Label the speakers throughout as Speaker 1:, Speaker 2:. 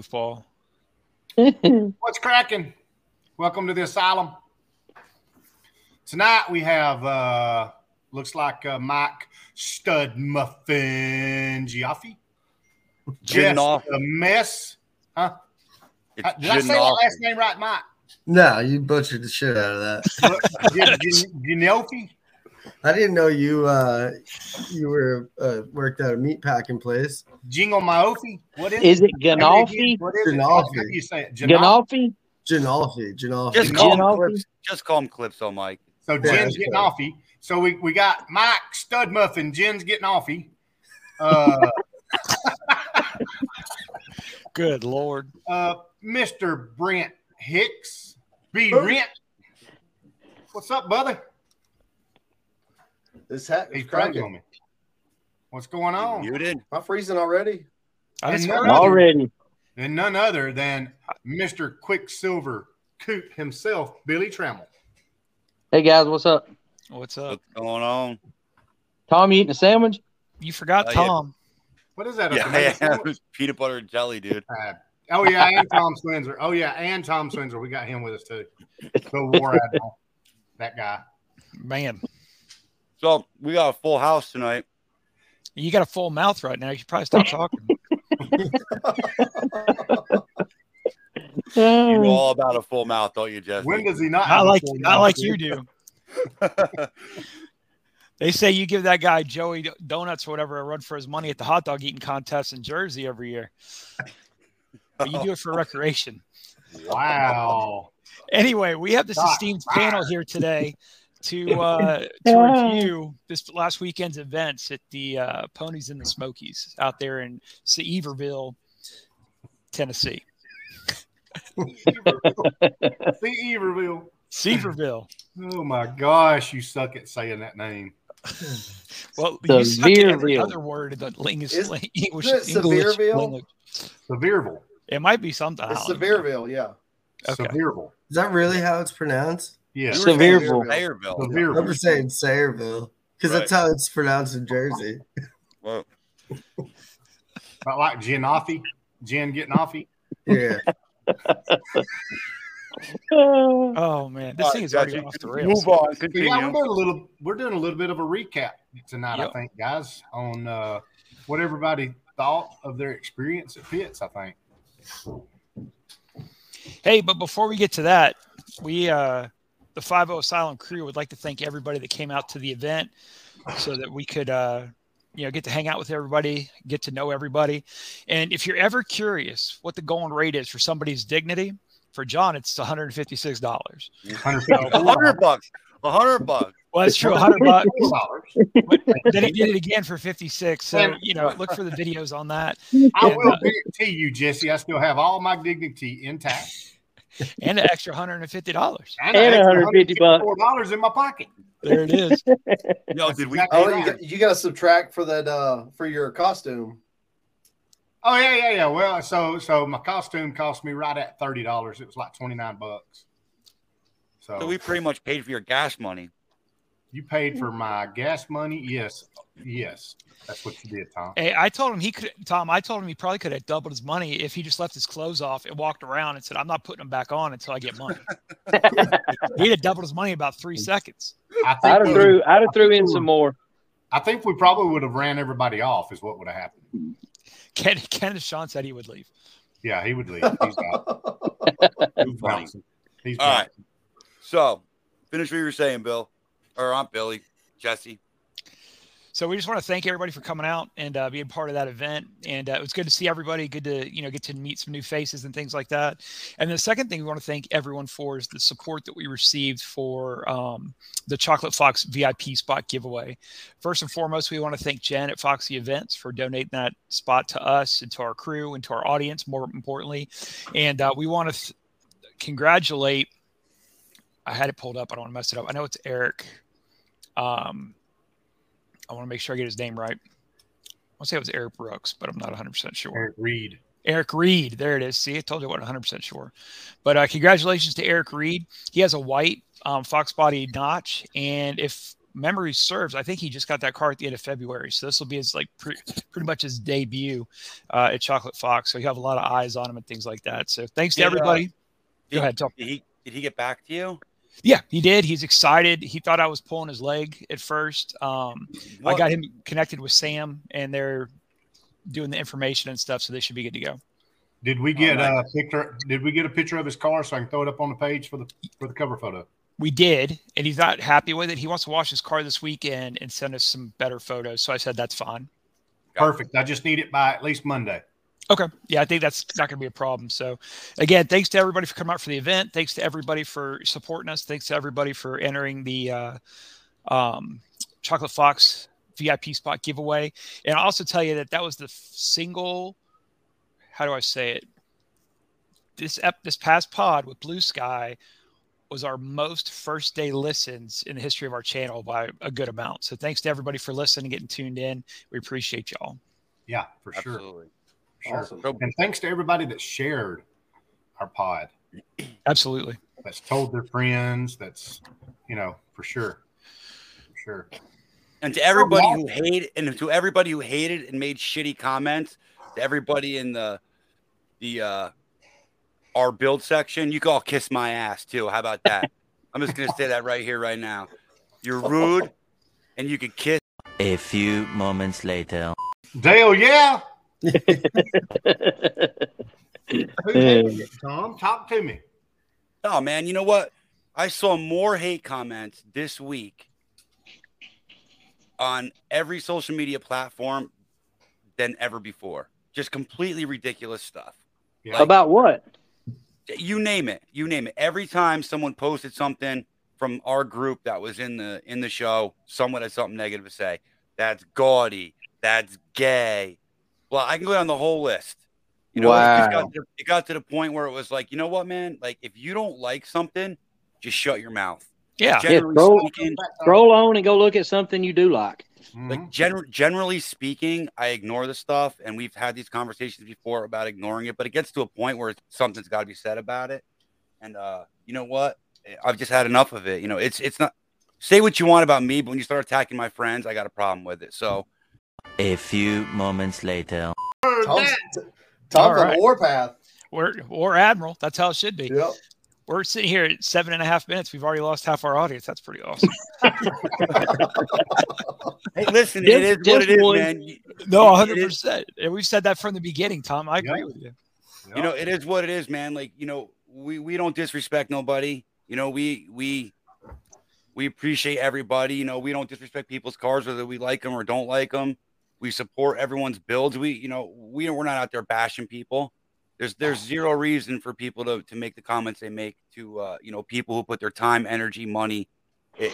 Speaker 1: Goofball.
Speaker 2: What's cracking? Welcome to the asylum. Tonight we have uh looks like uh, Mike Stud Muffin Giaffe. Yes,
Speaker 3: Janoff.
Speaker 2: the mess. Huh?
Speaker 3: It's
Speaker 2: Uh, Did I say that
Speaker 3: Janoff.
Speaker 2: last name right, Mike?
Speaker 4: No, you butchered the shit out of that.
Speaker 2: Gen- Gen- Genoffi?
Speaker 4: I didn't know you uh you were uh, worked at a meat packing place.
Speaker 2: Jingle Maofi? What is,
Speaker 5: Is it
Speaker 2: Say it again.
Speaker 5: Ganolfi?
Speaker 2: What is it? How
Speaker 4: Ganolfi.
Speaker 2: do you say it? Ganolfi.
Speaker 5: Ganolfi?
Speaker 4: Genolfi, Genolfi.
Speaker 3: Just
Speaker 2: Janoff.
Speaker 3: call
Speaker 5: Janoff.
Speaker 3: him clips. Just call him clips, though, Mike.
Speaker 2: So
Speaker 4: Yeah,
Speaker 2: Jen's
Speaker 4: that's
Speaker 2: getting
Speaker 4: right.
Speaker 2: offy. So we, we got Mike Stud Muffin. Jen's getting offy. Uh,
Speaker 1: Good lord.
Speaker 2: uh, Mr. Brent Hicks. B.
Speaker 4: Hey.
Speaker 2: Rent. What's up, brother?
Speaker 6: This hat is
Speaker 2: He's crazy on
Speaker 6: cracking.
Speaker 2: me. What's going on?
Speaker 3: You did.
Speaker 6: Am I freezing already?
Speaker 1: I just
Speaker 2: And
Speaker 1: heard
Speaker 2: none other-
Speaker 5: Already.
Speaker 2: and none other than Mr. Quicksilver Coop himself, Billy Trammell.
Speaker 5: Hey guys, what's up?
Speaker 1: what's up.
Speaker 3: What's going on?
Speaker 5: Tom eating a sandwich?
Speaker 1: You forgot
Speaker 3: Oh, yeah.
Speaker 1: Tom.
Speaker 2: What is that? a
Speaker 3: Yeah,
Speaker 2: tomato
Speaker 3: yeah.
Speaker 2: sandwich?
Speaker 3: peanut butter and jelly, dude.
Speaker 2: Uh, oh yeah, and Tom Swinzer. Oh yeah, and Tom Swinzer. We got him with us too. The war admiral, that guy.
Speaker 1: Man,
Speaker 3: So we got a full house tonight.
Speaker 1: you got a full mouth right now. You should probably stop talking.
Speaker 3: You're
Speaker 5: Uh,
Speaker 3: all about a full mouth, don't you, Jesse?
Speaker 2: When does he not?
Speaker 1: not
Speaker 2: have a
Speaker 1: like
Speaker 2: full
Speaker 1: not
Speaker 2: mouth,
Speaker 1: like
Speaker 2: dude?
Speaker 1: you do. They say you give that guy Joey Do- Donuts or whatever a run for his money at the hot dog eating contest in Jersey every year. But you do it for recreation.
Speaker 2: Wow.
Speaker 1: Anyway, we have this
Speaker 2: Doc,
Speaker 1: esteemed panel here today to uh, to review this last weekend's events at the uh, Ponies in the Smokies out there in Sevierville, Tennessee.
Speaker 2: See Everville.
Speaker 1: Sevierville.
Speaker 2: Oh my gosh, you suck at saying that name.
Speaker 1: Well, you suck at every
Speaker 5: Sevierville.
Speaker 1: other word in the English,
Speaker 6: Is-
Speaker 1: English, English
Speaker 6: isn't it Sevierville?
Speaker 1: language.
Speaker 2: Sevierville.
Speaker 1: It might be something.
Speaker 6: It's
Speaker 1: I don't know.
Speaker 6: Sevierville, yeah.
Speaker 1: Okay.
Speaker 2: Sevierville.
Speaker 4: Is that really how it's pronounced?
Speaker 2: Yeah.
Speaker 5: Sevierville.
Speaker 3: Fayetteville.
Speaker 4: I remember
Speaker 2: Sevierville.
Speaker 4: saying Sayreville because that's how it's pronounced in Jersey.
Speaker 3: Whoa.
Speaker 2: Not like Genoffy. Jen getting offy.
Speaker 4: Yeah,
Speaker 5: uh,
Speaker 1: Oh man, this
Speaker 3: All
Speaker 1: thing
Speaker 3: right,
Speaker 1: is already
Speaker 3: Jesse,
Speaker 1: gone off the rails.
Speaker 3: Move on.
Speaker 2: Yeah,
Speaker 3: Continue.
Speaker 2: we're doing a little we're doing a little bit of a recap tonight, I
Speaker 1: Yep.
Speaker 2: think, guys, on uh, what everybody thought of their experience at Pitts, I think.
Speaker 1: Hey, but before we get to that, we uh the 50 Asylum crew would like to thank everybody that came out to the event so that we could uh you know get to hang out with everybody, get to know everybody. And if you're ever curious what the going rate is for somebody's dignity, for John it's $156.
Speaker 2: 154
Speaker 3: A hundred bucks. A hundred bucks.
Speaker 1: Well, that's true, 100 bucks.
Speaker 2: dollars.
Speaker 1: But then he did it again for 56. So, you know, look for the videos on that.
Speaker 2: I
Speaker 1: Yeah.
Speaker 2: will guarantee you, Jesse, I still have all my dignity intact.
Speaker 1: And an extra $150.
Speaker 2: I know
Speaker 5: And
Speaker 2: that's
Speaker 5: 150 bucks.
Speaker 2: $154 in my pocket.
Speaker 1: There it is.
Speaker 3: Yo, did we?
Speaker 2: That's
Speaker 3: Oh,
Speaker 2: exactly
Speaker 6: Oh,
Speaker 2: right.
Speaker 3: yeah.
Speaker 6: you, you got to subtract for that uh for your costume.
Speaker 2: Oh yeah, yeah, yeah. Well, so so my costume cost me right at thirty dollars. It was like twenty nine bucks. So,
Speaker 3: So we pretty much paid for your gas money.
Speaker 2: you paid for my gas money? Yes, yes. That's what you did, Tom.
Speaker 1: Hey, Eh, I told him he could, Tom. I told him he probably could have doubled his money if he just left his clothes off and walked around and said, "I'm not putting them back on until I get money." He'd have doubled his money in about three seconds.
Speaker 2: I think
Speaker 5: I'd have
Speaker 2: we,
Speaker 5: threw I'd have threw in some more.
Speaker 2: I think we probably would have ran everybody off. Is what would have happened.
Speaker 1: Ken, Kenneth Sean said he would leave.
Speaker 2: Yeah, he would leave. He's out. He's
Speaker 3: funny.
Speaker 2: bouncing. He's
Speaker 3: All right.
Speaker 2: bouncing.
Speaker 3: So finish what you were saying, Bill, or Aunt Billy, Jesse.
Speaker 1: So we just want to thank everybody for coming out and uh, being part of that event. And uh, it was good to see everybody. Good to you know get to meet some new faces and things like that. And the second thing we want to thank everyone for is the support that we received for um, the Chocolate Fox VIP spot giveaway. First and foremost, we want to thank Jen at Foxy Events for donating that spot to us and to our crew and to our audience. More importantly, and uh, we want to th- congratulate. I had it pulled up. I don't want to mess it up. I know it's Eric. Um, I want to make sure I get his name right. I want to say it was Eric Brooks, but I'm not 100% sure.
Speaker 2: Eric Reed.
Speaker 1: Eric Reed. There it is. See, I told you I wasn't 100% sure. But uh, congratulations to Eric Reed. He has a white um, fox body notch. And if memory serves, I think he just got that car at the end of February. So this will be his like pre- pretty much his debut uh, at Chocolate Fox. So you have a lot of eyes on him and things like that. So thanks to
Speaker 3: Yeah.
Speaker 1: everybody.
Speaker 3: Did-
Speaker 1: ahead, Tom.
Speaker 3: Did he did he get back to you?
Speaker 1: Yeah, he did. He's excited. He thought I was pulling his leg at first. Um, I
Speaker 3: What-
Speaker 1: got him connected with Sam, and they're doing the information and stuff, so they should be good to go.
Speaker 2: Did we get
Speaker 3: nice.
Speaker 2: a picture? Did we get a picture of his car so I can throw it up on the page for the for the cover photo?
Speaker 1: We did, and he's not happy with it. He wants to wash his car this weekend and send us some better photos. So I said that's fine.
Speaker 3: Got it.
Speaker 2: Perfect. I just need it by at least Monday.
Speaker 1: Okay. Yeah, I think that's not going to be a problem. So, again, thanks to everybody for coming out for the event. Thanks to everybody for supporting us. Thanks to everybody for entering the uh, um, Chocolate Fox VIP spot giveaway. And I'll also tell you that that was the f- single, how do I say it? This ep- this past pod with Blue Sky was our most first day listens in the history of our channel by a good amount. So, thanks to everybody for listening, getting tuned in. We appreciate y'all.
Speaker 2: Yeah, for sure.
Speaker 3: Absolutely.
Speaker 2: for sure.
Speaker 6: Awesome.
Speaker 3: So-
Speaker 2: And thanks to everybody that shared our pod,
Speaker 1: Absolutely.
Speaker 2: that's told their friends, that's you know, for sure. For sure.
Speaker 3: And to everybody who hated, and to everybody who hated and made shitty comments, to everybody in the the uh our build section, you can all kiss my ass too. How about that? I'm just gonna say that right here, right now. You're rude, and you can kiss.
Speaker 7: A few moments later.
Speaker 2: Dale, yeah. Who hated
Speaker 5: Yeah.
Speaker 2: it, Tom, talk to me.
Speaker 3: Oh man, you know what? I saw more hate comments this week on every social media platform than ever before. Just completely ridiculous stuff.
Speaker 2: Yeah.
Speaker 5: About what?
Speaker 3: you name it you name it every time someone posted something from our group that was in the in the show someone had something negative to say that's gaudy that's gay well i can go down the whole list you know it, just
Speaker 5: Wow.
Speaker 3: got to, it got to the point where it was like you know what man like if you don't like something just shut your mouth
Speaker 1: Yeah.
Speaker 3: generally
Speaker 5: bro.
Speaker 3: speaking
Speaker 5: Scroll on and go look at something you do like.
Speaker 2: Mhm.
Speaker 3: like gener- generally speaking i ignore the stuff and we've had these conversations before about ignoring it but it gets to a point where something's got to be said about it and uh you know what Eh, i've just had enough of it you know it's it's not say what you want about me but when you start attacking my friends i got a problem with it so
Speaker 7: A few moments later.
Speaker 2: Heard
Speaker 6: Tom's,
Speaker 2: that.
Speaker 1: All
Speaker 6: Tom's on
Speaker 1: right.
Speaker 6: the warpath.
Speaker 1: We're, or Admiral. That's how it should be.
Speaker 6: Yep.
Speaker 1: We're sitting here at seven and a half minutes. We've already lost half our audience. That's pretty awesome.
Speaker 3: hey, listen
Speaker 5: Just-
Speaker 3: it is
Speaker 5: just
Speaker 3: what it is
Speaker 5: one-
Speaker 3: man you,
Speaker 1: no,
Speaker 3: It- it
Speaker 1: hundred
Speaker 3: is-
Speaker 1: percent. And we've said that from the beginning, Tom. I agree
Speaker 2: Yeah.
Speaker 1: with you.
Speaker 2: Yeah.
Speaker 3: you know it is what it is man like you know we we don't disrespect nobody you know we we we appreciate everybody you know we don't disrespect people's cars whether we like them or don't like them we support everyone's builds we you know we we're not out there bashing people there's there's zero reason for people to to make the comments they make to uh you know people who put their time energy money it,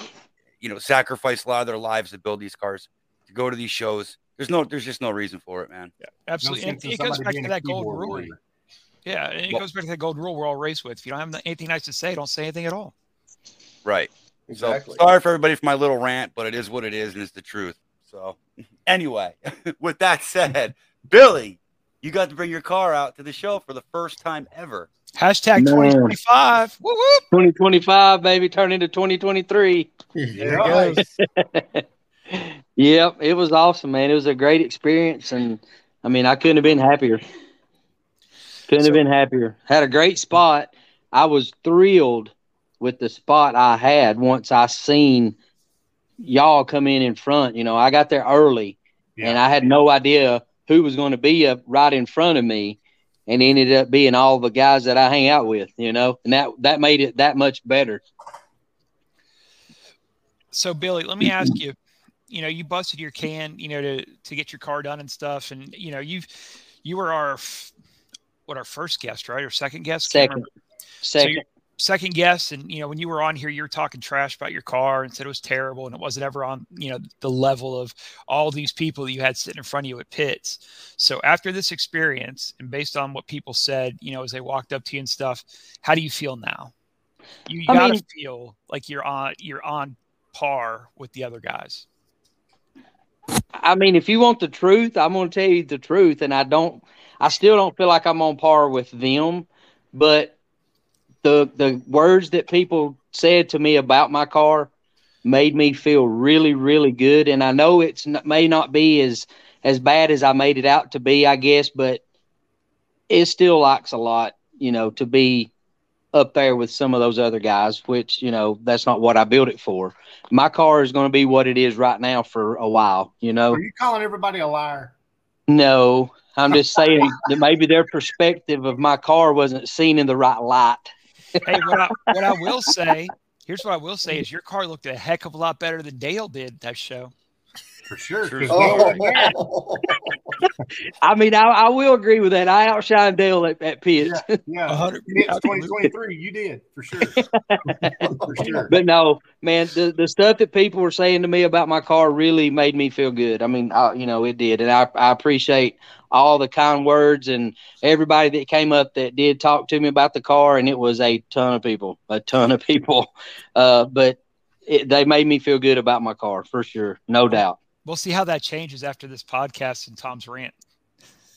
Speaker 3: you know sacrifice a lot of their lives to build these cars to go to these shows there's no there's just no reason for it man
Speaker 2: No
Speaker 1: Absolutely.
Speaker 2: sense
Speaker 1: and
Speaker 2: in
Speaker 1: it goes
Speaker 2: somebody
Speaker 1: back
Speaker 2: being
Speaker 1: to
Speaker 2: a
Speaker 1: that golden
Speaker 2: keyboard
Speaker 1: rule.
Speaker 2: warrior.
Speaker 1: Yeah, and it
Speaker 3: Well-
Speaker 1: goes back to that golden rule we're all raised with. If you don't have anything nice to say, don't say anything at all.
Speaker 3: right So
Speaker 6: Exactly.
Speaker 3: sorry for everybody for my little rant, but it is what it is and it's the truth. So anyway, with that said, Billy, you got to bring your car out to the show for the first time ever.
Speaker 1: Hashtag
Speaker 5: Man.
Speaker 1: twenty twenty five. Woo whoop.
Speaker 5: 2025, baby, turn into 2023.
Speaker 4: There
Speaker 2: Yeah.
Speaker 4: it goes.
Speaker 5: Yep, it was awesome, man. It was a great experience, and I mean, I couldn't have been happier. Couldn't
Speaker 1: So-
Speaker 5: have been happier. Had a great spot. I was thrilled with the spot I had once I seen y'all come in in front. You know, I got there early, and
Speaker 2: Yeah.
Speaker 5: I had no idea who was going to be up right in front of me, and it ended up being all the guys that I hang out with. You know, and that that made it that much better.
Speaker 1: So Billy, let me ask you. You know, you busted your can, you know, to to get your car done and stuff, and you know, you've you were our f- what our first guest, right, or second guest? Can't
Speaker 5: Second.
Speaker 1: remember.
Speaker 5: Second,
Speaker 1: you're- second guess and you know when you were on here you were talking trash about your car and said it was terrible and it wasn't ever on you know the level of all these people that you had sitting in front of you at pits so after this experience and based on what people said you know as they walked up to you and stuff how do you feel now you
Speaker 5: I
Speaker 1: gotta
Speaker 5: mean-
Speaker 1: feel like you're on you're on par with the other guys
Speaker 5: I mean, if you want the truth, I'm going to tell you the truth, and I don't, I still don't feel like I'm on par with them. But the the words that people said to me about my car made me feel really, really good. And I know it's n- may not be as as bad as I made it out to be, I guess, but it still lacks a lot, you know, to be up there with some of those other guys, which, you know, that's not what I built it for. My car is going to be what it is right now for a while, you know.
Speaker 2: Are you calling everybody a liar?
Speaker 5: No, I'm just saying that maybe their perspective of my car wasn't seen in the right light.
Speaker 1: hey, what I, what I will say, here's what I will say is your car looked a heck of a lot better than Dale did that show.
Speaker 2: For sure.
Speaker 3: Sure.
Speaker 2: 'cause we were-
Speaker 6: Oh,
Speaker 5: I mean, I, I will agree with that. I outshined Dale at, at Pitts.
Speaker 1: A
Speaker 2: yeah.
Speaker 1: hundred-
Speaker 2: It's 2023. You did for sure. for sure.
Speaker 5: But no, man, the, the stuff that people were saying to me about my car really made me feel good. I mean, I, you know, it did. And I, I appreciate all the kind words and everybody that came up that did talk to me about the car. And it was a ton of people, a ton of people. Uh, but it, they made me feel good about my car for sure. No doubt.
Speaker 1: We'll see how that changes after this podcast and Tom's rant.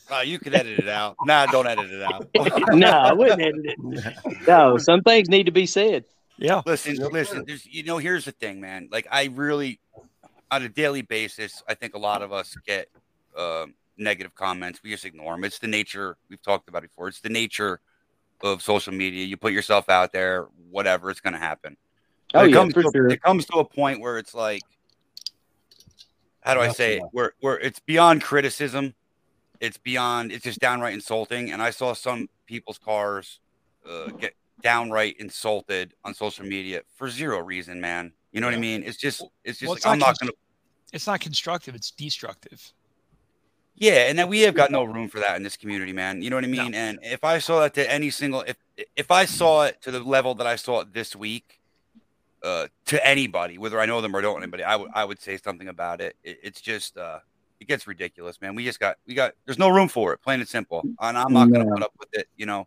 Speaker 3: Uh, you can edit it out. Nah, don't edit it out.
Speaker 5: no, I wouldn't edit it. No, some things need to be said.
Speaker 1: Yeah.
Speaker 3: listen,
Speaker 6: Yes,
Speaker 3: listen.
Speaker 6: sir.
Speaker 3: There's, you know, here's the thing, man. Like, I really, on a daily basis, I think a lot of us get um, negative comments. We just ignore them. It's the nature we've talked about before. It's the nature of social media. You put yourself out there, whatever, it's going to happen.
Speaker 5: Oh,
Speaker 3: it
Speaker 5: yeah,
Speaker 3: comes
Speaker 5: for
Speaker 3: to,
Speaker 5: sure.
Speaker 3: It comes to a point where it's like, how do I
Speaker 2: Nothing
Speaker 3: say it?
Speaker 2: left.
Speaker 3: Where where it's beyond criticism. It's beyond. It's just downright insulting. And I saw some people's cars uh, get downright insulted on social media for zero reason, man. You know what I mean? It's just. It's just.
Speaker 1: Well,
Speaker 3: like,
Speaker 1: it's
Speaker 3: I'm
Speaker 1: not
Speaker 3: not
Speaker 1: con-
Speaker 3: gonna.
Speaker 1: It's not constructive, it's destructive.
Speaker 3: Yeah, and then we have got no room for that in this community, man. You know what I mean? And if I saw that to any single, if if I saw it to the level that I saw it this week, uh, to anybody, whether I know them or don't know anybody, I would I would say something about it. it. It's just uh, it gets ridiculous, man. We just got we got there's no room for it, plain and simple. And I'm not gonna put up with it, you know,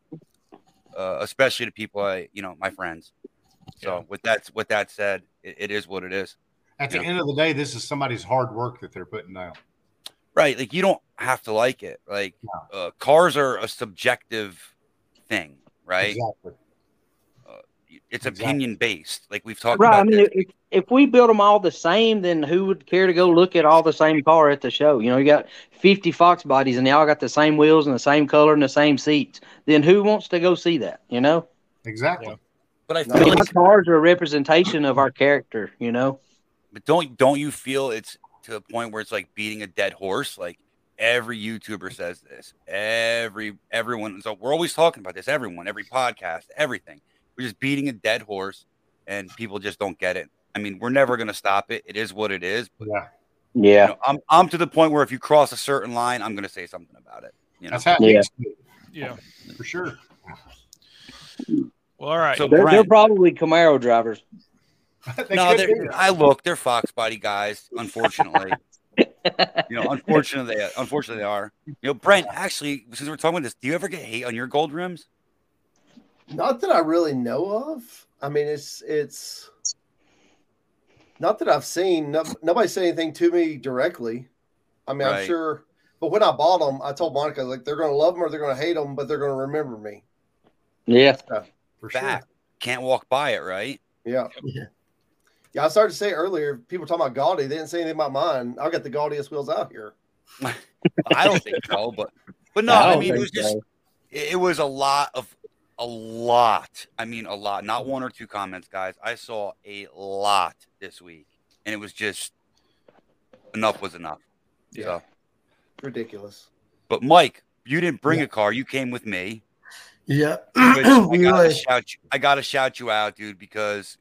Speaker 3: uh, especially to people I you know my friends. So with that with that said, it, it is what it is.
Speaker 2: At the
Speaker 3: Yeah.
Speaker 2: end of the day, this is somebody's hard work that they're putting down.
Speaker 3: Right. Like you don't have to like it. Like uh, cars are a subjective thing, right?
Speaker 2: Exactly.
Speaker 3: It's
Speaker 2: Exactly.
Speaker 3: opinion based. Like we've talked
Speaker 5: Right. I
Speaker 3: about.
Speaker 5: mean,
Speaker 3: this.
Speaker 5: if, if we build them all the same, then who would care to go look at all the same car at the show? You know, you got 50 Fox bodies and they all got the same wheels and the same color and the same seats. Then who wants to go see that? You know,
Speaker 2: Exactly.
Speaker 1: Yeah.
Speaker 3: but I
Speaker 6: No.
Speaker 5: I
Speaker 3: feel
Speaker 5: mean,
Speaker 3: like,
Speaker 5: our cars are a representation of our character, you know?
Speaker 3: but don't don't you feel it's to the point where it's like beating a dead horse? Like every YouTuber says this. Every everyone. So we're always talking about this. Everyone, every podcast, everything. We're just beating a dead horse, and people just don't get it. I mean, we're never gonna stop it. It is what it is. But
Speaker 2: Yeah.
Speaker 5: Yeah.
Speaker 3: you know, I'm I'm to the point where if you cross a certain line, I'm gonna say something about it. You know.
Speaker 2: That's how it
Speaker 5: Yeah.
Speaker 2: needs to be,
Speaker 1: Yeah.
Speaker 2: for sure.
Speaker 1: Well, all right.
Speaker 3: So
Speaker 5: They're, they're
Speaker 3: Brent-
Speaker 5: probably Camaro drivers.
Speaker 2: They
Speaker 3: no,
Speaker 2: could
Speaker 3: they're,
Speaker 2: be.
Speaker 3: I look, they're Fox body guys, unfortunately. you know, unfortunately, they, unfortunately, they are. You know, Brent, actually, since we're talking about this, do you ever get hate on your gold rims?
Speaker 6: not that I really know of. I mean, it's it's not that I've seen. No, nobody said anything to me directly. I mean,
Speaker 3: Right.
Speaker 6: I'm sure. But when I bought them, I told Monica like they're going to love them or they're going to hate them, but they're going to remember me.
Speaker 5: Yeah.
Speaker 2: for sure.
Speaker 3: Back. Can't walk by it, right?
Speaker 6: Yeah.
Speaker 4: Yeah.
Speaker 6: Yeah, I started to say earlier, people talking about gaudy. They didn't say anything about mine. I got the gaudiest wheels out here.
Speaker 3: I don't think so, but but no,
Speaker 5: I
Speaker 3: I,
Speaker 5: don't
Speaker 3: mean, it
Speaker 5: think
Speaker 3: was just
Speaker 5: so.
Speaker 3: it it was a lot of a lot. I mean, a lot, not one or two comments, guys. I saw a lot this week, and it was just enough was enough.
Speaker 1: Yeah.
Speaker 3: So,
Speaker 6: Ridiculous.
Speaker 3: but Mike, you didn't bring a car, you came with me.
Speaker 4: Yep.
Speaker 3: Which I
Speaker 4: We
Speaker 3: gotta
Speaker 4: like-
Speaker 3: shout you, I gotta shout you out, dude, because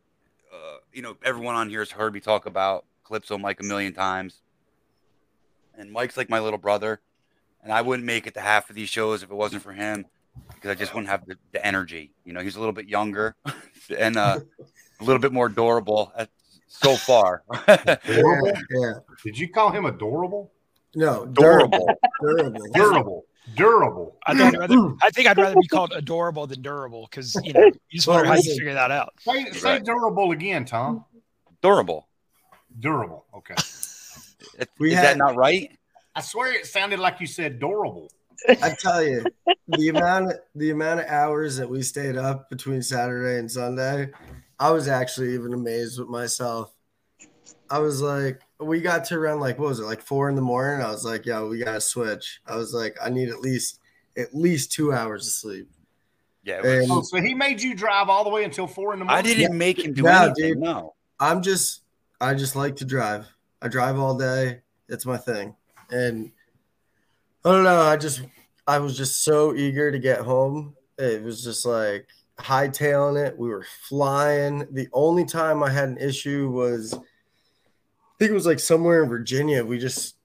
Speaker 3: uh, you know everyone on here has heard me talk about Calypso Mike a million times, and Mike's like my little brother, and I wouldn't make it to half of these shows if it wasn't for him, because I just wouldn't have the, the energy. You know, he's a little bit younger, and uh, a little bit more adorable at, so far.
Speaker 4: yeah, yeah.
Speaker 2: Did you call him adorable?
Speaker 4: No, durable.
Speaker 3: adorable.
Speaker 4: durable.
Speaker 2: Durable. Durable.
Speaker 1: I, thought I'd rather, I think I'd rather be called adorable than durable because you know you just wonder how you
Speaker 4: Well,
Speaker 1: figure that out.
Speaker 2: Say, say
Speaker 3: Right.
Speaker 2: durable again, Tom.
Speaker 3: Adorable.
Speaker 2: Durable. Okay.
Speaker 3: Is
Speaker 4: We
Speaker 3: that
Speaker 4: had-
Speaker 3: not right?
Speaker 2: I swear it sounded like you said durable.
Speaker 4: I tell you, the amount the amount of hours that we stayed up between Saturday and Sunday, I was actually even amazed with myself I was like, we got to around like what was it, like four in the morning? I was like, yeah, we gotta switch. I was like, I need at least at least two hours of sleep.
Speaker 3: Yeah, it was-
Speaker 4: And
Speaker 2: Oh, so he made you drive all the way until four in the morning.
Speaker 3: I didn't make him do
Speaker 4: No,
Speaker 3: anything.
Speaker 4: dude.
Speaker 3: No,
Speaker 4: I'm just I just like to drive. I drive all day. It's my thing. And I don't know, I just I was just so eager to get home. It was just like hightailing it. We were flying. The only time I had an issue was I think it was like somewhere in Virginia. We just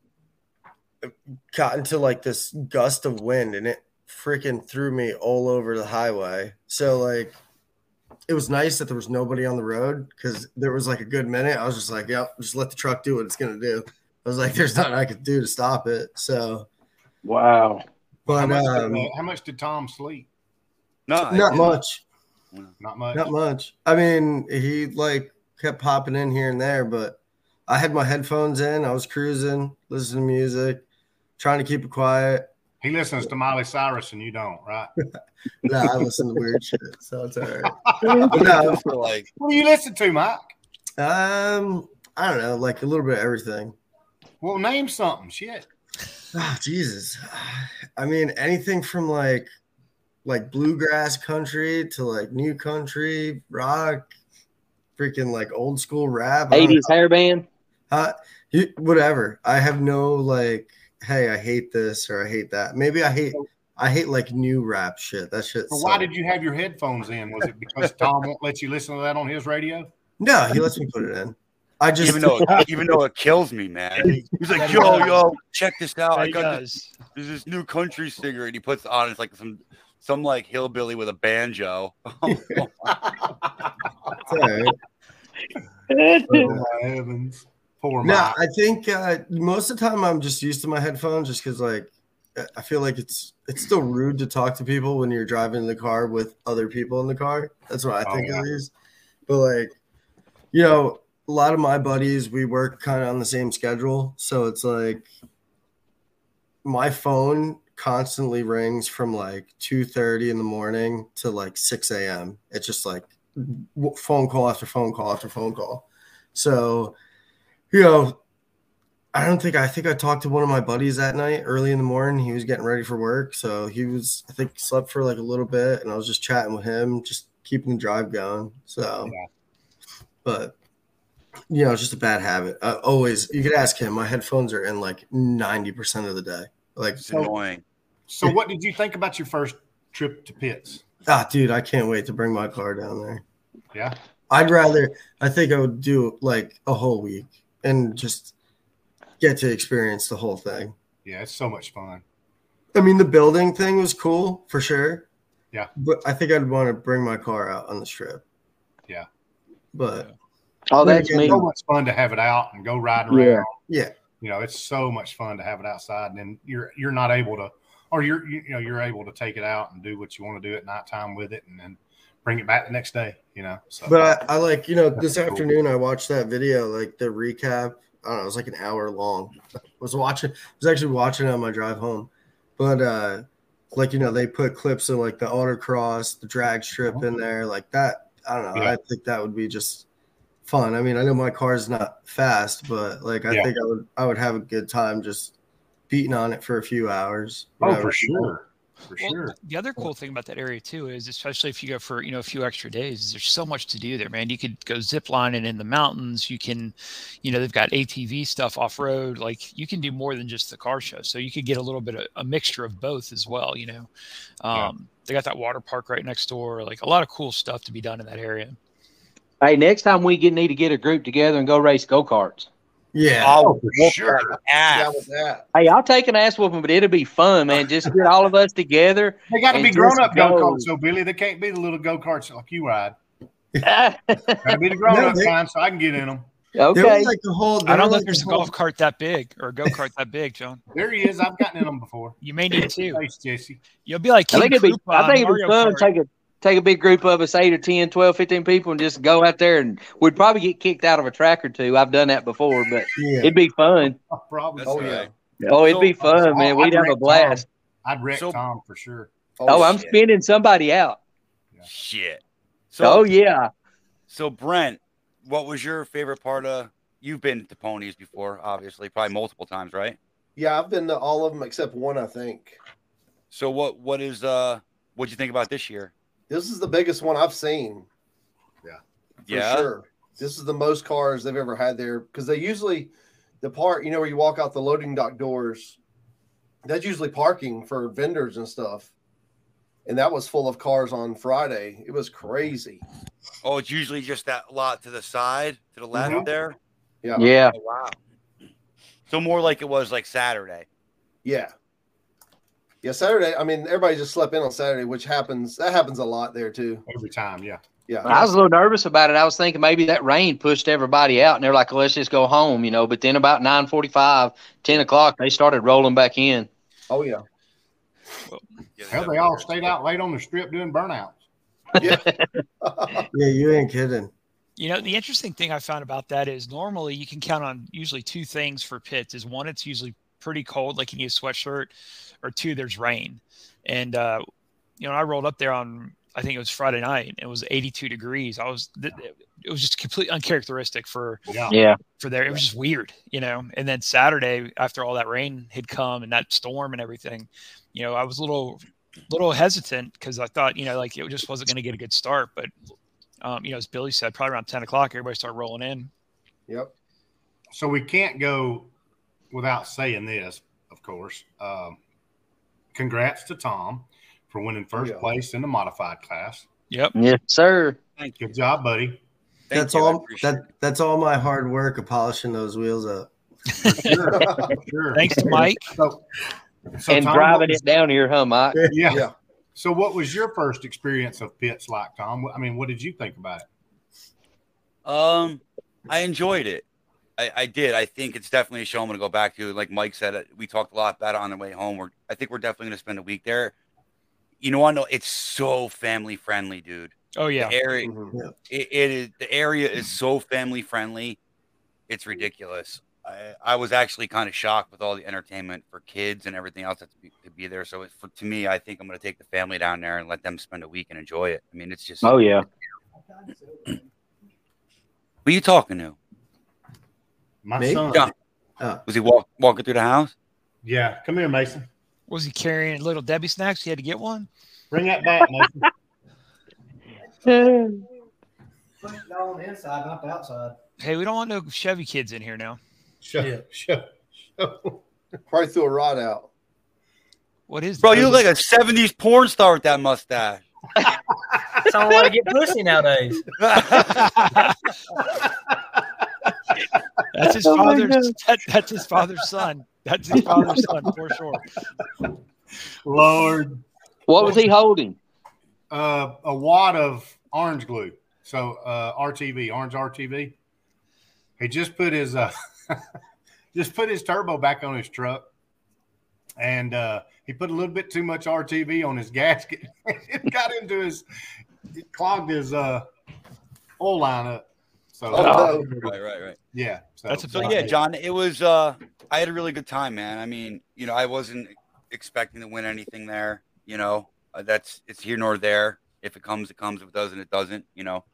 Speaker 4: got into like this gust of wind and it freaking threw me all over the highway. So like it was nice that there was nobody on the road because there was like a good minute. I was just like, yep, just let the truck do what it's gonna do. I was like, there's nothing I could do to stop it. So,
Speaker 5: Wow.
Speaker 2: How
Speaker 4: but
Speaker 2: much,
Speaker 4: um,
Speaker 2: did, uh, how much did Tom sleep?
Speaker 3: no, I
Speaker 4: not
Speaker 3: didn't.
Speaker 4: much,
Speaker 2: Not much.
Speaker 4: not much. I mean, he like kept popping in here and there, but I had my headphones in. I was cruising, listening to music, trying to keep it quiet.
Speaker 2: He listens to Miley Cyrus and you don't, right?
Speaker 4: No, I listen to weird shit, so it's all right. um,
Speaker 3: What
Speaker 4: No.
Speaker 3: do you feel like
Speaker 2: What do you listen to, Mike?
Speaker 4: Um, I don't know, like a little bit of everything.
Speaker 2: Well, name something. Shit.
Speaker 4: Oh, Jesus. I mean, anything from like like bluegrass country to like new country, rock, freaking like old school rap. I don't
Speaker 5: Eighties hairband.
Speaker 4: uh, you, whatever. I have no like, hey, I hate this or I hate that. Maybe I hate I hate like new rap shit. That shit.
Speaker 2: But why
Speaker 4: sucks.
Speaker 2: did you have your headphones in? Was it because Tom won't let you listen to that on his radio?
Speaker 4: No, he lets me put it in. I just
Speaker 3: even though even though it kills me, man. He's like, yo, yo, check this out.
Speaker 1: Yeah,
Speaker 3: I
Speaker 1: he
Speaker 3: got this,
Speaker 1: does.
Speaker 3: there's this new country singer, and he puts on it's like some some like hillbilly with a banjo. Oh,
Speaker 4: it's all right.
Speaker 2: Oh, my heavens. Poor
Speaker 4: No,
Speaker 2: Mike.
Speaker 4: I think uh, most of the time I'm just used to my headphones, just because like I feel like it's it's still rude to talk to people when you're driving in the car with other people in the car. That's what I
Speaker 2: Oh,
Speaker 4: think
Speaker 2: yeah.
Speaker 4: at least. But like, you know, a lot of my buddies we work kind of on the same schedule, so it's like my phone constantly rings from like 2.30 in the morning to like 6 a.m it's just like w- phone call after phone call after phone call so you know i don't think i think i talked to one of my buddies that night early in the morning he was getting ready for work so he was i think slept for like a little bit and i was just chatting with him just keeping the drive going so
Speaker 2: Yeah.
Speaker 4: but you know it's just a bad habit I always you could ask him my headphones are in like 90% of the day like
Speaker 3: It's annoying.
Speaker 2: So, what did you think about your first trip to Pitts?
Speaker 4: Ah, dude, I can't wait to bring my car down there.
Speaker 2: Yeah.
Speaker 4: I'd rather, I think I would do like a whole week and just get to experience the whole thing.
Speaker 2: Yeah, it's so much fun.
Speaker 4: I mean, the building thing was cool for sure.
Speaker 2: Yeah.
Speaker 4: But I think I'd want to bring my car out on the strip.
Speaker 2: Yeah.
Speaker 4: But
Speaker 5: Oh, that's me.
Speaker 2: So much fun to have it out and go riding around.
Speaker 5: Yeah.
Speaker 4: yeah,
Speaker 2: You know, it's so much fun to have it outside, and then you're you're not able to, or you're you, you know you're able to take it out and do what you want to do at nighttime with it, and then bring it back the next day. You know. So.
Speaker 4: but I, I like, you know, this
Speaker 2: That's cool.
Speaker 4: afternoon I watched that video, like the recap. I don't know, it was like an hour long. I was watching, I was actually watching it on my drive home. But, uh, like, you know, they put clips of like the autocross, the drag strip in there, like that. I don't know.
Speaker 2: Oh. Yeah.
Speaker 4: I think that would be just fun. I mean, I know my car's not fast, but like, I
Speaker 2: Yeah.
Speaker 4: think I would, I would have a good time just beating on it for a few hours. you
Speaker 2: oh,
Speaker 4: know?
Speaker 2: for sure, for
Speaker 1: Well,
Speaker 2: sure.
Speaker 1: The other cool thing about that area too is, especially if you go for you know a few extra days, is there's so much to do there, man. You could go zip lining in the mountains. You can, you know, they've got ATV stuff off road. Like you can do more than just the car show. So you could get a little bit of a mixture of both as well. You know,
Speaker 2: Yeah.
Speaker 1: um, they got that water park right next door. Like a lot of cool stuff to be done in that area.
Speaker 5: Hey, next time we get need to get a group together and go race go karts.
Speaker 4: Yeah.
Speaker 3: Oh,
Speaker 2: for sure.
Speaker 6: Yeah,
Speaker 3: ass.
Speaker 6: with that.
Speaker 5: Hey, I'll take an ass whooping, but it'll be fun, man. Just get all of us together.
Speaker 2: They got to
Speaker 5: And
Speaker 2: be
Speaker 5: just
Speaker 2: grown up go
Speaker 5: go.
Speaker 2: karts, though, Billy. They can't be the little go karts like you ride. Got
Speaker 5: okay.
Speaker 2: to be the grown up
Speaker 4: they-
Speaker 2: kind, so I can get in them.
Speaker 4: There was like the whole,
Speaker 1: I
Speaker 4: there
Speaker 1: don't
Speaker 4: was,
Speaker 1: think
Speaker 4: like,
Speaker 1: there's a
Speaker 4: the whole-
Speaker 1: golf cart that big or a go kart that big, John.
Speaker 2: There he is. I've gotten in them before.
Speaker 1: You may need two.
Speaker 2: Thanks, Jesse.
Speaker 1: You'll be like King
Speaker 5: I think it'd be,
Speaker 1: Krupa
Speaker 5: I
Speaker 1: on
Speaker 5: think it'd be
Speaker 1: Mario
Speaker 5: fun
Speaker 1: Kart.
Speaker 5: take a take a big group of us, eight or 10, 12, 15 people, and just go out there and we'd probably get kicked out of a track or two. I've done that before, but
Speaker 4: Yeah.
Speaker 5: it'd be fun.
Speaker 2: Probably.
Speaker 3: That's
Speaker 6: Oh,
Speaker 3: right.
Speaker 6: yeah.
Speaker 5: Oh, it'd be
Speaker 3: So-
Speaker 5: fun, man.
Speaker 2: I- I'd
Speaker 5: We'd have
Speaker 2: wreck
Speaker 5: a
Speaker 2: Tom.
Speaker 5: blast.
Speaker 2: I'd wreck
Speaker 3: So-
Speaker 2: Tom for sure.
Speaker 5: Oh, I'm
Speaker 3: shit.
Speaker 5: spinning somebody out.
Speaker 3: Shit. So
Speaker 5: Oh yeah.
Speaker 3: so Brent, what was your favorite part of You've been to ponies before, obviously, probably multiple times, right?
Speaker 6: Yeah, I've been to all of them except one, I think.
Speaker 3: So what what is uh what'd you think about this year?
Speaker 6: This is the biggest one I've seen. for
Speaker 3: yeah.
Speaker 6: sure. This is the most cars they've ever had there because they usually the part you know where you walk out the loading dock doors, that's usually parking for vendors and stuff. And that was full of cars on Friday. It was crazy.
Speaker 3: Oh, it's usually just that lot to the side, to the left
Speaker 2: Mhm.
Speaker 3: there.
Speaker 6: Yeah. Yeah.
Speaker 5: Yeah.
Speaker 3: Oh, wow. So more like it was like Saturday.
Speaker 6: Yeah. Saturday. I mean, everybody just slept in on Saturday, which happens. That happens a lot there too.
Speaker 2: every time. Yeah,
Speaker 6: Yeah.
Speaker 5: I was a little nervous about it. I was thinking maybe that rain pushed everybody out, and they're like, "Let's just go home," you know. But then about 9:45, 10 o'clock, they started rolling back in.
Speaker 6: oh yeah.
Speaker 3: Yeah,
Speaker 2: hell, they all stayed out late on the strip doing burnouts.
Speaker 4: Yeah, you ain't kidding.
Speaker 1: You know, the interesting thing I found about that is normally you can count on usually two things for pits is one, it's usually pretty cold, like you need a sweatshirt, or two, there's rain. And, uh, you know, I rolled up there on, I think it was Friday night, and it was 82 degrees. I was, th- it was just completely uncharacteristic for,
Speaker 2: Yeah,
Speaker 5: Yeah,
Speaker 1: for there. It was just weird, you know. And then Saturday, after all that rain had come and that storm and everything, you know, I was a little, little hesitant because I thought, you know, like it just wasn't going to get a good start. But, um, you know, as Billy said, probably around ten o'clock, everybody started rolling in.
Speaker 6: Yep.
Speaker 2: so we can't go without saying this, of course. Um, congrats to Tom for winning first
Speaker 6: Yeah.
Speaker 2: place in the modified class.
Speaker 1: Yep.
Speaker 5: yes, sir.
Speaker 3: Thank you.
Speaker 2: Good job, buddy.
Speaker 3: Thank
Speaker 4: that's
Speaker 3: you. I
Speaker 4: all.
Speaker 3: appreciate
Speaker 4: That that's all my hard work of polishing those wheels up.
Speaker 2: Sure, sure.
Speaker 1: Thanks to Mike.
Speaker 2: So, so
Speaker 5: and
Speaker 2: Tom, what
Speaker 5: driving
Speaker 2: was-
Speaker 5: it down here, huh, Mike?
Speaker 2: Yeah.
Speaker 6: Yeah.
Speaker 2: So, what was your first experience of pits like, Tom? I mean, what did you think about it?
Speaker 3: it. Um, I enjoyed it. I, I did. I think it's definitely a show I'm going to go back to. Like Mike said, uh, we talked a lot about it on the way home. We're, I think we're definitely going to spend a week there. You know, I know it's so family friendly, dude.
Speaker 1: Oh yeah.
Speaker 3: The area,
Speaker 6: Mhm.
Speaker 3: it, it is the area is so family friendly it's ridiculous i, I was actually kind of shocked with all the entertainment for kids and everything else that's be, to be there so it, for, to me i think i'm going to take the family down there and let them spend a week and enjoy it i mean it's just
Speaker 5: Oh yeah.
Speaker 3: who you talking to
Speaker 2: My
Speaker 4: Me?
Speaker 2: son.
Speaker 3: Yeah. was he walk, walking through the house
Speaker 2: Yeah. Come here, Mason.
Speaker 1: Was he carrying little Debbie snacks? He had to get one.
Speaker 2: Bring that back, Mason.
Speaker 8: Put it all on the inside, not the outside.
Speaker 1: Hey, we don't want no Chevy kids in here now.
Speaker 2: Show, show, show.
Speaker 6: Probably threw a rod out.
Speaker 1: What is
Speaker 3: bro
Speaker 1: that?
Speaker 3: you look like a 70s porn star with that mustache
Speaker 8: Someone want to get pussy nowadays.
Speaker 1: That's his father's. that- that's his father's son. That's his father's son for sure.
Speaker 2: Lord.
Speaker 5: What was he holding?
Speaker 2: Uh, a wad of orange glue. So, uh, RTV, orange RTV. He just put his, uh, just put his turbo back on his truck. And uh, he put a little bit too much RTV on his gasket. it got into his, it clogged his uh, oil line up. So,
Speaker 6: Oh, no.
Speaker 3: right right right
Speaker 2: yeah. So,
Speaker 1: That's a
Speaker 3: So yeah, John, it was uh I had a really good time, man. I mean, you know, I wasn't expecting to win anything there, you know. Uh, that's it's here nor there. If it comes, it comes. If it doesn't, it doesn't, you know.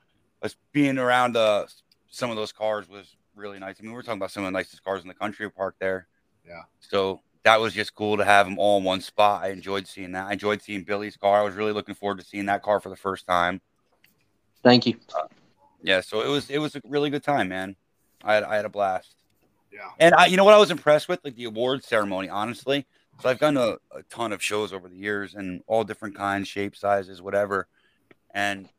Speaker 3: Us being around uh some of those cars was really nice. I mean, we were talking about some of the nicest cars in the country parked there.
Speaker 2: Yeah.
Speaker 3: So that was just cool to have them all in one spot. I enjoyed seeing that. I enjoyed seeing Billy's car. I was really looking forward to seeing that car for the first time.
Speaker 5: Thank you.
Speaker 3: Yeah, so it was it was a really good time, man. I had, I had a blast.
Speaker 2: Yeah.
Speaker 3: And I, you know what I was impressed with, like the award ceremony, honestly. So I've done a, a ton of shows over the years and all different kinds, shapes, sizes, whatever. And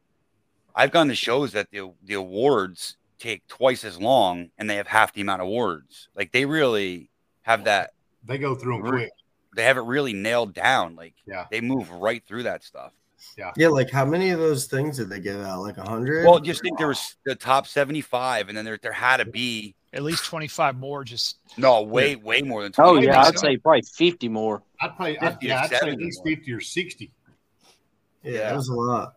Speaker 3: I've gone to shows that the the awards take twice as long and they have half the amount of awards. Like they really have that
Speaker 2: They go through them quick.
Speaker 3: they have it really nailed down. Like
Speaker 2: Yeah.
Speaker 3: they move right through that stuff.
Speaker 4: Yeah, like how many of those things did they give out? Like a hundred.
Speaker 3: Well, just think there was the top 75 and then there there had to be
Speaker 1: at least twenty five more. Just
Speaker 3: No, way, way more than 20.
Speaker 5: Oh yeah,
Speaker 1: think
Speaker 5: I'd
Speaker 1: so.
Speaker 5: say probably fifty more.
Speaker 2: I'd play. I'd,
Speaker 3: 50 or
Speaker 2: yeah, I'd say
Speaker 3: 70
Speaker 2: at least
Speaker 3: more.
Speaker 2: fifty or sixty.
Speaker 4: yeah, that was a lot.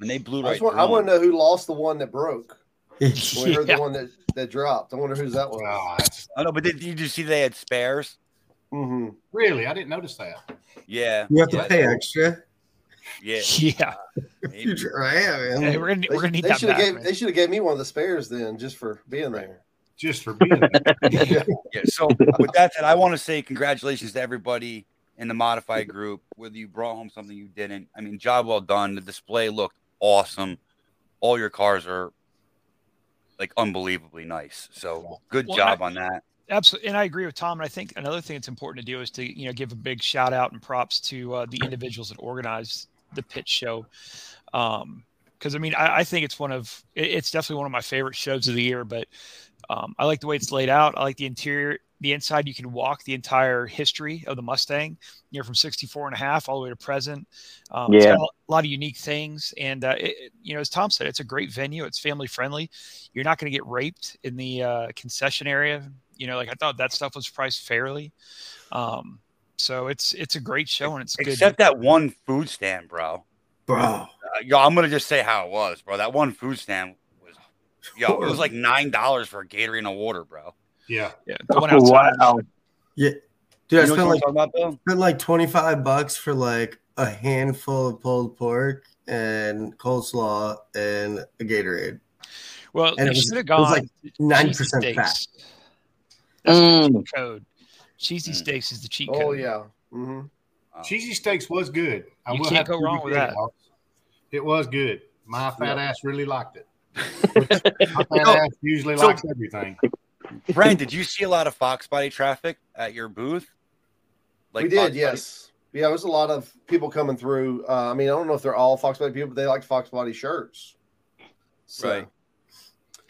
Speaker 3: And they blew
Speaker 6: I,
Speaker 3: right
Speaker 6: just want, I
Speaker 3: through
Speaker 6: want to
Speaker 3: them.
Speaker 6: know who lost the one that broke. When we heard
Speaker 1: Yeah.
Speaker 6: the one that, that dropped. I wonder whose that was.
Speaker 2: Wow, that's-
Speaker 3: I know, but did, did you see they had spares?
Speaker 6: hmm
Speaker 2: really, I didn't notice that.
Speaker 3: Yeah.
Speaker 4: You have to
Speaker 3: yeah,
Speaker 4: pay extra.
Speaker 3: Yeah.
Speaker 1: yeah.
Speaker 3: maybe.
Speaker 4: Right, man.
Speaker 1: Hey, we're gonna
Speaker 6: They,
Speaker 1: we're gonna need
Speaker 6: they
Speaker 1: that
Speaker 6: should have
Speaker 1: back.
Speaker 6: gave
Speaker 1: man.
Speaker 6: they should have gave me one of the spares then just for being there.
Speaker 2: just for being there.
Speaker 3: Yeah, so with that said, I want to say congratulations to everybody in the modified group. Whether you brought home something you didn't, I mean, job well done. The display looked awesome. All your cars are like unbelievably nice. So good
Speaker 1: Well,
Speaker 3: job on that.
Speaker 1: Absolutely, and I agree with Tom. And I think another thing that's important to do is to you know give a big shout out and props to uh, the individuals that organized the pit show. Um, because I mean, I, I think it's one of it- it's definitely one of my favorite shows of the year. But um, I like the way it's laid out. I like the interior, the inside. You can walk the entire history of the Mustang, you know, from 64 and a half all the way to present. Um, it's
Speaker 5: Yeah.
Speaker 1: got a lot of unique things, and uh, it, it- you know, as Tom said, it's a great venue. It's family friendly. You're not going to get raped in the uh, concession area. You know, like I thought that stuff was priced fairly. Um, so it's it's a great show and it's
Speaker 3: Except
Speaker 1: good.
Speaker 3: that one food stand, bro.
Speaker 4: bro.
Speaker 3: Uh, yo, I'm gonna just say how it was, bro. That one food stand was, yo, it was like nine dollars for a Gatorade and a water, bro.
Speaker 2: Yeah.
Speaker 1: Yeah, the one outside.
Speaker 4: Dude, I
Speaker 3: you know what
Speaker 4: spent like
Speaker 3: I'm talking about, Bill?
Speaker 4: spent like twenty five bucks for like a handful of pulled pork and coleslaw and a Gatorade.
Speaker 1: Well,
Speaker 4: and it
Speaker 1: you
Speaker 4: was-
Speaker 1: should have
Speaker 4: it was
Speaker 1: gone
Speaker 4: like
Speaker 1: to
Speaker 4: Nine
Speaker 1: cheesy
Speaker 4: percent fat.
Speaker 1: steaks. That's the
Speaker 5: Mm.
Speaker 1: cheat code. Cheesy
Speaker 3: Mm.
Speaker 1: steaks is the cheat code.
Speaker 6: Oh yeah. hmm
Speaker 3: Oh.
Speaker 2: Cheesy steaks was good. I
Speaker 1: You
Speaker 2: will
Speaker 1: can't
Speaker 2: have to
Speaker 1: go
Speaker 2: give you
Speaker 1: wrong with
Speaker 2: credit,
Speaker 1: that.
Speaker 2: Alex. It was good. My fat ass really liked it. My fat
Speaker 3: No.
Speaker 2: ass usually
Speaker 3: So-
Speaker 2: likes everything.
Speaker 3: Brent, Uh, did you see a lot of Fox Body traffic at your booth?
Speaker 6: we
Speaker 3: Fox
Speaker 6: did,
Speaker 3: Body-
Speaker 6: yes. Yeah, it was a lot of people coming through. Uh, I mean, I don't know if they're all Fox Body people, but they like Fox Body shirts. So,
Speaker 3: Right.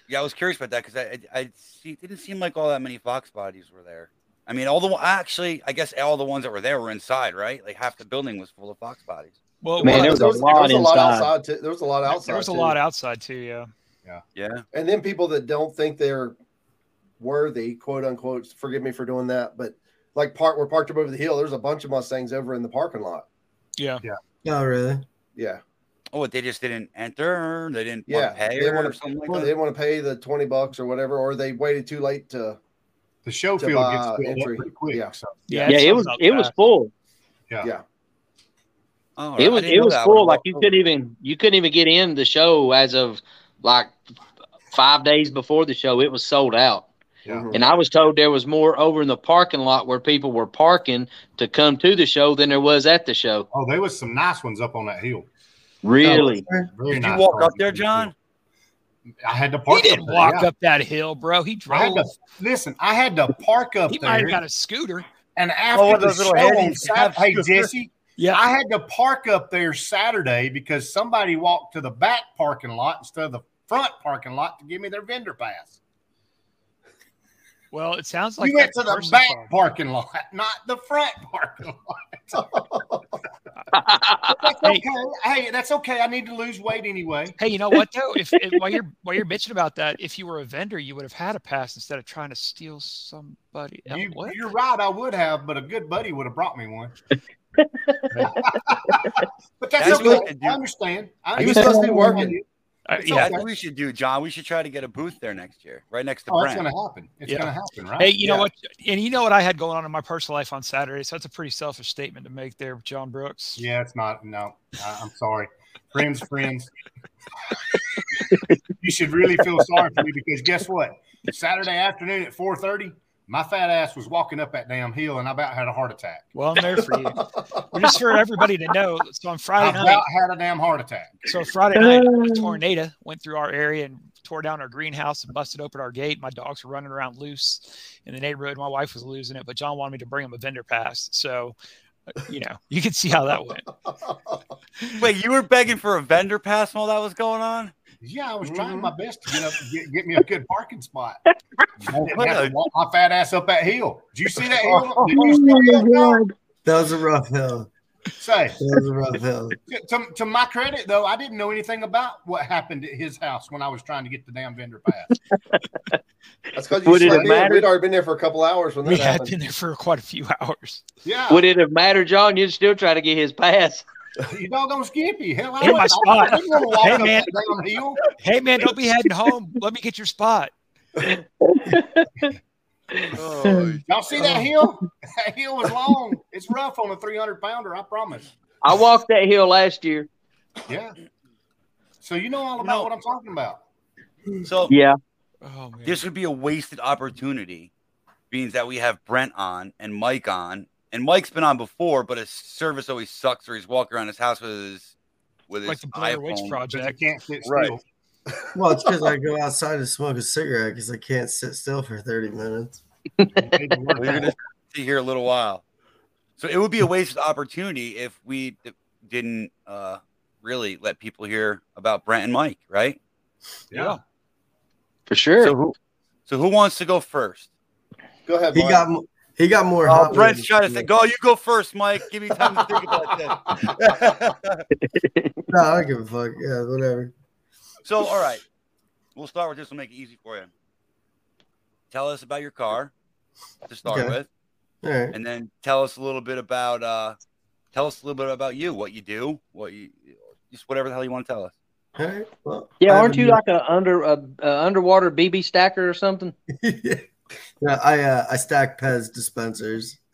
Speaker 3: Yeah, I was curious about that because I, I, I see, it didn't seem like all that many Fox bodies were there. I mean, all the one- actually, I guess all the ones that were there were inside, right? Like half the building was full of Fox bodies.
Speaker 1: Well,
Speaker 5: Man,
Speaker 1: well,
Speaker 5: there was a lot inside.
Speaker 6: outside. Too. There was a lot outside.
Speaker 1: there was a
Speaker 6: too.
Speaker 1: lot outside too. Yeah.
Speaker 3: Yeah,
Speaker 6: and then people that don't think they're worthy, quote unquote. Forgive me for doing that, but like part we're parked up over the hill. There's a bunch of Mustangs over in the parking lot.
Speaker 1: Yeah.
Speaker 4: Oh really?
Speaker 6: Yeah,
Speaker 3: Oh, they just didn't enter. They didn't
Speaker 6: yeah.
Speaker 3: want to pay
Speaker 6: they, didn't
Speaker 3: or
Speaker 6: want
Speaker 3: something like uh,
Speaker 6: they
Speaker 3: that.
Speaker 6: didn't want to pay the twenty bucks or whatever, or they waited too late to.
Speaker 2: The show
Speaker 6: To
Speaker 2: field
Speaker 6: buy
Speaker 2: gets filled
Speaker 6: entry.
Speaker 2: up pretty quick.
Speaker 6: Yeah.
Speaker 2: So
Speaker 1: Yeah.
Speaker 5: yeah,
Speaker 1: it's
Speaker 5: it
Speaker 1: something
Speaker 5: was
Speaker 1: about
Speaker 5: it
Speaker 1: that.
Speaker 5: was full.
Speaker 3: Oh,
Speaker 5: It was it was full. Like you couldn't even you couldn't even get in the show as of like five days before the show. It was sold out.
Speaker 2: Yeah.
Speaker 6: Mhm.
Speaker 5: And I was told there was more over in the parking lot where people were parking to come to the show than there was at the show.
Speaker 2: Oh, there was some nice ones up on that hill.
Speaker 5: Really?
Speaker 2: Very
Speaker 3: Did you
Speaker 2: nice
Speaker 3: walk
Speaker 2: cars
Speaker 3: up there,
Speaker 2: on that hill.
Speaker 3: John?
Speaker 2: I had to
Speaker 1: He
Speaker 2: park. up
Speaker 1: didn't
Speaker 2: there,
Speaker 1: walk
Speaker 2: yeah.
Speaker 1: up that hill, bro. He
Speaker 2: I had
Speaker 1: drove.
Speaker 2: to listen. I had to park up
Speaker 1: He might
Speaker 2: there,
Speaker 1: have got a scooter.
Speaker 2: and after
Speaker 3: one of
Speaker 2: the
Speaker 3: Oh, those
Speaker 2: show
Speaker 3: little
Speaker 2: on
Speaker 3: headies that have
Speaker 2: Saturday, hey
Speaker 3: scooters.
Speaker 2: Jesse,
Speaker 1: Yeah.
Speaker 2: I had to park up there Saturday because somebody walked to the back parking lot instead of the front parking lot to give me their vendor pass.
Speaker 1: Well, it sounds like
Speaker 2: you went
Speaker 1: that's
Speaker 2: to
Speaker 1: a
Speaker 2: the
Speaker 1: personal
Speaker 2: back
Speaker 1: problem.
Speaker 2: parking lot, not the front parking lot. That's
Speaker 1: Hey.
Speaker 2: okay. Hey, that's okay. I need to lose weight anyway.
Speaker 1: Hey, you know what though? If, if while you're while you're bitching about that, if you were a vendor, you would have had a pass instead of trying to steal somebody. else.
Speaker 2: You,
Speaker 1: what?
Speaker 2: you're right. I would have, but a good buddy would have brought me one. but that's,
Speaker 3: That's
Speaker 2: okay.
Speaker 3: what they do.
Speaker 2: I understand. I
Speaker 6: He was
Speaker 2: understand. Oh,
Speaker 6: supposed to be working.
Speaker 1: Uh,
Speaker 2: it's
Speaker 1: yeah.
Speaker 3: That's what we should do, John. We should try to get a booth there next year, right next to
Speaker 2: Oh, it's
Speaker 3: Brent.
Speaker 2: going to happen. It's
Speaker 1: Yeah.
Speaker 2: going to happen, right?
Speaker 1: Hey, you know
Speaker 6: Yeah.
Speaker 1: what? And you know what I had going on in my personal life on Saturday. So that's a pretty selfish statement to make there, John Brooks.
Speaker 2: Yeah, it's not. No, I, I'm sorry. Friends, friends. you should really feel sorry for me because guess what? Saturday afternoon at 4:30, my fat ass was walking up that damn hill, and I about had a heart attack.
Speaker 1: Well, I'm there for you. Well, just for everybody to know, so on
Speaker 2: I
Speaker 1: Friday night,
Speaker 2: about had a damn heart attack.
Speaker 1: so Friday night, a tornado went through our area and tore down our greenhouse and busted open our gate. My dogs were running around loose in the neighborhood. My wife was losing it, but John wanted me to bring him a vendor pass. So, uh, you know, you can see how that went.
Speaker 3: Wait, you were begging for a vendor pass while that was going on?
Speaker 2: Yeah, I was trying my best to get up, get, get me a good parking spot. I didn't have to walk my fat ass up that hill. Did you see that hill? Did you see that hill?
Speaker 4: That was a rough hill.
Speaker 2: Say,
Speaker 4: That was a rough hill.
Speaker 2: to, to- to my credit though, I didn't know anything about what happened at his house when I was trying to get the damn vendor pass.
Speaker 6: That's because you
Speaker 5: Would it
Speaker 6: slept
Speaker 5: have
Speaker 6: in. We'd
Speaker 5: mattered?
Speaker 6: already been there for a couple hours when that
Speaker 1: We had
Speaker 6: happened.
Speaker 1: been there for quite a few hours.
Speaker 2: Yeah.
Speaker 5: Would it have mattered, John? You'd still try to get his pass.
Speaker 2: You doggone Skippy. Hell, I,
Speaker 1: Hit my
Speaker 2: wouldn't- I,
Speaker 1: spot.
Speaker 2: didn't want to walk
Speaker 1: Hey,
Speaker 2: up
Speaker 1: man.
Speaker 2: that damn hill.
Speaker 1: Hey, man, don't be heading home. Let me get your spot.
Speaker 3: Oh,
Speaker 2: Y'all see that hill? That hill was long. It's rough on a 300 pounder, I promise.
Speaker 5: I walked that hill last year.
Speaker 2: Yeah. So you know all
Speaker 3: You
Speaker 2: about
Speaker 3: know-
Speaker 2: what I'm talking about.
Speaker 3: so
Speaker 5: Yeah.
Speaker 1: Oh man.
Speaker 3: This would be a wasted opportunity, being that we have Brent on and Mike on, and Mike's been on before, but his service always sucks, or he's walking around his house with his with
Speaker 1: like
Speaker 3: his
Speaker 1: the Blair Witch
Speaker 3: iPhone.
Speaker 2: But you
Speaker 1: Project.
Speaker 2: can't sit still.
Speaker 3: Right.
Speaker 4: Well, it's because I go outside to smoke a cigarette because I can't sit still for 30 minutes.
Speaker 2: Need to work
Speaker 3: We're
Speaker 2: on
Speaker 3: gonna
Speaker 2: it.
Speaker 3: stay here a little while, so it would be a wasted opportunity if we d- didn't uh, really let people hear about Brent and Mike, right?
Speaker 1: Yeah.
Speaker 5: for sure.
Speaker 3: So who so who wants to go first?
Speaker 6: Go ahead.
Speaker 4: He
Speaker 6: Mike.
Speaker 4: got mo- he got more.
Speaker 3: Oh,
Speaker 4: hot
Speaker 3: Brent's
Speaker 4: wheels
Speaker 3: trying to
Speaker 4: than
Speaker 3: think.
Speaker 4: me.
Speaker 3: Oh, you go first, Mike. Give me time to think about that.
Speaker 4: No, I don't give a fuck. Yeah, whatever.
Speaker 3: So, all right, we'll start with this. We'll make it easy for you. Tell us about your car to start
Speaker 4: Okay.
Speaker 3: with,
Speaker 4: All right.
Speaker 3: and then tell us a little bit about uh, tell us a little bit about you, what you do, what you just whatever the hell you want to tell us.
Speaker 4: All right. Well, I
Speaker 5: yeah,
Speaker 4: have
Speaker 5: aren't
Speaker 4: a
Speaker 5: you
Speaker 4: new-
Speaker 5: like a under a, a underwater BB stacker or something?
Speaker 4: yeah, I uh, I stack Pez dispensers.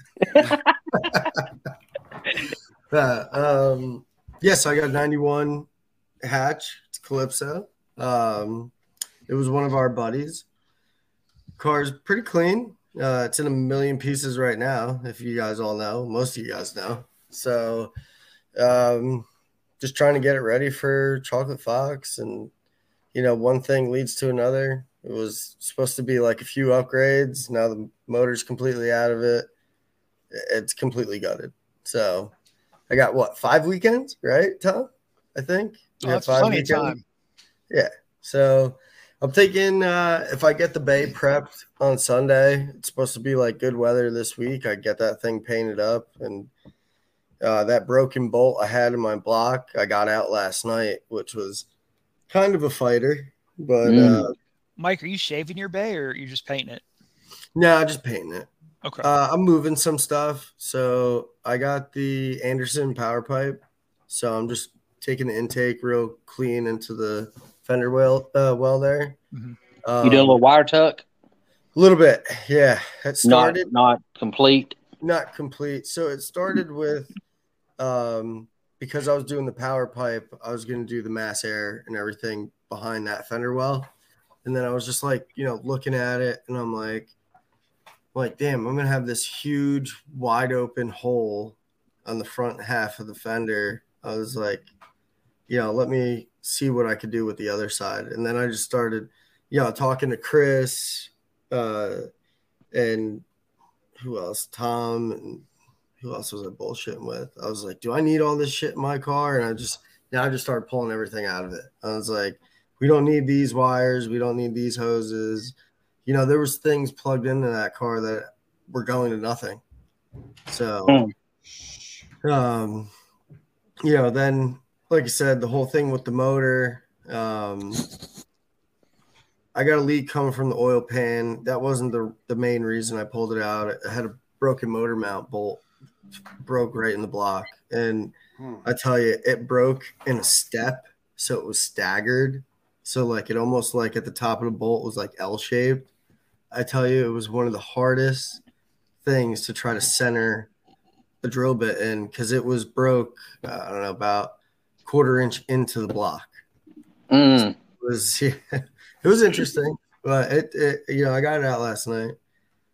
Speaker 4: uh, um, yeah, so I got a 91 hatch. It's Calypso. Um, it was one of our buddies. Car's pretty clean. Uh, it's in a million pieces right now, if you guys all know. Most of you guys know. So um, just trying to get it ready for Chocolate Fox and you know, one thing leads to another. It was supposed to be like a few upgrades. Now the motor's completely out of it. It's completely gutted. So I got what five weekends, right, Tom? I think.
Speaker 1: Oh,
Speaker 4: We have
Speaker 1: that's plenty of time.
Speaker 4: So I'm thinking uh, if I get the bay prepped on Sunday, it's supposed to be like good weather this week. I get that thing painted up and uh, that broken bolt I had in my block, I got out last night, which was kind of a fighter, but uh,
Speaker 5: Mm.
Speaker 1: Mike, are you shaving your bay or are you just painting it?
Speaker 4: no, just painting it.
Speaker 1: Okay.
Speaker 4: Uh, I'm moving some stuff. So I got the Anderson power pipe. So I'm just taking the intake real clean into the fender well, uh, well there.
Speaker 1: Mhm.
Speaker 4: Um,
Speaker 5: Mm-hmm. You doing a little wire tuck?
Speaker 4: A little bit, yeah. It started
Speaker 5: Not not complete.
Speaker 4: not complete. So it started with um because I was doing the power pipe, I was gonna do the mass air and everything behind that fender well. And then I was just like, you know, looking at it and I'm like, like, damn, I'm gonna have this huge wide open hole on the front half of the fender. I was like, you know, let me see what I could do with the other side. And then I just started, you know, talking to Chris uh and who else? Tom and who else was I bullshitting with? I was like, do I need all this shit in my car? And I just now I just started pulling everything out of it. I was like, we don't need these wires, we don't need these hoses. You know, there was things plugged into that car that were going to nothing. So um you know, then like I said, the whole thing with the motor, um I got a leak coming from the oil pan. That wasn't the the main reason I pulled it out. I had a broken motor mount bolt broke right in the block, and
Speaker 6: Hmm.
Speaker 4: I tell you, it broke in a step, so it was staggered. So like it almost like at the top of the bolt was like L shaped. I tell you, it was one of the hardest things to try to center the drill bit in because it was broke. Uh, I don't know about quarter inch into the block
Speaker 5: Mm.
Speaker 4: was yeah, it was interesting, but it, it you know I got it out last night,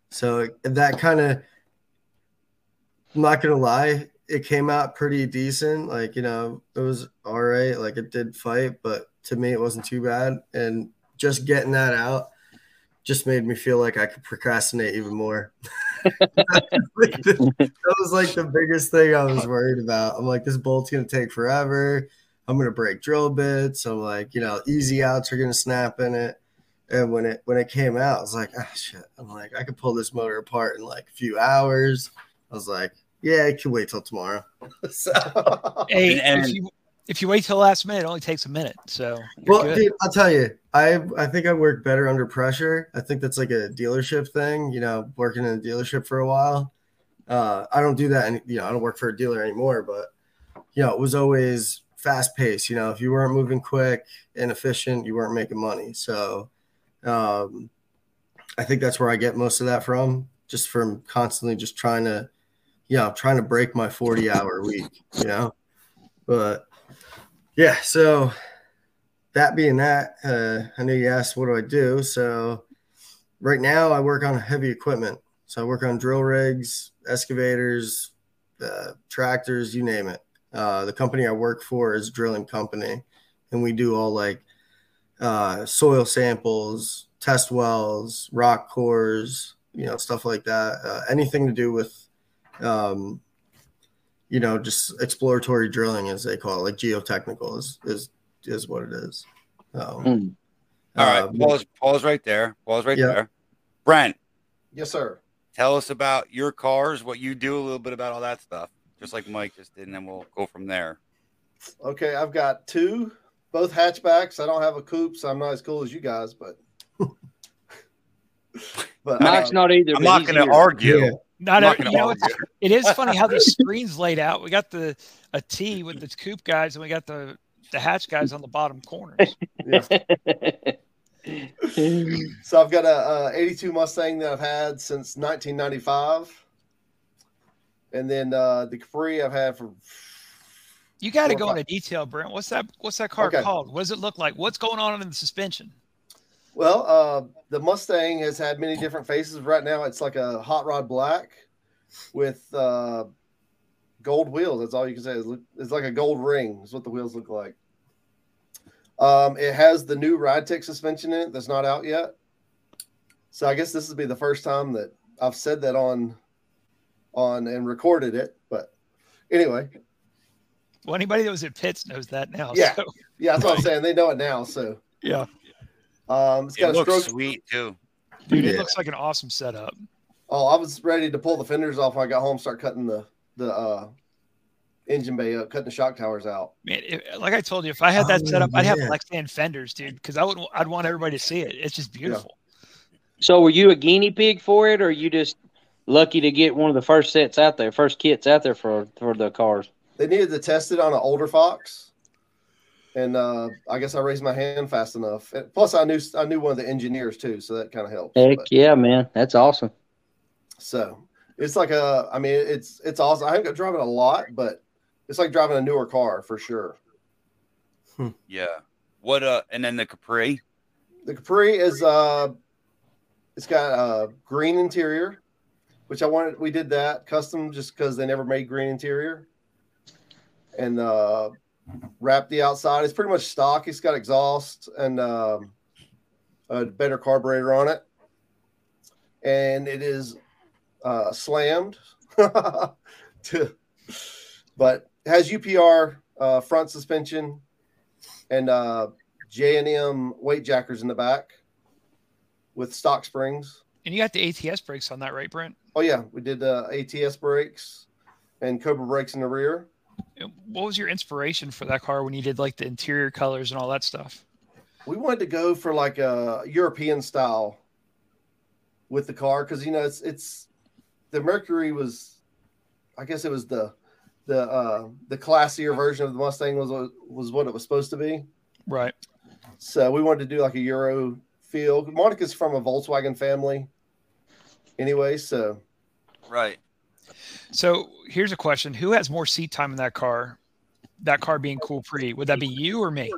Speaker 4: so it, that kind of I'm not gonna lie, it came out pretty decent. Like you know it was all right. Like it did fight, but to me it wasn't too bad. And just getting that out just made me feel like I could procrastinate even more. that was like the biggest thing I was worried about. I'm like, this bolt's gonna take forever. I'm gonna break drill bits. I'm like, you know, easy outs are gonna snap in it. And when it when it came out, I was like, ah shit. I'm like, I could pull this motor apart in like a few hours. I was like, yeah, it can wait till tomorrow. so,
Speaker 1: Hey,
Speaker 3: And-
Speaker 1: if you if you wait till the last minute, it only takes a minute. So you're
Speaker 4: well,
Speaker 1: good.
Speaker 4: dude, I'll tell you, I I think I work better under pressure. I think that's like a dealership thing. You know, working in a dealership for a while. Uh, I don't do that. Any, you know, I don't work for a dealer anymore. But you know, it was always fast paced. You know, if you weren't moving quick and efficient, you weren't making money. So, um, I think that's where I get most of that from, just from constantly just trying to, you know, trying to break my forty hour week. You know, but yeah, so that being that, uh, I know you asked, what do I do? So right now I work on heavy equipment. So I work on drill rigs, excavators, uh, tractors, you name it. Uh, the company I work for is a drilling company, and we do all like uh, soil samples, test wells, rock cores, you know, stuff like that. Uh, anything to do with, um, you know, just exploratory drilling, as they call it, like geotechnical is is, is what it is. Um,
Speaker 5: Hmm.
Speaker 3: All right,
Speaker 4: uh,
Speaker 3: pause, pause right there. Pause right
Speaker 4: Yeah.
Speaker 3: there. Brent,
Speaker 6: Yes, sir.
Speaker 3: tell us about your cars, what you do, a little bit about all that stuff, just like Mike just did, and then we'll go from there.
Speaker 6: Okay, I've got two, both hatchbacks. I don't have a coupe, so I'm not as cool as you guys, but but uh,
Speaker 5: Mike's not either.
Speaker 3: I'm
Speaker 5: but
Speaker 3: not
Speaker 5: he's
Speaker 3: going to
Speaker 5: here.
Speaker 3: argue.
Speaker 4: Yeah.
Speaker 3: I'm
Speaker 1: Not
Speaker 3: not
Speaker 1: every, you
Speaker 3: going to
Speaker 1: know,
Speaker 3: argue.
Speaker 1: it's, it is funny how the screen's laid out. We got the a T with the coupe guys, and we got the the hatch guys on the bottom corners.
Speaker 6: so I've got a, a 82 Mustang that I've had since 1995, and then uh, the Capri I've had for
Speaker 1: You got to
Speaker 6: Four
Speaker 1: go
Speaker 6: or
Speaker 1: into detail, Brent. What's that? What's that car
Speaker 6: Okay.
Speaker 1: called? What does it look like? What's going on in the suspension?
Speaker 6: Well, uh, the Mustang has had many different faces. Right now, it's like a hot rod black with uh, gold wheels. That's all you can say. It's, look- it's like a gold ring. Is what the wheels look like. Um, it has the new Ride Tech suspension in it that's not out yet. So I guess this would be the first time that I've said that on, on and recorded it. But anyway,
Speaker 1: Well, anybody that was at Pitts knows that now.
Speaker 6: Yeah.
Speaker 1: so,
Speaker 6: yeah, that's what I'm saying. They know it now. So
Speaker 1: yeah,
Speaker 6: um, it's got
Speaker 3: It
Speaker 6: a
Speaker 3: looks
Speaker 6: stroke.
Speaker 3: sweet too.
Speaker 1: dude, it
Speaker 4: Yeah.
Speaker 1: looks like an awesome setup.
Speaker 6: Oh, I was ready to pull the fenders off when I got home, start cutting the the uh, engine bay up, cutting the shock towers out.
Speaker 1: Man, it, like I told you, if I had that
Speaker 4: Oh,
Speaker 1: set up, I'd have
Speaker 4: yeah.
Speaker 1: Lexan fenders, dude, because I would not I'd want everybody to see it. It's just beautiful.
Speaker 5: so, were you a guinea pig for it, or you just lucky to get one of the first sets out there, first kits out there for for the cars?
Speaker 6: They needed to test it on an older Fox, and uh, I guess I raised my hand fast enough. And plus, I knew I knew one of the engineers too, so that kind of helped.
Speaker 5: Heck
Speaker 6: But-
Speaker 5: yeah, man, that's awesome.
Speaker 6: so it's like a, I mean, it's it's awesome. I haven't got driving a lot, but it's like driving a newer car for sure.
Speaker 3: Yeah. What uh and then the Capri.
Speaker 6: The Capri is uh it's got uh, green interior, which I wanted we did that custom just because they never made green interior. And uh wrapped the outside. It's pretty much stock. It's got exhaust and um a better carburetor on it. And it is uh slammed to but it has UPR uh front suspension and uh J and M weight jackers in the back with stock springs.
Speaker 1: And you got the ATS brakes on that, right, Brent?
Speaker 6: Oh yeah, we did uh, ATS brakes and Cobra brakes in the rear.
Speaker 1: What was your inspiration for that car when you did like the interior colors and all that stuff?
Speaker 6: We wanted to go for like a European style with the car because you know it's it's the Mercury was, I guess it was the the uh, the classier version of the Mustang was was what it was supposed to be.
Speaker 1: Right.
Speaker 6: So we wanted to do like a Euro feel. Monica's from a Volkswagen family, anyway. So
Speaker 3: Right.
Speaker 1: So here's a question: Who has more seat time in that car? That car being cool, pretty. Would that be you or me?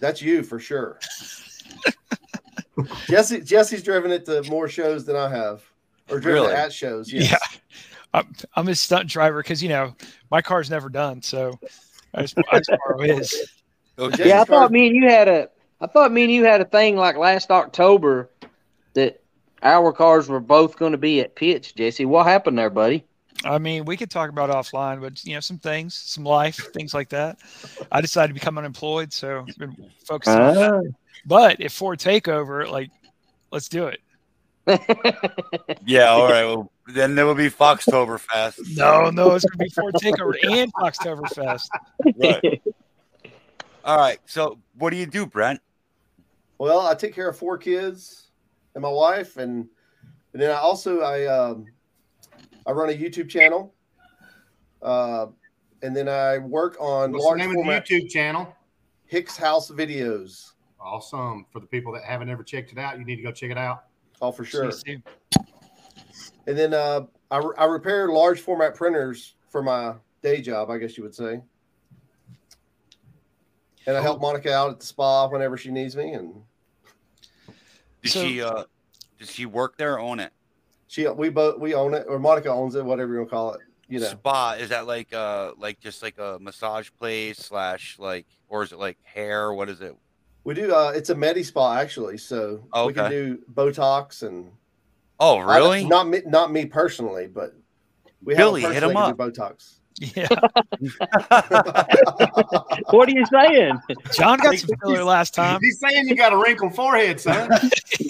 Speaker 6: That's you for sure. Jesse Jesse's driven it to more shows than I have, or driven
Speaker 3: Really?
Speaker 6: it at shows. Yes.
Speaker 1: Yeah. I'm, I'm his stunt driver because you know my car's never done, so I just, I just borrow his.
Speaker 3: Okay.
Speaker 6: Jesse
Speaker 5: Yeah, I
Speaker 6: Carter-
Speaker 5: thought me and you had a I thought me and you had a thing like last October that our cars were both going to be at pitch, Jesse. What happened there, buddy?
Speaker 1: I mean, we could talk about offline, but you know, some things, some life, things like that. I decided to become unemployed, so I've been focusing. on
Speaker 5: Uh,
Speaker 1: that. But if Ford takeover, like, let's do it.
Speaker 3: Yeah, all right. Well, then there will be Foxtoberfest.
Speaker 1: No, no, it's gonna be Ford takeover and Foxtoberfest.
Speaker 3: Right. All right. So what do you do, Brent?
Speaker 6: Well, I take care of four kids and my wife, and and then I also I um, I run a YouTube channel, uh, and then I work on
Speaker 2: What's the
Speaker 6: large
Speaker 2: name
Speaker 6: format
Speaker 2: of the YouTube channel?
Speaker 6: Hicks House videos.
Speaker 2: Awesome. For the people that haven't ever checked it out, you need to go check it out.
Speaker 6: Oh, for sure.
Speaker 1: Please do.
Speaker 6: And then uh, I, re- I repair large format printers for my day job, I guess you would say. and I help Monica out at the spa whenever she needs me, and
Speaker 3: Did
Speaker 1: So-
Speaker 3: she uh did she work there or own it?
Speaker 6: she we both we own it, or Monica owns it, whatever you want to call it. You know,
Speaker 3: Spa is that like uh like just like a massage place slash like or is it like hair? What is it?
Speaker 6: we do. Uh, it's a Medi Spa actually, so we can
Speaker 3: Okay.
Speaker 6: do Botox and
Speaker 3: Oh
Speaker 6: I don't-
Speaker 3: really?
Speaker 6: not me, not me personally, but we
Speaker 3: Billy,
Speaker 6: have a
Speaker 3: hit
Speaker 6: person
Speaker 3: him
Speaker 6: that can do Botox.
Speaker 1: Yeah,
Speaker 5: What are you saying?
Speaker 1: John got some filler last time.
Speaker 2: He's saying you got a wrinkled forehead, son.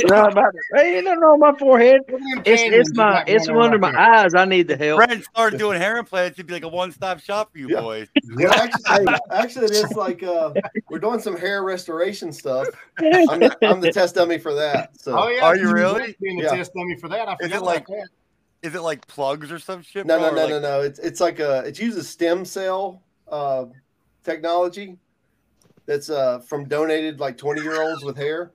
Speaker 5: no, about hey, you don't know my forehead.
Speaker 2: Look at them
Speaker 5: It's,
Speaker 2: canyons
Speaker 5: it's
Speaker 2: you
Speaker 5: my
Speaker 2: got
Speaker 5: it's
Speaker 2: going on
Speaker 5: under
Speaker 2: right
Speaker 5: my
Speaker 2: there.
Speaker 5: eyes. I need the help.
Speaker 3: Brent started doing hair implants. It'd be like a one stop shop for you
Speaker 6: Yeah.
Speaker 3: boys.
Speaker 6: Well, actually, hey, actually, it is like uh, we're doing some hair restoration stuff. I'm, I'm the test dummy for that. So
Speaker 2: Oh yeah,
Speaker 3: Are you
Speaker 2: was
Speaker 3: really?
Speaker 2: Being a
Speaker 6: Yeah.
Speaker 2: test dummy for that, I
Speaker 3: it
Speaker 2: forgot about
Speaker 3: like-
Speaker 2: that.
Speaker 3: Is it like plugs or some shit?
Speaker 6: no,
Speaker 3: bro,
Speaker 6: no,
Speaker 3: or
Speaker 6: no,
Speaker 3: like-
Speaker 6: no, no. It's it's like a it's uses stem cell uh, technology that's uh, from donated like 20 year olds with hair.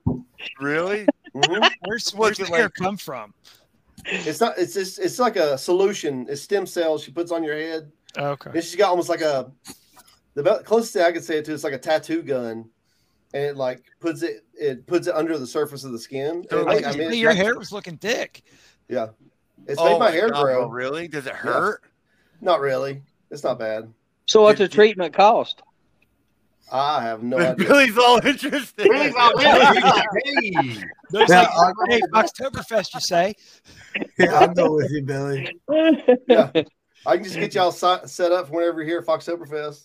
Speaker 3: Really?
Speaker 6: Mhm.
Speaker 1: Where's
Speaker 3: Was
Speaker 1: where's
Speaker 3: it
Speaker 1: the hair
Speaker 3: like-
Speaker 1: come from?
Speaker 6: It's not. It's just. It's like a solution. It's stem cells she puts on your head.
Speaker 1: Okay.
Speaker 6: And she's got almost like a the be- closest thing I could say it to is like a tattoo gun, and it like puts it it puts it under the surface of the skin.
Speaker 3: So,
Speaker 6: and,
Speaker 1: I
Speaker 6: like,
Speaker 1: could
Speaker 6: I
Speaker 1: see
Speaker 6: mean, it's
Speaker 1: your
Speaker 6: not-
Speaker 1: hair was looking thick.
Speaker 6: Yeah, it's made Oh my hair
Speaker 3: Oh God,
Speaker 6: grow.
Speaker 3: bro, Really? Does it hurt?
Speaker 6: Not really. It's not bad.
Speaker 5: So what's the treatment cost?
Speaker 6: I have no idea.
Speaker 3: Billy's all interested.
Speaker 2: Billy's all there. He's like, hey,
Speaker 1: There's
Speaker 4: Yeah,
Speaker 1: like
Speaker 4: I-
Speaker 1: hey, Oktoberfest, you say?
Speaker 4: Yeah, I'll go with you, Billy.
Speaker 6: Yeah. I can just get y'all si- set up for whenever you're here at Foxtoberfest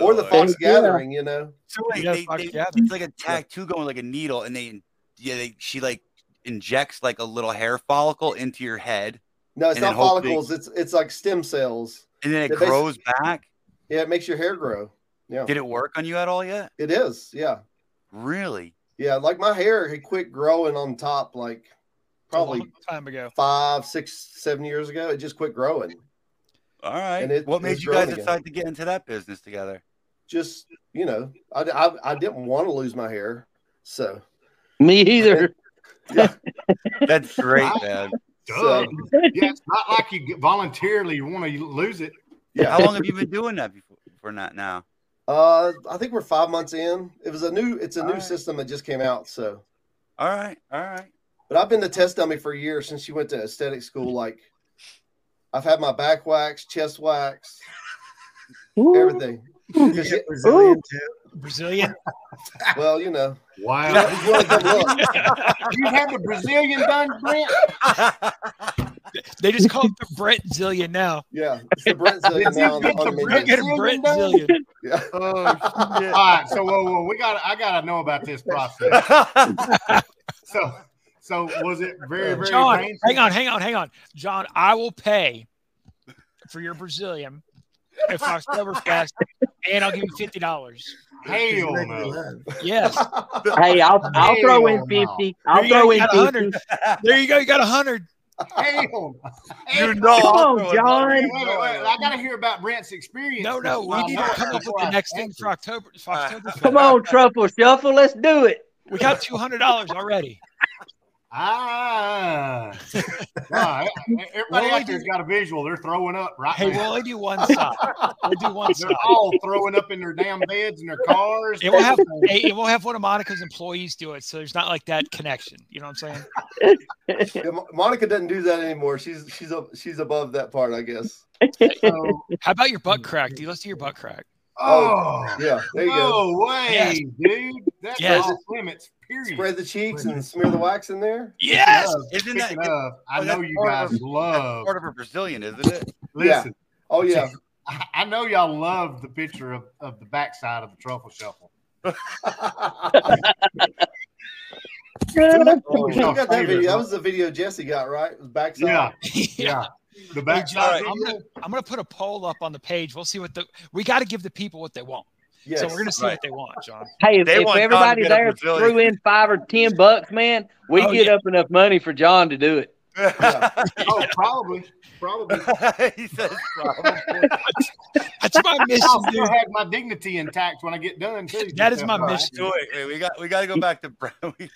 Speaker 6: or the
Speaker 3: Oh,
Speaker 6: Fox
Speaker 5: yeah.
Speaker 6: Gathering. You know,
Speaker 3: So wait,
Speaker 1: Yeah,
Speaker 3: they,
Speaker 1: fuck
Speaker 3: they,
Speaker 1: yeah.
Speaker 3: it's like a tattoo going like a needle, and they yeah, they, she like injects like a little hair follicle into your head,
Speaker 6: no, it's
Speaker 3: And then
Speaker 6: not
Speaker 3: hopefully-
Speaker 6: follicles. It's it's like stem cells.
Speaker 3: and then it
Speaker 6: They basi-
Speaker 3: grows back.
Speaker 6: Yeah, it makes your hair grow. Yeah,
Speaker 3: Did it work on you at all yet?
Speaker 6: it is. Yeah,
Speaker 3: Really?
Speaker 6: yeah. Like my hair had quit growing on top like
Speaker 1: A
Speaker 6: probably
Speaker 1: long time ago.
Speaker 6: five, six, seven years ago. It just quit growing.
Speaker 3: All right.
Speaker 6: And it-
Speaker 3: what made
Speaker 6: it's
Speaker 3: you guys
Speaker 6: growing again.
Speaker 3: decide to get into that business together?
Speaker 6: Just you know, I I, I didn't want to lose my hair, so
Speaker 5: Me either.
Speaker 3: That's great, man.
Speaker 2: duh. yeah, it's not like you voluntarily want to lose it.
Speaker 6: yeah.
Speaker 3: How long have you been doing that before? For not now.
Speaker 6: Uh, I think we're five months in. It was a new, it's a
Speaker 3: All
Speaker 6: new
Speaker 3: right.
Speaker 6: system that just came out. So,
Speaker 3: All right. All right.
Speaker 6: but I've been the test dummy for years since she went to aesthetic school. Like, I've had my back wax, chest wax, everything.
Speaker 4: You get Brazilian too.
Speaker 1: Brazilian.
Speaker 6: Well, you know,
Speaker 2: Wow,
Speaker 6: you want a good look.
Speaker 2: you had the Brazilian done, Brent.
Speaker 1: They just call it the Brett Zillion now.
Speaker 6: Yeah, it's the Brent Zillion now on, the- on the
Speaker 1: They'll
Speaker 6: menu.
Speaker 1: get a Brett Zillion.
Speaker 6: Yeah.
Speaker 2: Oh, shit. All right, so whoa, whoa, we got. I gotta know about this process. So, so was it very, very
Speaker 1: John,
Speaker 2: painful?
Speaker 1: hang on, hang on, hang on. John, I will pay for your Brazilian at Oktoberfest, and I'll give you fifty dollars.
Speaker 2: Hell
Speaker 4: Make me
Speaker 2: no.
Speaker 4: laugh.
Speaker 1: Yes.
Speaker 5: Hey, I'll I'll throw in
Speaker 2: Hell no.
Speaker 5: fifty. I'll
Speaker 1: There you go, you
Speaker 5: throw in
Speaker 1: got a
Speaker 5: fifty.
Speaker 1: hundred. There you go. You got a hundred.
Speaker 2: Hell.
Speaker 3: you know,
Speaker 5: Come
Speaker 3: I'll
Speaker 1: Oh,
Speaker 5: on,
Speaker 3: throw it
Speaker 5: John.
Speaker 2: Wait, wait, wait. I gotta hear about Brent's experience.
Speaker 1: No, no, we
Speaker 2: Well,
Speaker 1: need
Speaker 2: no,
Speaker 1: to come up with
Speaker 2: before
Speaker 1: the
Speaker 2: I
Speaker 1: next thing
Speaker 2: answer.
Speaker 1: for October. For Oktoberfest.
Speaker 5: Come on, truffle shuffle. Let's do it.
Speaker 1: we got two hundred dollars already.
Speaker 2: Ah, Nah, e-, everybody
Speaker 1: Well,
Speaker 2: out there's got a visual. They're throwing up right
Speaker 1: Hey,
Speaker 2: now.
Speaker 1: we'll only do one side. We'll do one
Speaker 2: They're
Speaker 1: side.
Speaker 2: all throwing up in their damn beds and their cars.
Speaker 1: It will have hey, it will have one of Monica's employees do it, so there's not like that connection. You know what I'm saying?
Speaker 6: Yeah, Mo- Monica doesn't do that anymore. She's she's up she's above that part, I guess.
Speaker 2: So-
Speaker 1: How about your butt crack? Do you let's do your butt crack?
Speaker 2: oh,
Speaker 6: Yeah, there you go.
Speaker 2: no way,
Speaker 1: Yes.
Speaker 2: dude. That's
Speaker 1: Yes.
Speaker 2: off limits. Period.
Speaker 6: Spread the cheeks and smear the wax in there.
Speaker 1: Yes.
Speaker 2: Love,
Speaker 3: Isn't that-
Speaker 2: speaking of, I
Speaker 3: Oh, that's
Speaker 2: know you
Speaker 3: part
Speaker 2: guys
Speaker 3: of-
Speaker 2: love.
Speaker 3: Part of a Brazilian, isn't it?
Speaker 2: Listen,
Speaker 6: Oh yeah,
Speaker 2: I, I know y'all love the picture of, of the backside of the truffle shuffle.
Speaker 6: Oh, you got that
Speaker 2: Favorite.
Speaker 6: video. That was the video Jesse got, right? It was backside.
Speaker 2: Yeah,
Speaker 1: yeah.
Speaker 2: yeah. The
Speaker 1: Hey,
Speaker 2: backside.
Speaker 1: John, I'm gonna I'm gonna put a poll up on the page. We'll see what the we got to give the people what they want.
Speaker 6: Yes.
Speaker 1: So we're gonna see
Speaker 3: Right.
Speaker 1: what they want, John.
Speaker 5: Hey, if,
Speaker 3: They
Speaker 5: if
Speaker 3: want John to
Speaker 5: everybody
Speaker 3: get a
Speaker 5: there
Speaker 3: Brazilian.
Speaker 5: threw in five or ten bucks, man, we
Speaker 1: Oh,
Speaker 5: get
Speaker 1: yeah.
Speaker 5: up enough money for John to do it.
Speaker 2: Oh, probably, probably.
Speaker 3: he says,
Speaker 1: That's my mission,
Speaker 2: I'll
Speaker 1: dude.
Speaker 2: still have my dignity intact when I get done. Too.
Speaker 1: That is my
Speaker 2: All right.
Speaker 1: mission.
Speaker 3: Do it. Wait, we got we got to go back to Brent. We-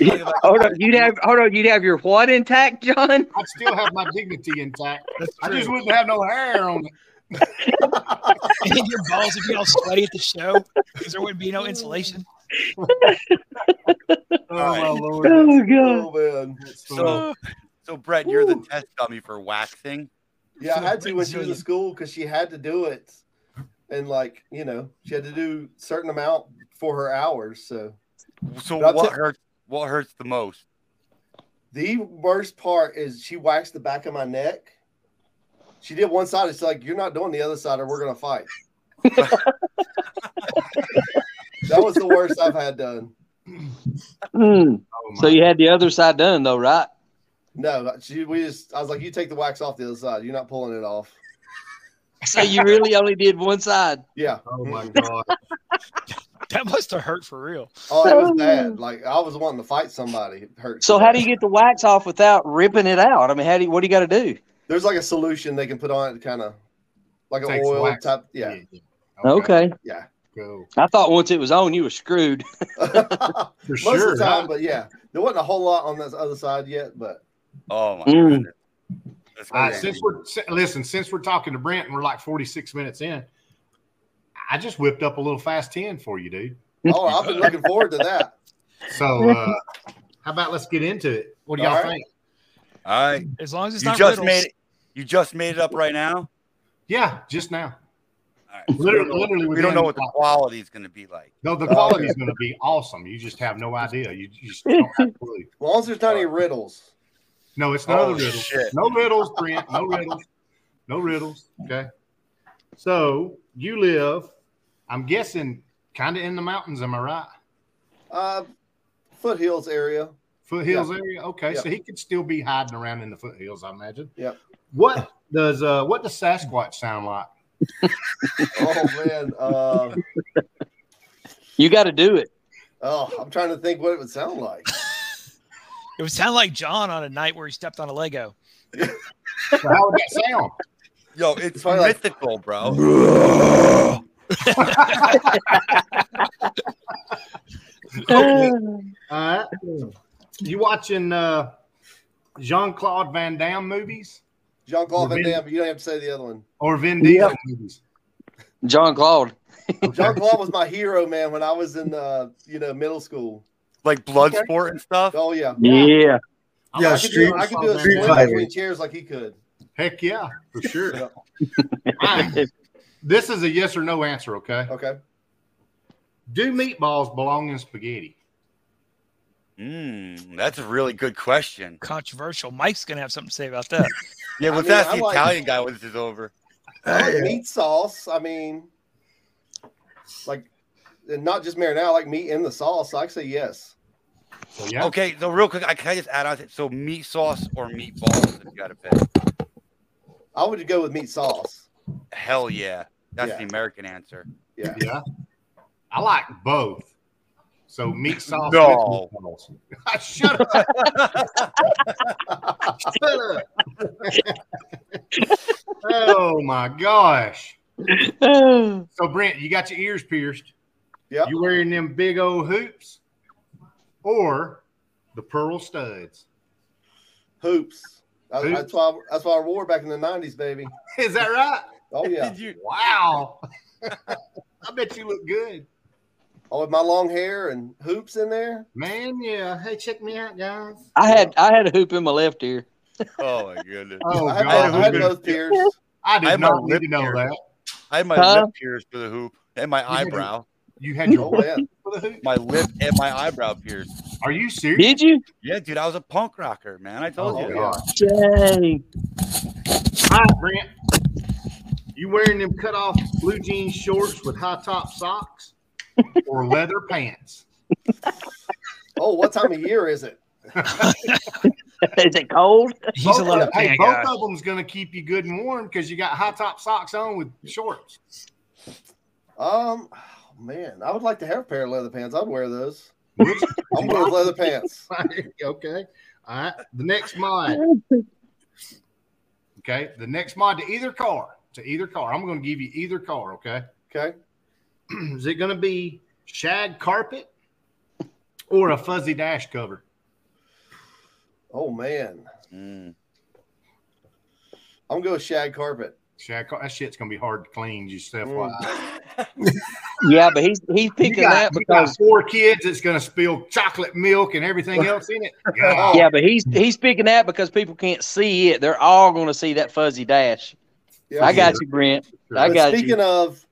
Speaker 3: we gotta go back-
Speaker 5: Hold on, you'd have hold on, you'd have your what intact, John?
Speaker 2: I'd still have my dignity intact.
Speaker 1: That's
Speaker 2: I
Speaker 1: true.
Speaker 2: just wouldn't have no hair on it.
Speaker 1: And your balls would be all sweaty at the show because there would be no insulation.
Speaker 2: Oh,
Speaker 3: All right.
Speaker 2: my Lord.
Speaker 5: Oh god.
Speaker 6: Oh man.
Speaker 2: That's funny.
Speaker 3: So, so Brett, you're the test dummy for waxing.
Speaker 6: Yeah, I had to
Speaker 1: Brett
Speaker 6: when she was in
Speaker 1: Zillion.
Speaker 6: school because she had to do it, and like you know, she had to do certain amount for her hours. So
Speaker 3: So
Speaker 6: That's
Speaker 3: what
Speaker 6: it.
Speaker 3: hurts? What hurts the most?
Speaker 6: the worst part is she waxed the back of my neck. She did one side. It's like you're not doing the other side, or we're gonna fight. that was the worst I've had done.
Speaker 5: Mm.
Speaker 2: Oh, my
Speaker 5: So you had the other side done though, right?
Speaker 6: No, she, we just. I was like, you take the wax off the other side. You're not pulling it off.
Speaker 5: So you really only did one side.
Speaker 6: Yeah.
Speaker 2: Oh my god!
Speaker 1: That must have hurt for real.
Speaker 6: Oh, it was bad. Like I was wanting to fight somebody. It hurt.
Speaker 5: So how do you get the wax off without ripping it out? I mean, how do you, what do you got to do?
Speaker 6: There's like a solution they can put on it, to kind of like an
Speaker 2: Takes
Speaker 6: oil
Speaker 2: wax.
Speaker 6: type. Yeah,
Speaker 5: Okay.
Speaker 6: yeah.
Speaker 2: Go.
Speaker 5: I thought once it was on, you were screwed.
Speaker 2: For
Speaker 6: Most
Speaker 2: sure.
Speaker 6: of the time, but yeah, there wasn't a whole lot on this other side yet. But
Speaker 3: Oh my
Speaker 5: Mm.
Speaker 3: goodness. That's
Speaker 2: Uh,
Speaker 3: crazy.
Speaker 2: since we're si- listen, since we're talking to Brent and we're like 46 minutes in, I just whipped up a little fast 10 for you, dude.
Speaker 6: oh, I've been looking forward to that.
Speaker 2: So uh, how about let's get into it? What do y'all
Speaker 6: All
Speaker 2: all
Speaker 6: right.
Speaker 2: think?
Speaker 3: All right,
Speaker 1: As long as
Speaker 3: you
Speaker 1: it's
Speaker 3: just
Speaker 1: not riddles.
Speaker 3: made it. You just made it up right now.
Speaker 2: Yeah, just now.
Speaker 3: All right.
Speaker 2: Literally,
Speaker 3: we don't, know-
Speaker 2: literally
Speaker 3: we
Speaker 2: within-
Speaker 3: don't know what the quality is going to be like.
Speaker 2: No, the quality is going to be awesome. You just have no idea. You, you just don't have a clue.
Speaker 6: As long as there's not any riddles.
Speaker 2: No, it's not
Speaker 3: Oh,
Speaker 2: a riddle.
Speaker 3: shit.
Speaker 2: No riddles, Brent. No riddles. No riddles. Okay. So you live, I'm guessing, kind of in the mountains. Am I right?
Speaker 6: Uh, foothills area.
Speaker 2: Foothills area. Okay,
Speaker 6: Yeah.
Speaker 2: so he could still be hiding around in the foothills, I imagine.
Speaker 6: Yeah.
Speaker 2: What does uh what does Sasquatch sound like?
Speaker 6: Oh man. Uh,
Speaker 5: You got to do it.
Speaker 6: oh, I'm trying to think what it would sound like.
Speaker 1: It would sound like John on a night where he stepped on a Lego.
Speaker 2: So how would that sound?
Speaker 3: Yo, it's
Speaker 6: probably like-
Speaker 3: mythical, bro.
Speaker 2: Uh, you watching uh Jean Claude Van Damme movies
Speaker 6: Jean Claude Van
Speaker 2: Vin-
Speaker 6: Damme. You don't have to say the other one.
Speaker 2: or Vin Diesel movies?
Speaker 5: John Claude.
Speaker 6: Jean Claude was my hero, man. When I was in uh, you know middle school.
Speaker 3: Like blood sport and stuff.
Speaker 6: Oh yeah.
Speaker 5: Yeah.
Speaker 2: I
Speaker 6: I
Speaker 4: Yeah,
Speaker 2: like
Speaker 6: could
Speaker 4: street.
Speaker 6: do, I could do a
Speaker 4: Street
Speaker 6: swing
Speaker 4: Fighter.
Speaker 6: between chairs like he could.
Speaker 2: Heck yeah, for sure.
Speaker 6: Yeah.
Speaker 2: Alright, This is a yes or no answer, okay?
Speaker 6: Okay.
Speaker 2: Do meatballs belong in spaghetti?
Speaker 3: Mm, that's a really good question.
Speaker 1: Controversial. Mike's gonna have something to say about that.
Speaker 3: Yeah,
Speaker 6: I
Speaker 3: let's
Speaker 6: mean,
Speaker 3: ask
Speaker 6: I
Speaker 3: the
Speaker 6: like-
Speaker 3: Italian guy when this is over.
Speaker 6: I
Speaker 4: Hey,
Speaker 6: like meat sauce. I mean, like, and not just marinara. I like meat in the sauce. I say yes.
Speaker 2: So yeah,
Speaker 3: Okay, so real quick, I can I just add on. to- So meat sauce or meatballs? If you got to pick.
Speaker 6: I would go with meat sauce.
Speaker 3: Hell yeah, that's
Speaker 6: Yeah.
Speaker 3: the American answer.
Speaker 6: Yeah.
Speaker 2: yeah. I like both. So meat sauce.
Speaker 3: No.
Speaker 2: with meatballs. Shut up. Shut up. oh my gosh. So Brent, you got your ears pierced.
Speaker 6: Yep.
Speaker 2: You wearing them big old hoops or the pearl studs.
Speaker 6: Hoops. I-
Speaker 2: Hoops.
Speaker 6: That's why. That's why I wore back in the '90s, baby.
Speaker 2: Is that right?
Speaker 6: Oh yeah.
Speaker 3: Did you?
Speaker 2: Wow. I bet you look good.
Speaker 6: Oh, with my long hair and hoops in there.
Speaker 2: Man, yeah. Hey, check me out, guys.
Speaker 5: I had I had a hoop in my left ear.
Speaker 3: Oh my goodness.
Speaker 2: Oh,
Speaker 6: I had,
Speaker 2: God.
Speaker 6: I had both pierced.
Speaker 2: I did
Speaker 3: I have my
Speaker 2: not need
Speaker 3: lip
Speaker 2: to know
Speaker 3: here.
Speaker 2: that.
Speaker 3: I had my
Speaker 5: Huh?
Speaker 3: lip pierced for the hoop and my
Speaker 2: had your-
Speaker 3: eyebrow.
Speaker 2: You had your
Speaker 6: Oh man.
Speaker 2: for the hoop.
Speaker 3: My lip and my eyebrow pierced.
Speaker 2: Are you serious?
Speaker 5: Did you?
Speaker 3: Yeah, dude, I was a punk rocker, man. I told
Speaker 6: Oh,
Speaker 3: you.
Speaker 6: yeah.
Speaker 5: Dang.
Speaker 2: All right, Brent. You wearing them cut off blue jean shorts with high top socks or leather pants?
Speaker 6: Oh, what time of year is it?
Speaker 5: Is it cold?
Speaker 1: He's a
Speaker 2: Both-
Speaker 1: leather
Speaker 2: hey,
Speaker 1: pant
Speaker 2: both
Speaker 1: guy.
Speaker 2: of them's gonna keep you good and warm because you got high top socks on with shorts.
Speaker 6: Um, oh, man, I would like to have a pair of leather pants. I'd wear those.
Speaker 2: Which-
Speaker 6: I'm going with leather pants.
Speaker 2: okay. All right. The next mod. Okay. The next mod to either car. To either car. I'm gonna give you either car, okay?
Speaker 6: Okay.
Speaker 2: Is it gonna be shag carpet or a fuzzy dash cover?
Speaker 6: Oh man,
Speaker 3: Mm.
Speaker 2: Mm.
Speaker 6: I'm going with shag carpet.
Speaker 2: Shaq, that shit's gonna be hard to clean. Just FYI.
Speaker 5: Yeah, but he's he's
Speaker 2: You
Speaker 5: picking
Speaker 2: got,
Speaker 5: that
Speaker 2: you got
Speaker 5: because
Speaker 2: four kids. It's gonna spill chocolate milk and everything else in it. God.
Speaker 5: yeah, but he's he's picking that because people can't see it. They're all going to see that fuzzy dash.
Speaker 6: Yeah,
Speaker 5: I got you, Brent. I
Speaker 6: But
Speaker 5: got you.
Speaker 6: speaking of,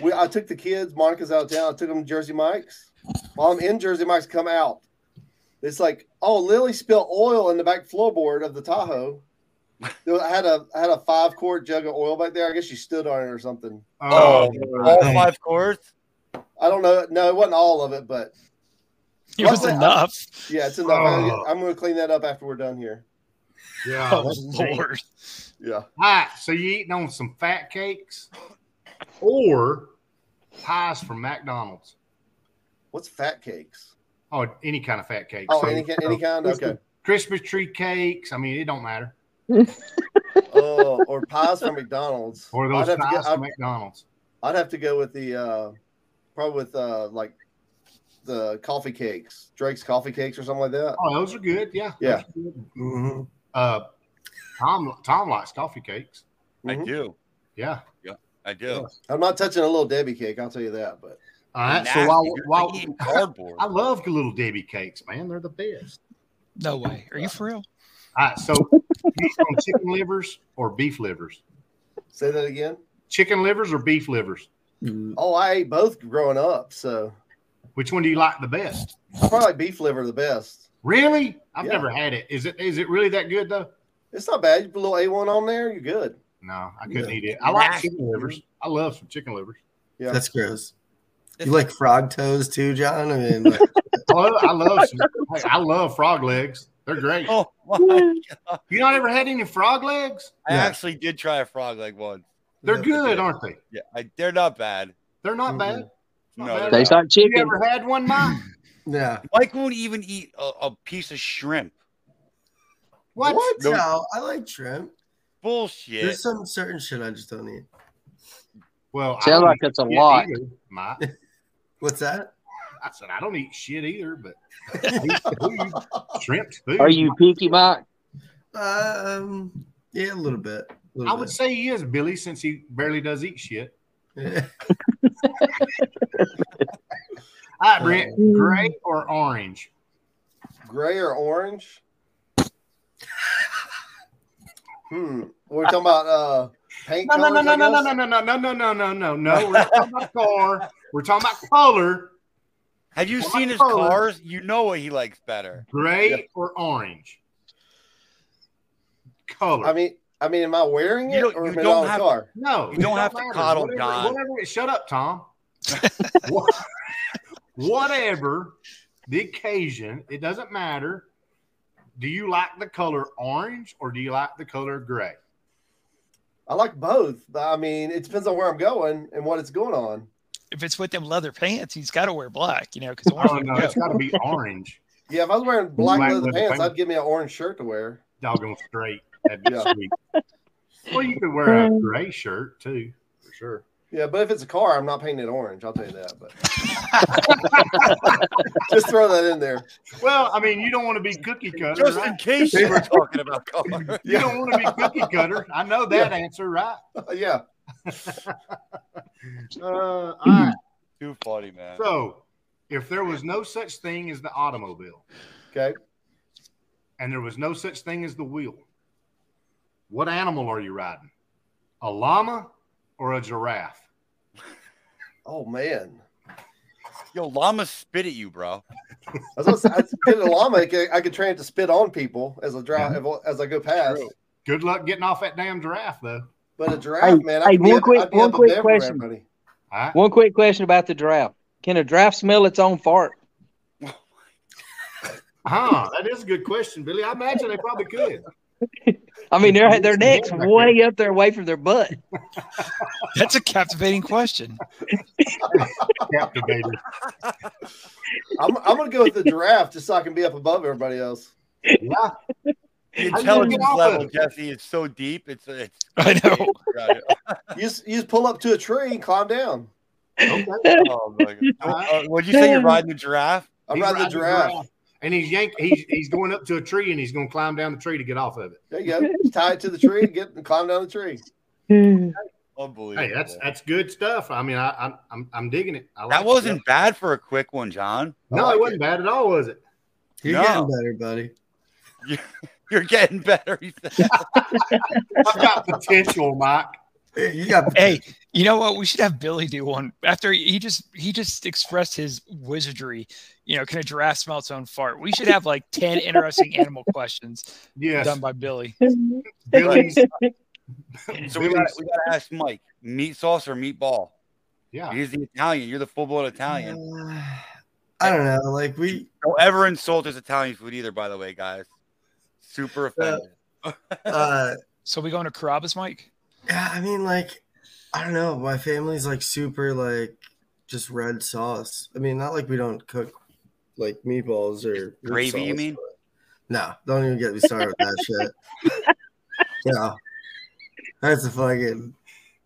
Speaker 6: we, I took the kids. Monica's out of town. I took them to Jersey Mike's. While I'm in Jersey Mike's, come out. It's like, oh, Lily spilled oil in the back floorboard of the Tahoe. There- I had a I had a five quart jug of oil back there. I guess she stood on it or something.
Speaker 2: Oh,
Speaker 3: all five quarts.
Speaker 6: I don't know. No, it wasn't all of it, but
Speaker 1: It was
Speaker 6: Luckily, I-
Speaker 1: enough.
Speaker 6: yeah, it's in the.
Speaker 2: Oh.
Speaker 6: I'm going to clean that up after we're done here.
Speaker 2: yeah.
Speaker 1: Oh,
Speaker 2: that's insane.
Speaker 1: Lord.
Speaker 6: Yeah,
Speaker 2: All right, so you eating on some fat cakes or pies from McDonald's?
Speaker 6: what's fat cakes?
Speaker 2: Oh, any kind of fat cakes.
Speaker 6: Oh,
Speaker 2: So,
Speaker 6: any ki- any kind. Okay.
Speaker 2: Christmas tree cakes. I mean, it don't matter.
Speaker 6: Oh, or pies from McDonald's.
Speaker 2: Or those
Speaker 6: I'd have to
Speaker 2: pies
Speaker 6: get- I'd-
Speaker 2: from McDonald's.
Speaker 6: I'd have to go with the uh probably with uh like the coffee cakes, Drake's coffee cakes or something like that.
Speaker 2: Oh, those are good. Yeah.
Speaker 6: Yeah.
Speaker 2: those are good.
Speaker 3: Mm-hmm.
Speaker 4: Mhm.
Speaker 2: Uh, Tom Tom likes coffee cakes.
Speaker 3: I
Speaker 2: Mm-hmm.
Speaker 6: Mhm.
Speaker 3: do.
Speaker 2: Yeah.
Speaker 3: I do.
Speaker 6: I'm not touching a little Debbie cake, I'll tell you that, but
Speaker 2: All right.
Speaker 3: Nasty,
Speaker 2: So while,
Speaker 3: dude.
Speaker 2: while
Speaker 3: I eat cardboard.
Speaker 2: I love little Debbie cakes, man, they're the best.
Speaker 1: No way. Are you for real?
Speaker 2: All right. So you eat on chicken livers or beef livers?
Speaker 6: say that again.
Speaker 2: Chicken livers or beef livers?
Speaker 6: Oh, I ate both growing up, so
Speaker 2: Which one do you like the best?
Speaker 6: probably beef liver the best.
Speaker 2: Really? I've
Speaker 6: Yeah.
Speaker 2: never had it. Is it is it really that good though?
Speaker 6: It's not bad. You put a little A1 on there, you're good.
Speaker 2: No, I couldn't eat it. I like chicken livers. I love some chicken livers.
Speaker 6: Yeah.
Speaker 4: That's gross. You like frog toes too, John? I mean, like,
Speaker 2: I love I love, some, hey, I love frog legs. They're great.
Speaker 3: Oh my!
Speaker 2: You not ever had any frog legs?
Speaker 3: I
Speaker 4: Yeah.
Speaker 3: actually did try a frog leg one.
Speaker 2: They're
Speaker 3: Yeah,
Speaker 2: good,
Speaker 3: yeah.
Speaker 2: aren't they?
Speaker 3: Yeah, I, they're not bad.
Speaker 2: They're not
Speaker 4: Mhm.
Speaker 2: bad.
Speaker 3: No,
Speaker 2: Not bad.
Speaker 3: they're
Speaker 5: Tastes like
Speaker 2: You
Speaker 5: chicken.
Speaker 2: ever had one, Mike?
Speaker 4: yeah.
Speaker 3: Mike won't even eat a, a piece of shrimp.
Speaker 2: What?
Speaker 4: No.
Speaker 3: No.
Speaker 4: I like shrimp.
Speaker 3: Bullshit.
Speaker 4: There's some certain shit I just don't eat.
Speaker 2: Well, I
Speaker 5: Sounds
Speaker 2: don't
Speaker 5: like
Speaker 2: eat
Speaker 5: it's a
Speaker 2: shit
Speaker 5: lot.
Speaker 2: either, Mike.
Speaker 4: What's that?
Speaker 2: I said I don't eat shit either, but I eat food. shrimp's food.
Speaker 5: Are you picky, Mike?
Speaker 4: Um, yeah, a little bit. a
Speaker 2: I
Speaker 4: little
Speaker 2: would say he is Billy since he barely does eat shit.
Speaker 4: bit.
Speaker 2: All right, Brent, gray or orange?
Speaker 6: Gray or orange? Hmm. We're talking about uh paint
Speaker 2: No, no, no,
Speaker 6: colors,
Speaker 2: no,
Speaker 6: I
Speaker 2: no, no,
Speaker 6: guess?
Speaker 2: no, no, no, no, no, no, no, no, no. We're talking about car. We're talking about color.
Speaker 3: Have you
Speaker 2: Well,
Speaker 3: seen
Speaker 2: my
Speaker 3: his
Speaker 2: color-
Speaker 3: cars? You know what he likes better.
Speaker 2: Gray
Speaker 6: Yeah.
Speaker 2: or orange? Color.
Speaker 6: I mean I mean am I wearing
Speaker 3: You
Speaker 6: it
Speaker 3: don't-
Speaker 6: or
Speaker 3: you
Speaker 6: am I
Speaker 3: don't
Speaker 6: on the
Speaker 3: have-
Speaker 6: car?
Speaker 2: no,
Speaker 3: you
Speaker 2: it
Speaker 3: don't have to
Speaker 2: matter.
Speaker 3: coddle
Speaker 2: whatever,
Speaker 3: God.
Speaker 2: Whatever. Shut up, Tom. Wha- whatever the occasion, it doesn't matter. Do you like the color orange or do you like the color gray?
Speaker 6: I like both. but I mean, it depends on where I'm going and what it's going on.
Speaker 1: If it's with them leather pants, he's got to wear black, you know, because
Speaker 2: Oh no, it's got to be orange.
Speaker 6: Yeah, if I was wearing black,
Speaker 2: Black
Speaker 6: leather
Speaker 2: leather
Speaker 6: pants,
Speaker 2: pants.
Speaker 6: I'd give me an orange shirt to wear.
Speaker 2: Doggone straight. That'd be
Speaker 6: Yeah.
Speaker 2: sweet. Well, you could wear a gray shirt too, for sure.
Speaker 6: Yeah, but if it's a car, I'm not painting it orange. I'll tell you that. But just throw that in there.
Speaker 2: Well, I mean, you don't want to be cookie cutter.
Speaker 3: Just in
Speaker 2: Right?
Speaker 3: case you were talking about color.
Speaker 2: You don't want to be cookie cutter. I know that answer, right?
Speaker 6: yeah.
Speaker 2: Uh, all right.
Speaker 3: Too funny, man.
Speaker 2: So, if there was no such thing as the automobile
Speaker 6: Okay.
Speaker 2: and there was no such thing as the wheel, what animal are you riding? A llama or a giraffe?
Speaker 6: Oh man,
Speaker 3: Yo, llamas spit at you, bro.
Speaker 6: I was gonna say, I'd get a llama. I could, I could train it to spit on people as I drive as I go past.
Speaker 3: True.
Speaker 2: Good luck getting off that damn giraffe, though.
Speaker 6: But a
Speaker 5: Hey,
Speaker 6: giraffe, man, I
Speaker 5: hey,
Speaker 6: could be
Speaker 5: one
Speaker 6: up-
Speaker 5: quick-
Speaker 6: I'd be
Speaker 5: one
Speaker 6: up
Speaker 5: quick
Speaker 6: above
Speaker 5: question.
Speaker 6: everybody.
Speaker 2: All right.
Speaker 5: One quick question about the draft. Can a draft smell its own fart?
Speaker 2: Huh, Ah, that is a good question, Billy. I imagine they probably could.
Speaker 5: I mean, their their necks way up there, away from their butt.
Speaker 1: That's a captivating question.
Speaker 2: Captivated.
Speaker 6: I'm, I'm gonna go with the giraffe just so I can be up above everybody else.
Speaker 2: Yeah.
Speaker 3: The
Speaker 2: get
Speaker 3: intelligence
Speaker 2: off
Speaker 3: level,
Speaker 2: of it?
Speaker 3: Jesse, is so deep. It's it's.
Speaker 1: I know.
Speaker 6: You just, you just pull up to a tree and climb down.
Speaker 2: Okay.
Speaker 3: Oh my God. Uh, what'd you say? You're riding the giraffe?
Speaker 6: I'm
Speaker 2: He's
Speaker 6: riding
Speaker 2: riding
Speaker 6: the
Speaker 2: a
Speaker 6: giraffe.
Speaker 2: And he's yank. He's he's going up to a tree and he's going to climb down the tree to get off of it.
Speaker 6: There you go. Tie it to the tree. Get climb down the tree.
Speaker 3: Unbelievable.
Speaker 2: Hey, that's that's good stuff. I mean, I, I'm I'm I'm digging it. I like
Speaker 3: that
Speaker 2: it.
Speaker 3: wasn't bad for a quick one, John.
Speaker 2: No,
Speaker 6: like
Speaker 2: it wasn't bad at all, was it?
Speaker 4: You're
Speaker 3: No.
Speaker 4: getting better, buddy.
Speaker 3: You're getting better. he said.
Speaker 2: I've got potential, Mike.
Speaker 4: You got
Speaker 1: Hey, you know what? We should have Billy do one after he just he just expressed his wizardry. You know, can a giraffe smell its own fart? We should have like ten interesting animal questions
Speaker 2: Yes,
Speaker 1: done by Billy.
Speaker 2: Billy's.
Speaker 3: so we gotta, we gotta ask Mike: meat sauce or meatball?
Speaker 2: yeah,
Speaker 3: He's the Italian. You're the full-blown Italian.
Speaker 4: Uh, I don't know. Like we,
Speaker 3: Don't ever insult his Italian food either. By the way, guys, super offended.
Speaker 4: uh,
Speaker 1: So we going to Carabas, Mike?
Speaker 4: yeah, I mean, like, I don't know. My family's like super, like, just red sauce. I mean, not like we don't cook like meatballs or red
Speaker 3: Gravy, you
Speaker 4: sauce,
Speaker 3: mean?
Speaker 4: but- No, don't even get me started with that shit. Yeah, that's a fucking.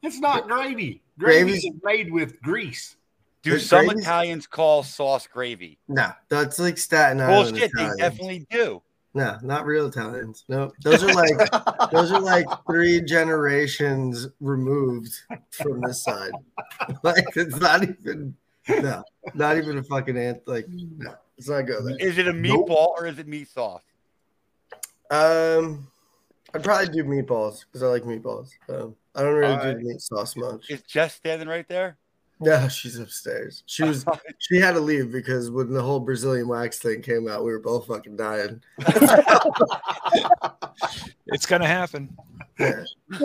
Speaker 2: it's not gravy. Gravy
Speaker 4: Gravy's-
Speaker 2: is made with grease.
Speaker 3: Do
Speaker 4: There's
Speaker 3: some
Speaker 4: gravy?
Speaker 3: Italians call sauce gravy?
Speaker 4: No, that's like Staten Island.
Speaker 3: Bullshit. They
Speaker 4: Italian.
Speaker 3: definitely do.
Speaker 4: No, not real Italians. No, those are like those are like three generations removed from this side. Like it's not even no, not even a fucking ant. Like no, let's not go there.
Speaker 3: Is it a meatball
Speaker 2: Nope.
Speaker 3: or is it meat sauce?
Speaker 4: Um, I'd probably do meatballs because I like meatballs. Um, I don't really do
Speaker 3: Alright.
Speaker 4: meat sauce much.
Speaker 3: Is Jess standing right there?
Speaker 4: No, Oh, she's upstairs. She was she had to leave because when the whole Brazilian wax thing came out, we were both fucking dying.
Speaker 1: It's gonna happen.
Speaker 4: Yeah,
Speaker 2: Uh,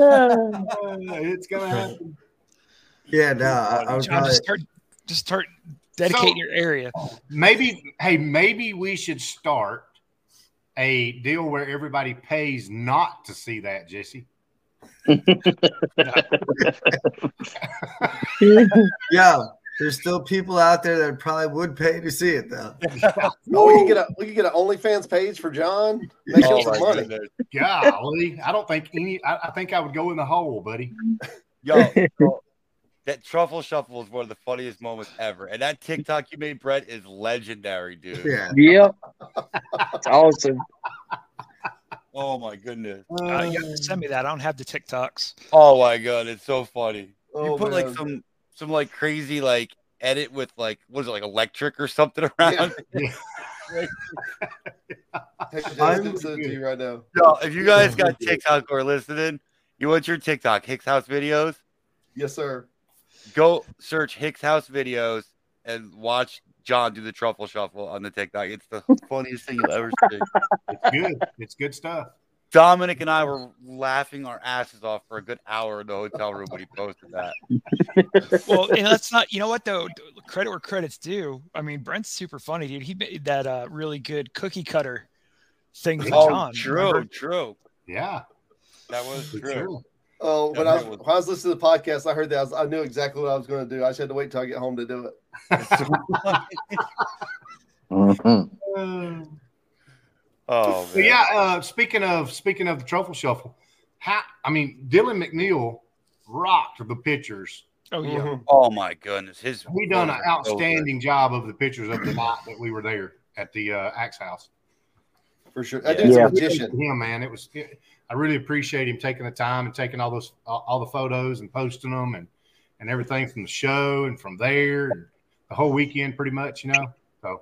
Speaker 2: it's gonna happen.
Speaker 4: yeah
Speaker 3: Oh,
Speaker 4: no, I, I was
Speaker 1: John,
Speaker 4: probably
Speaker 1: just start just start dedicating your area.
Speaker 2: Maybe, hey, maybe we should start a deal where everybody pays not to see that, Jesse.
Speaker 4: yeah. There's still people out there that probably would pay to see it though.
Speaker 6: Oh, we can get a we can get an OnlyFans page for John. Make
Speaker 3: Oh
Speaker 6: him some
Speaker 3: my
Speaker 6: money.
Speaker 3: goodness.
Speaker 2: Golly, I don't think any. I, I think I would go in the hole, buddy.
Speaker 3: Yo, yo, that truffle shuffle is one of the funniest moments ever. And that TikTok you made, Brett, is legendary, dude.
Speaker 4: Yeah.
Speaker 5: yep. It's awesome.
Speaker 3: Oh my goodness.
Speaker 1: Uh, you have to send me that. I don't have the TikToks.
Speaker 3: Oh my god, it's so funny. You
Speaker 6: Oh,
Speaker 3: put like
Speaker 6: man.
Speaker 3: some some like crazy like edit with like what is it like electric or something around.
Speaker 6: Yeah. Hey, Justin,
Speaker 4: I'm-
Speaker 6: send it to you right now.
Speaker 3: Yo, if you guys got TikTok or listening, you want your TikTok Hicks House videos,
Speaker 6: Yes, sir.
Speaker 3: go search Hicks House videos and watch John do the truffle shuffle on the TikTok. It's the funniest thing you'll ever see.
Speaker 2: It's good. It's good stuff.
Speaker 3: Dominic and I were laughing our asses off for a good hour in the hotel room when he posted that.
Speaker 1: Well, and let's not. You know what though? Credit where credit's due. I mean, Brent's super funny, dude. He made that uh, really good cookie cutter thing for
Speaker 2: Oh,
Speaker 1: John. remember?
Speaker 3: Oh, true.
Speaker 2: Yeah,
Speaker 3: That was
Speaker 2: for
Speaker 3: true.
Speaker 2: sure.
Speaker 6: Oh, when I was,
Speaker 3: Definitely.
Speaker 6: when I was listening to the podcast, I heard that. I, was- I knew exactly what I was going to do. I just had to wait till I get home to do it.
Speaker 2: Uh,
Speaker 3: Oh
Speaker 2: So
Speaker 3: man.
Speaker 2: yeah, uh, speaking of speaking of the truffle shuffle, how I mean Dylan McNeil rocked the pictures.
Speaker 1: Oh yeah.
Speaker 6: Mhm.
Speaker 3: Oh my goodness. His
Speaker 2: He done an
Speaker 3: was so
Speaker 2: outstanding job of the pictures of the night that we were there at the uh, Axe House.
Speaker 6: For sure. That
Speaker 3: Yeah.
Speaker 6: dude's
Speaker 5: Yeah.
Speaker 6: a magician.
Speaker 2: Him, man, it was. I really appreciate him taking the time and taking all those all the photos and posting them and and everything from the show and from there and the whole weekend pretty much. You know, so
Speaker 3: good.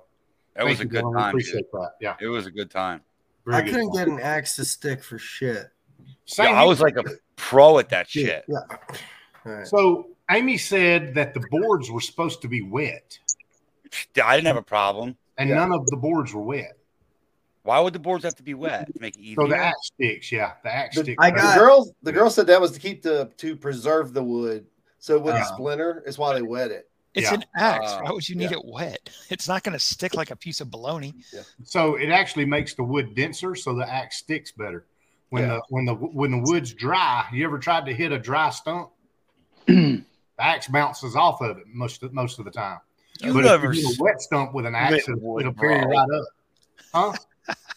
Speaker 3: That
Speaker 2: thank
Speaker 3: was a
Speaker 2: you,
Speaker 3: good
Speaker 2: Dylan. We
Speaker 3: time. dude.
Speaker 2: Appreciate that. Yeah,
Speaker 3: It was a good time.
Speaker 4: I couldn't get an axe to stick for shit.
Speaker 3: Yo,
Speaker 2: Same
Speaker 3: I
Speaker 2: here.
Speaker 3: was like a pro at that shit.
Speaker 4: Yeah. All right.
Speaker 2: So Amy said that the boards were supposed to be wet,
Speaker 3: I didn't have a problem.
Speaker 2: and
Speaker 6: Yeah.
Speaker 2: none of the boards were wet.
Speaker 3: Why would the boards have to be wet to make it easier?
Speaker 2: So the axe sticks, yeah, the axe
Speaker 6: The-
Speaker 2: sticks.
Speaker 4: I
Speaker 6: The
Speaker 4: got-
Speaker 6: girl, the girl said that was to keep the to preserve the wood, so it wouldn't
Speaker 4: Uh-huh.
Speaker 6: splinter. It's why they wet it.
Speaker 1: It's
Speaker 2: Yeah.
Speaker 1: an axe.
Speaker 3: Uh,
Speaker 1: Why would you need it wet? It's not going to stick like a piece of bologna.
Speaker 2: so it actually makes the wood denser, so the axe sticks better. When
Speaker 6: Yeah.
Speaker 2: the when the when the wood's dry, you ever tried to hit a dry stump? The axe bounces off of it most of, most of the time.
Speaker 3: you
Speaker 2: but
Speaker 3: never
Speaker 2: if you hit a wet stump with an axe,
Speaker 3: split
Speaker 2: it'll,
Speaker 3: wood,
Speaker 2: it'll carry
Speaker 3: bro.
Speaker 2: right up. Huh?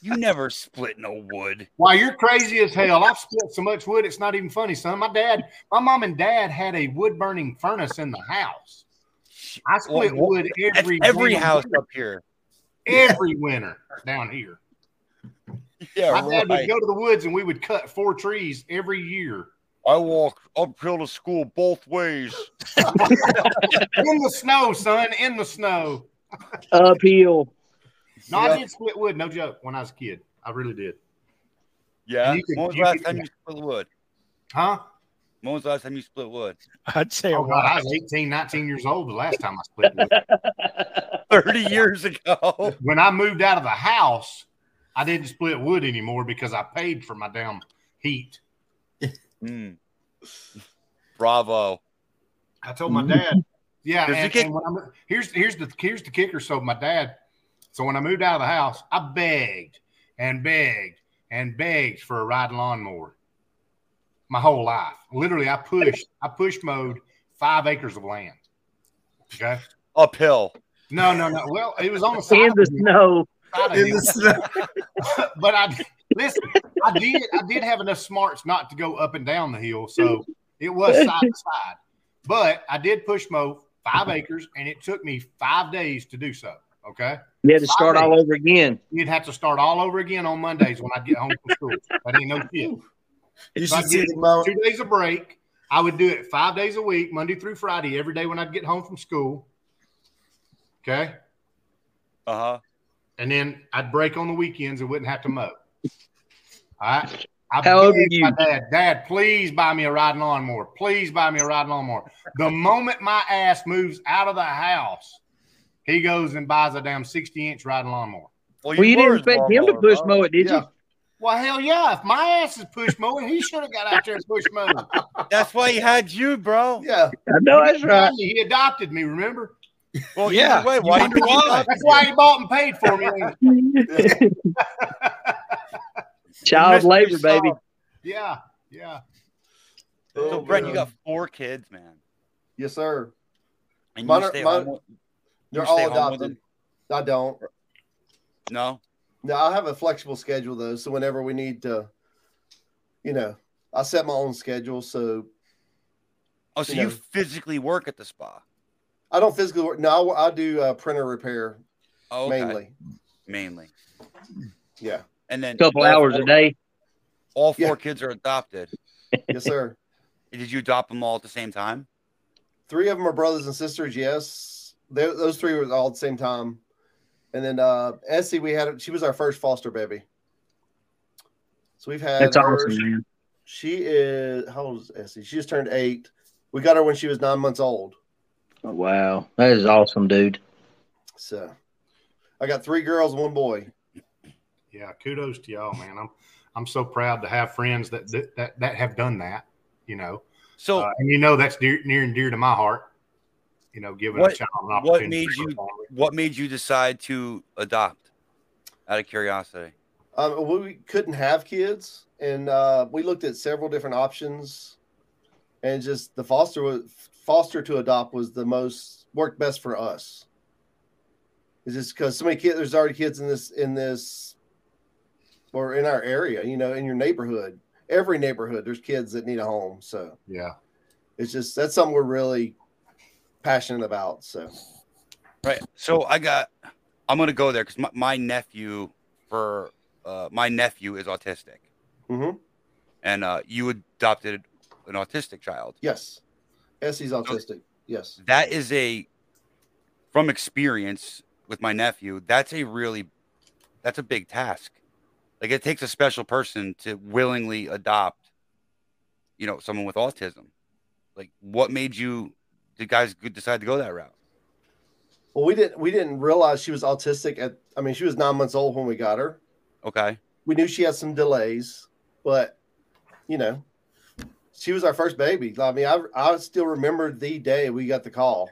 Speaker 3: you never split no wood.
Speaker 2: Why you're crazy as hell. I've split so much wood, it's not even funny, son. My dad, my mom and dad had a wood burning furnace in the house. I split
Speaker 3: Well,
Speaker 2: wood
Speaker 3: That's
Speaker 2: every
Speaker 3: every
Speaker 2: damn
Speaker 3: house
Speaker 2: winter,
Speaker 3: up here.
Speaker 2: every winter down here.
Speaker 3: Yeah,
Speaker 2: My dad
Speaker 3: right.
Speaker 2: would go to the woods and we would cut four trees every year
Speaker 3: I walk uphill to school both ways.
Speaker 2: In the snow, son. In the snow.
Speaker 5: Uphill.
Speaker 2: No, I
Speaker 4: Yeah.
Speaker 2: did split wood. No joke. When I was a kid, I really did.
Speaker 3: Yeah.
Speaker 2: You could-
Speaker 3: when was the
Speaker 2: you
Speaker 3: last
Speaker 2: could-
Speaker 3: time you split wood?
Speaker 2: Huh?
Speaker 3: When was the last time you split wood?
Speaker 1: I'd say a
Speaker 2: Oh God,
Speaker 1: lot.
Speaker 2: I was 18, 19 years old the last time I split wood.
Speaker 3: 30 years ago.
Speaker 2: when I moved out of the house, I didn't split wood anymore because I paid for my damn heat.
Speaker 3: Mm. Bravo.
Speaker 2: I told my dad, yeah.
Speaker 3: Does
Speaker 2: And,
Speaker 3: it get-
Speaker 2: and when I, mo- here's here's the here's the kicker. So my dad, so when I moved out of the house, I begged and begged and begged for a riding lawnmower. My whole life, literally, I pushed I push mowed five acres of land. Okay,
Speaker 3: Uphill.
Speaker 2: no, no, no. Well, it was on the side.
Speaker 9: in
Speaker 2: of
Speaker 9: the
Speaker 2: the-
Speaker 9: snow.
Speaker 2: side of
Speaker 10: in
Speaker 2: the-
Speaker 10: the snow.
Speaker 2: but I listen. I did. I did have enough smarts not to go up and down the hill, so it was side to side. But I did push mow five acres, and it took me five days to do so. Okay,
Speaker 5: You had to start all over again.
Speaker 2: you'd have to start all over again on Mondays when I'd get home from school. That ain't no shit.
Speaker 10: You
Speaker 2: I
Speaker 10: should see
Speaker 2: get
Speaker 10: the mount.
Speaker 2: Two days of break. I would do it five days a week, Monday through Friday, every day when I'd get home from school. Okay,
Speaker 3: Uh huh.
Speaker 2: and then I'd break on the weekends and wouldn't have to mow. All right. I
Speaker 5: How old
Speaker 2: begged
Speaker 5: are you?
Speaker 2: My dad, Dad, please buy me a riding lawnmower. Please buy me a riding lawnmower. The moment my ass moves out of the house, he goes and buys a damn 60 inch riding lawnmower.
Speaker 5: Well, you
Speaker 3: were
Speaker 5: didn't
Speaker 3: his
Speaker 5: expect him to
Speaker 3: lawnmower,
Speaker 5: push
Speaker 3: bro.
Speaker 5: mow it, did
Speaker 4: Yeah.
Speaker 5: you?
Speaker 2: Well, hell yeah. If my ass is push mowing, he should have got out there and push mowing.
Speaker 3: That's why he had you, bro.
Speaker 4: Yeah.
Speaker 5: I know that's right.
Speaker 2: He adopted me, remember?
Speaker 3: Well,
Speaker 1: Yeah.
Speaker 3: either way, why
Speaker 1: You
Speaker 3: did you
Speaker 1: won.
Speaker 3: up?
Speaker 2: That's why he bought and paid for me.
Speaker 5: Child
Speaker 3: Mystery
Speaker 5: labor, baby.
Speaker 3: solved.
Speaker 2: yeah. Yeah.
Speaker 3: So,
Speaker 4: Oh,
Speaker 3: Brett, you got
Speaker 4: God.
Speaker 3: four kids, man.
Speaker 4: Yes, sir.
Speaker 3: And
Speaker 4: Mine
Speaker 3: you
Speaker 4: are-
Speaker 3: stay
Speaker 4: mine-
Speaker 3: home with- you
Speaker 4: They're
Speaker 3: stay
Speaker 4: all
Speaker 3: home with
Speaker 4: adopted.
Speaker 3: them?
Speaker 4: I don't.
Speaker 3: No.
Speaker 4: No, I have a flexible schedule though, so whenever we need to, you know, I set my own schedule. So
Speaker 3: Oh, so
Speaker 4: You
Speaker 3: you
Speaker 4: know.
Speaker 3: physically work at the spa.
Speaker 4: I don't physically work. No, I, I do uh, printer repair
Speaker 3: Oh, okay. mainly.
Speaker 4: mainly.
Speaker 3: Yeah.
Speaker 4: Yeah.
Speaker 3: And then
Speaker 5: couple
Speaker 3: all
Speaker 5: hours
Speaker 3: four-
Speaker 5: a day.
Speaker 3: All four
Speaker 4: Yeah.
Speaker 3: kids are adopted.
Speaker 4: Yes, sir.
Speaker 3: Did you adopt them all at the same time?
Speaker 4: three of them are brothers and sisters. Yes, they, those three were all at the same time. And then uh, Essie, we had she was our first foster baby. So we've had
Speaker 9: That's
Speaker 4: her-
Speaker 9: awesome, man.
Speaker 4: She is how old is Essie? She just turned eight. We got her when she was nine months old.
Speaker 5: Oh, Wow, that is awesome, dude.
Speaker 4: So I got three girls, and one boy.
Speaker 2: Yeah. Kudos to y'all, man. I'm I'm so proud to have friends that that that, that have done that, you know.
Speaker 3: So
Speaker 2: Uh, and you know that's dear, near and dear to my heart. You know, giving
Speaker 3: What-
Speaker 2: a child an
Speaker 3: what
Speaker 2: opportunity.
Speaker 3: made
Speaker 2: to
Speaker 3: you-
Speaker 2: grow up.
Speaker 3: what made you decide to adopt? Out of curiosity.
Speaker 4: Um, we couldn't have kids, and uh, we looked at several different options, and just the foster was, foster to adopt was the most worked best for us. Is just because so many kids? There's already kids in this in this, or in our area, you know, in your neighborhood. Every neighborhood, there's kids that need a home. So
Speaker 2: Yeah.
Speaker 4: it's just that's something we're really passionate about. So
Speaker 3: Right. So I got. I'm gonna go there because my, my nephew for uh, my nephew is autistic,
Speaker 5: Mm-hmm.
Speaker 4: Mhm.
Speaker 3: and uh, you adopted an autistic child.
Speaker 4: yes, Essie's autistic. Yes,
Speaker 3: That is a from experience with my nephew. That's a really that's a big task. Like it takes a special person to willingly adopt, you know, someone with autism. Like, what made you the guys g- decide to go that route?
Speaker 4: Well, we didn't we didn't realize she was autistic at I mean, she was nine months old when we got her.
Speaker 3: Okay.
Speaker 4: We knew she had some delays, but you know, she was our first baby. I mean, I I still remember the day we got the call.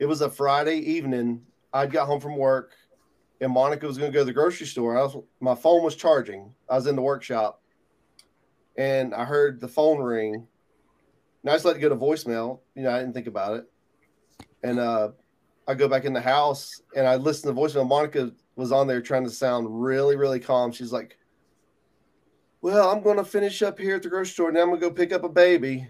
Speaker 4: It was a Friday evening. I'd got home from work and Monica was gonna go to the grocery store. I was my phone was charging. I was in the workshop and I heard the phone ring. And I just let it go to voicemail. You know, I didn't think about it. And uh I go back in the house and I listen to voicemail. Monica was on there trying to sound really, really calm. She's like, Well, I'm gonna finish up here at the grocery store and then I'm gonna go pick up a baby.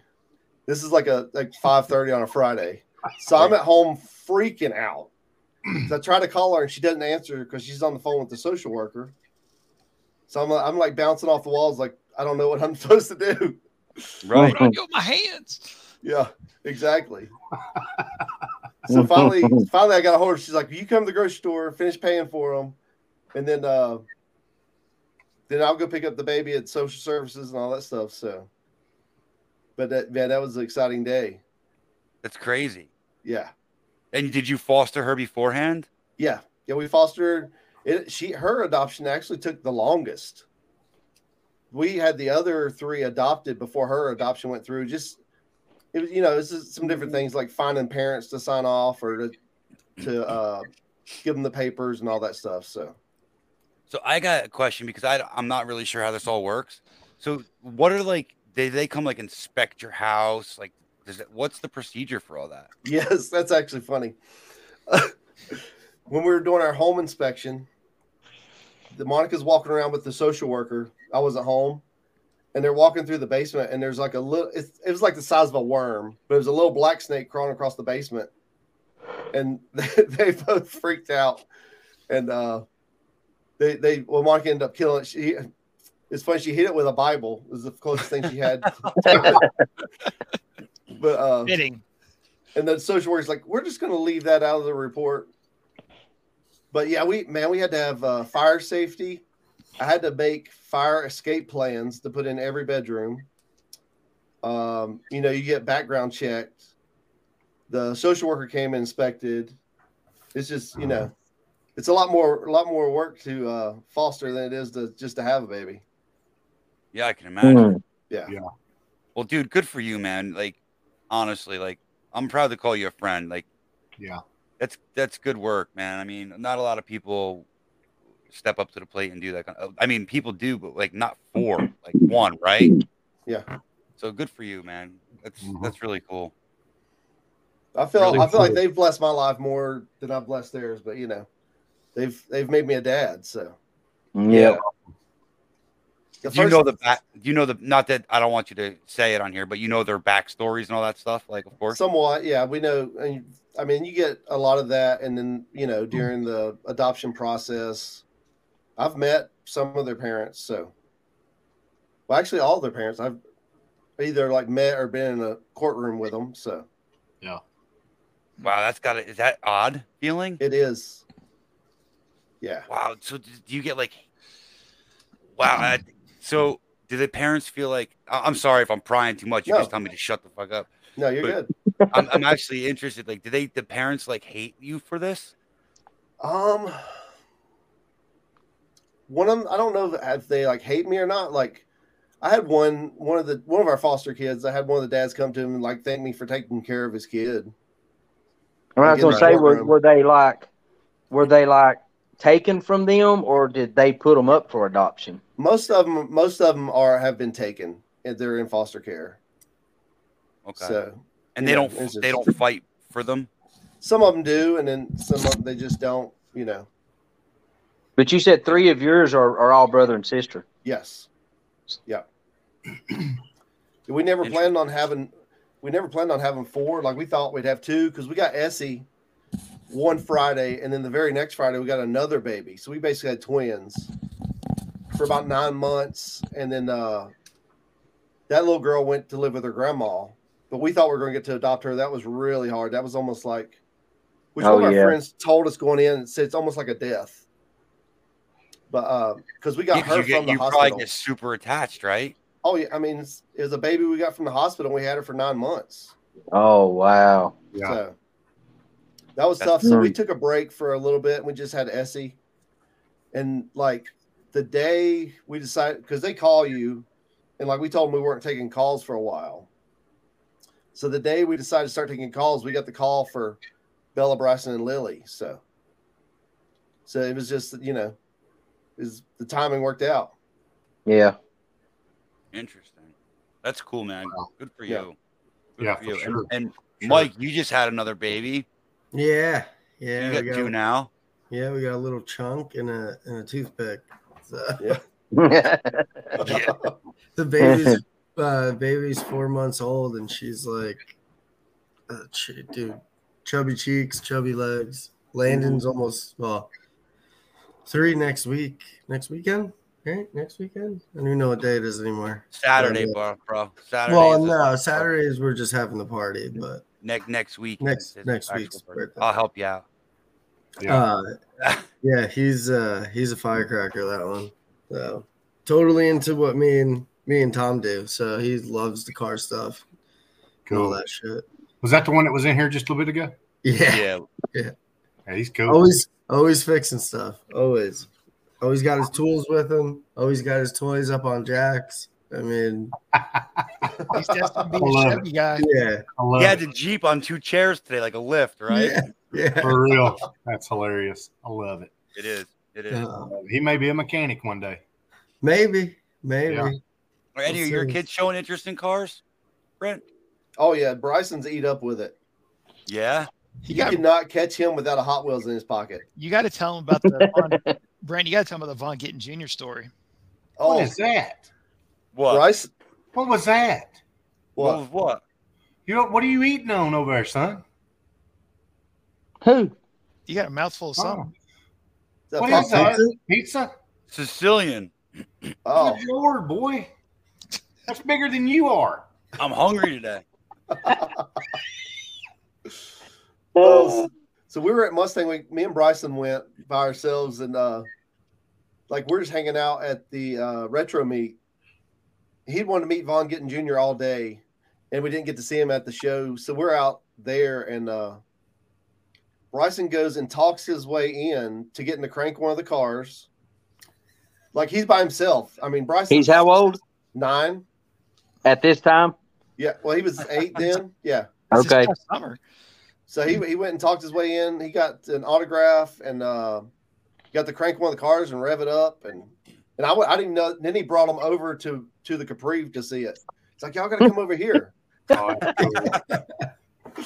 Speaker 4: This is like a like 5 30 on a Friday. So I'm at home freaking out. So I try to call her and she doesn't answer because she's on the phone with the social worker. So I'm I'm like bouncing off the walls, like, I don't know what I'm supposed to do.
Speaker 3: Right.
Speaker 1: What do I do with my hands?
Speaker 6: Yeah, exactly. so finally, finally, I got a hold of her. She's like, "You come to the grocery store, finish paying for them, and then, uh, then I'll go pick up the baby at social services and all that stuff." So, but that man, that was an exciting day.
Speaker 3: That's crazy.
Speaker 6: Yeah,
Speaker 3: And did you foster her beforehand?
Speaker 6: yeah, yeah. We fostered it. She her adoption actually took the longest. We had the other three adopted before her adoption went through. Just it was, you know, this is some different things like finding parents to sign off or to, to uh, give them the papers and all that stuff. So
Speaker 3: So I got a question because I, I'm not really sure how this all works. So what are like, did they come like inspect your house? Like, does it, what's the procedure for all that?
Speaker 6: Yes, that's actually funny. when we were doing our home inspection, the Monica's walking around with the social worker. I was at home, and they're walking through the basement, and there's like a little. It, it was like the size of a worm, but it was a little black snake crawling across the basement, and they, they both freaked out, and uh, they they well Monica ended up killing it. She. It's funny she hit it with a Bible. It was the closest thing she had. but uh,
Speaker 1: Fitting.
Speaker 6: and then social worker's like, we're just going to leave that out of the report. But yeah, we man, we had to have uh, fire safety. I had to make fire escape plans to put in every bedroom. Um, you know, you get background checked. The social worker came and inspected. It's just you know, it's a lot more a lot more work to uh, foster than it is to just to have a baby.
Speaker 3: Yeah, I can imagine.
Speaker 6: Yeah,
Speaker 2: Yeah.
Speaker 3: Well, dude, good for you, man. Like, honestly, like, I'm proud to call you a friend. Like,
Speaker 2: Yeah.
Speaker 3: that's that's good work, man. I mean, not a lot of people step up to the plate and do that. Kind of, I mean, people do, but like not four, like one, right?
Speaker 6: Yeah.
Speaker 3: So good for you, man. That's
Speaker 2: Mhm.
Speaker 3: that's really cool.
Speaker 6: I feel
Speaker 2: Really
Speaker 6: I feel like
Speaker 2: cool.
Speaker 6: they've blessed my life more than I've blessed theirs. But you know, they've they've made me a dad. So
Speaker 5: Yeah.
Speaker 6: The
Speaker 3: do you
Speaker 6: first-
Speaker 3: know the back? Do you know the? Not that I don't want you to say it on here, but you know their backstories and all that stuff. Like, of course.
Speaker 6: Somewhat, yeah. We know, and I mean, you get a lot of that, and then you
Speaker 3: Hmm.
Speaker 6: know, during the adoption process, I've met some of their parents. So, well, actually, all their parents. I've either like met or been in a courtroom with them. So
Speaker 3: wow, that's got to Is that odd feeling?
Speaker 6: it is, yeah.
Speaker 3: Wow. So d- do you get like, wow. I, so do the parents feel like, I- I'm sorry if I'm prying too much. You
Speaker 6: No.
Speaker 3: just tell me to shut the fuck up.
Speaker 6: No, you're
Speaker 3: But-
Speaker 6: good.
Speaker 3: I'm, I'm actually interested. Like, do they, the parents like hate you for this?
Speaker 6: Um, one of them, I don't know if they like hate me or not. Like, I had one, one of the, one of our foster kids. I had one of the dads come to him and like thank me for taking care of his kid.
Speaker 5: I was
Speaker 6: They get
Speaker 5: gonna
Speaker 6: in
Speaker 5: say,
Speaker 6: the
Speaker 5: were,
Speaker 6: courtroom.
Speaker 5: were they like, were they like taken from them, or did they put them up for adoption?
Speaker 6: Most of them, most of them are have been taken. and They're in foster care.
Speaker 3: Okay.
Speaker 6: So
Speaker 3: and they
Speaker 6: yeah,
Speaker 3: don't,
Speaker 6: it's
Speaker 3: they
Speaker 6: just-
Speaker 3: don't fight for them.
Speaker 6: some of them do, and then some of them they just don't. You know.
Speaker 5: But you said three of yours are, are all brother and sister.
Speaker 6: Yes. Yeah. we never planned on having. We never planned on having four. Like we thought we'd have two because we got Essie one Friday, and then the very next Friday we got another baby. So we basically had twins for about nine months, and then uh, that little girl went to live with her grandma. But we thought we were going to get to adopt her. That was really hard. That was almost like, which
Speaker 5: Oh,
Speaker 6: one of our
Speaker 5: yeah.
Speaker 6: friends told us going in and said it's almost like a death. But because we got
Speaker 3: Yeah, 'cause
Speaker 6: her
Speaker 3: you get,
Speaker 6: from the
Speaker 3: you
Speaker 6: hospital.
Speaker 3: probably get super attached, right?
Speaker 6: Oh yeah, I mean, it's, it was a baby we got from the hospital. and We had her for nine months.
Speaker 5: Oh wow.
Speaker 2: Yeah.
Speaker 6: So that was
Speaker 3: That's
Speaker 6: tough. So we
Speaker 5: great.
Speaker 6: took a break for a little bit. and We just had Essie, and like the day we decided because they call you, and like we told them we weren't taking calls for a while. So the day we decided to start taking calls, we got the call for Bella Bryson and Lily. So, so it was just you know, is the timing worked out?
Speaker 5: Yeah.
Speaker 3: Interesting. That's cool, man. Good for
Speaker 6: Yeah.
Speaker 3: you. Good
Speaker 2: Yeah,
Speaker 3: for
Speaker 2: for
Speaker 3: you.
Speaker 2: sure.
Speaker 3: And, and
Speaker 2: Sure.
Speaker 3: Mike, you just had another baby.
Speaker 4: Yeah.
Speaker 3: You
Speaker 4: Yeah.
Speaker 3: got
Speaker 4: we got-
Speaker 3: two now.
Speaker 4: Yeah, we got a little chunk and a and a toothpick. So
Speaker 3: Yeah.
Speaker 4: the baby's uh, baby's four months old, and she's like, uh, ch- dude, chubby cheeks, chubby legs. Landon's almost well, three next week, next weekend. right? Next weekend? I don't even know what day it is anymore.
Speaker 3: Saturday,
Speaker 4: Yeah.
Speaker 3: bro. bro. Saturday.
Speaker 4: Well,
Speaker 3: is the-
Speaker 4: no, Saturdays we're just having the party, but
Speaker 3: Next next week.
Speaker 4: Next-
Speaker 3: is
Speaker 4: next
Speaker 3: actual
Speaker 4: week's
Speaker 3: birthday.
Speaker 4: birthday.
Speaker 3: I'll help you out.
Speaker 2: Yeah.
Speaker 4: uh, yeah, he's uh he's a firecracker that one. So totally into what me and me and Tom do. So he loves the car stuff, and all
Speaker 2: Cool.
Speaker 4: that shit.
Speaker 2: Was that the one that was in here just a little bit ago?
Speaker 4: Yeah,
Speaker 3: Yeah.
Speaker 2: Yeah, he's cool.
Speaker 3: Oh,
Speaker 4: always always fixing stuff. Always, always got his tools with him. Always got his toys up on jacks. I mean,
Speaker 1: He's destined to
Speaker 2: I
Speaker 1: be a
Speaker 2: love
Speaker 1: Chevy guy.
Speaker 4: yeah,
Speaker 2: I love
Speaker 3: He had
Speaker 2: it.
Speaker 3: the Jeep on two chairs today, like a lift, right?
Speaker 4: yeah, yeah.
Speaker 2: For real. That's hilarious. I love it.
Speaker 3: It is. It is.
Speaker 4: Uh,
Speaker 2: He may be a mechanic one day.
Speaker 4: maybe, maybe.
Speaker 2: Yeah.
Speaker 3: Are any of
Speaker 4: Let's
Speaker 3: your
Speaker 4: see.
Speaker 3: kids showing interest in cars, Brent?
Speaker 6: Oh yeah, Bryson's eat up with it.
Speaker 3: Yeah.
Speaker 1: You
Speaker 6: You
Speaker 1: got
Speaker 6: cannot catch him without a Hot Wheels in his pocket.
Speaker 1: you got to tell him about the Von, Brent. You got to tell him about the Von Gittin Jr. story.
Speaker 6: Oh,
Speaker 2: What is that?
Speaker 3: What?
Speaker 6: Bryce,
Speaker 2: What was that?
Speaker 3: What?
Speaker 6: what?
Speaker 3: was what?
Speaker 2: You what are you eating on over there, son?
Speaker 5: Who?
Speaker 1: You got a mouthful
Speaker 2: Oh.
Speaker 1: of something.
Speaker 6: Is that
Speaker 2: What is
Speaker 6: Popeye?
Speaker 2: that? Pizza?
Speaker 3: Sicilian.
Speaker 6: Oh,
Speaker 2: Good lord, boy. That's bigger than you are.
Speaker 3: I'm hungry today.
Speaker 6: Oh, so we were at Mustang. We, me and Bryson went by ourselves, and uh, like we're just hanging out at the uh, retro meet. He'd wanted to meet Von Gittin Jr. all day, and we didn't get to see him at the show. So we're out there, and uh, Bryson goes and talks his way in to getting to crank one of the cars. Like he's by himself. I mean, Bryson.
Speaker 5: He's how old
Speaker 6: Nine.
Speaker 5: at this time?
Speaker 6: Yeah. Well, he was eight then. Yeah.
Speaker 1: This is
Speaker 5: Okay.
Speaker 1: tough summer.
Speaker 6: So he, he went and talked his way in. He got an autograph and uh, got to crank one of the cars and rev it up. And and I, wa- I didn't know. Then he brought him over to to the Capri to see it. It's like y'all got to come over here.
Speaker 2: Oh, that's cool.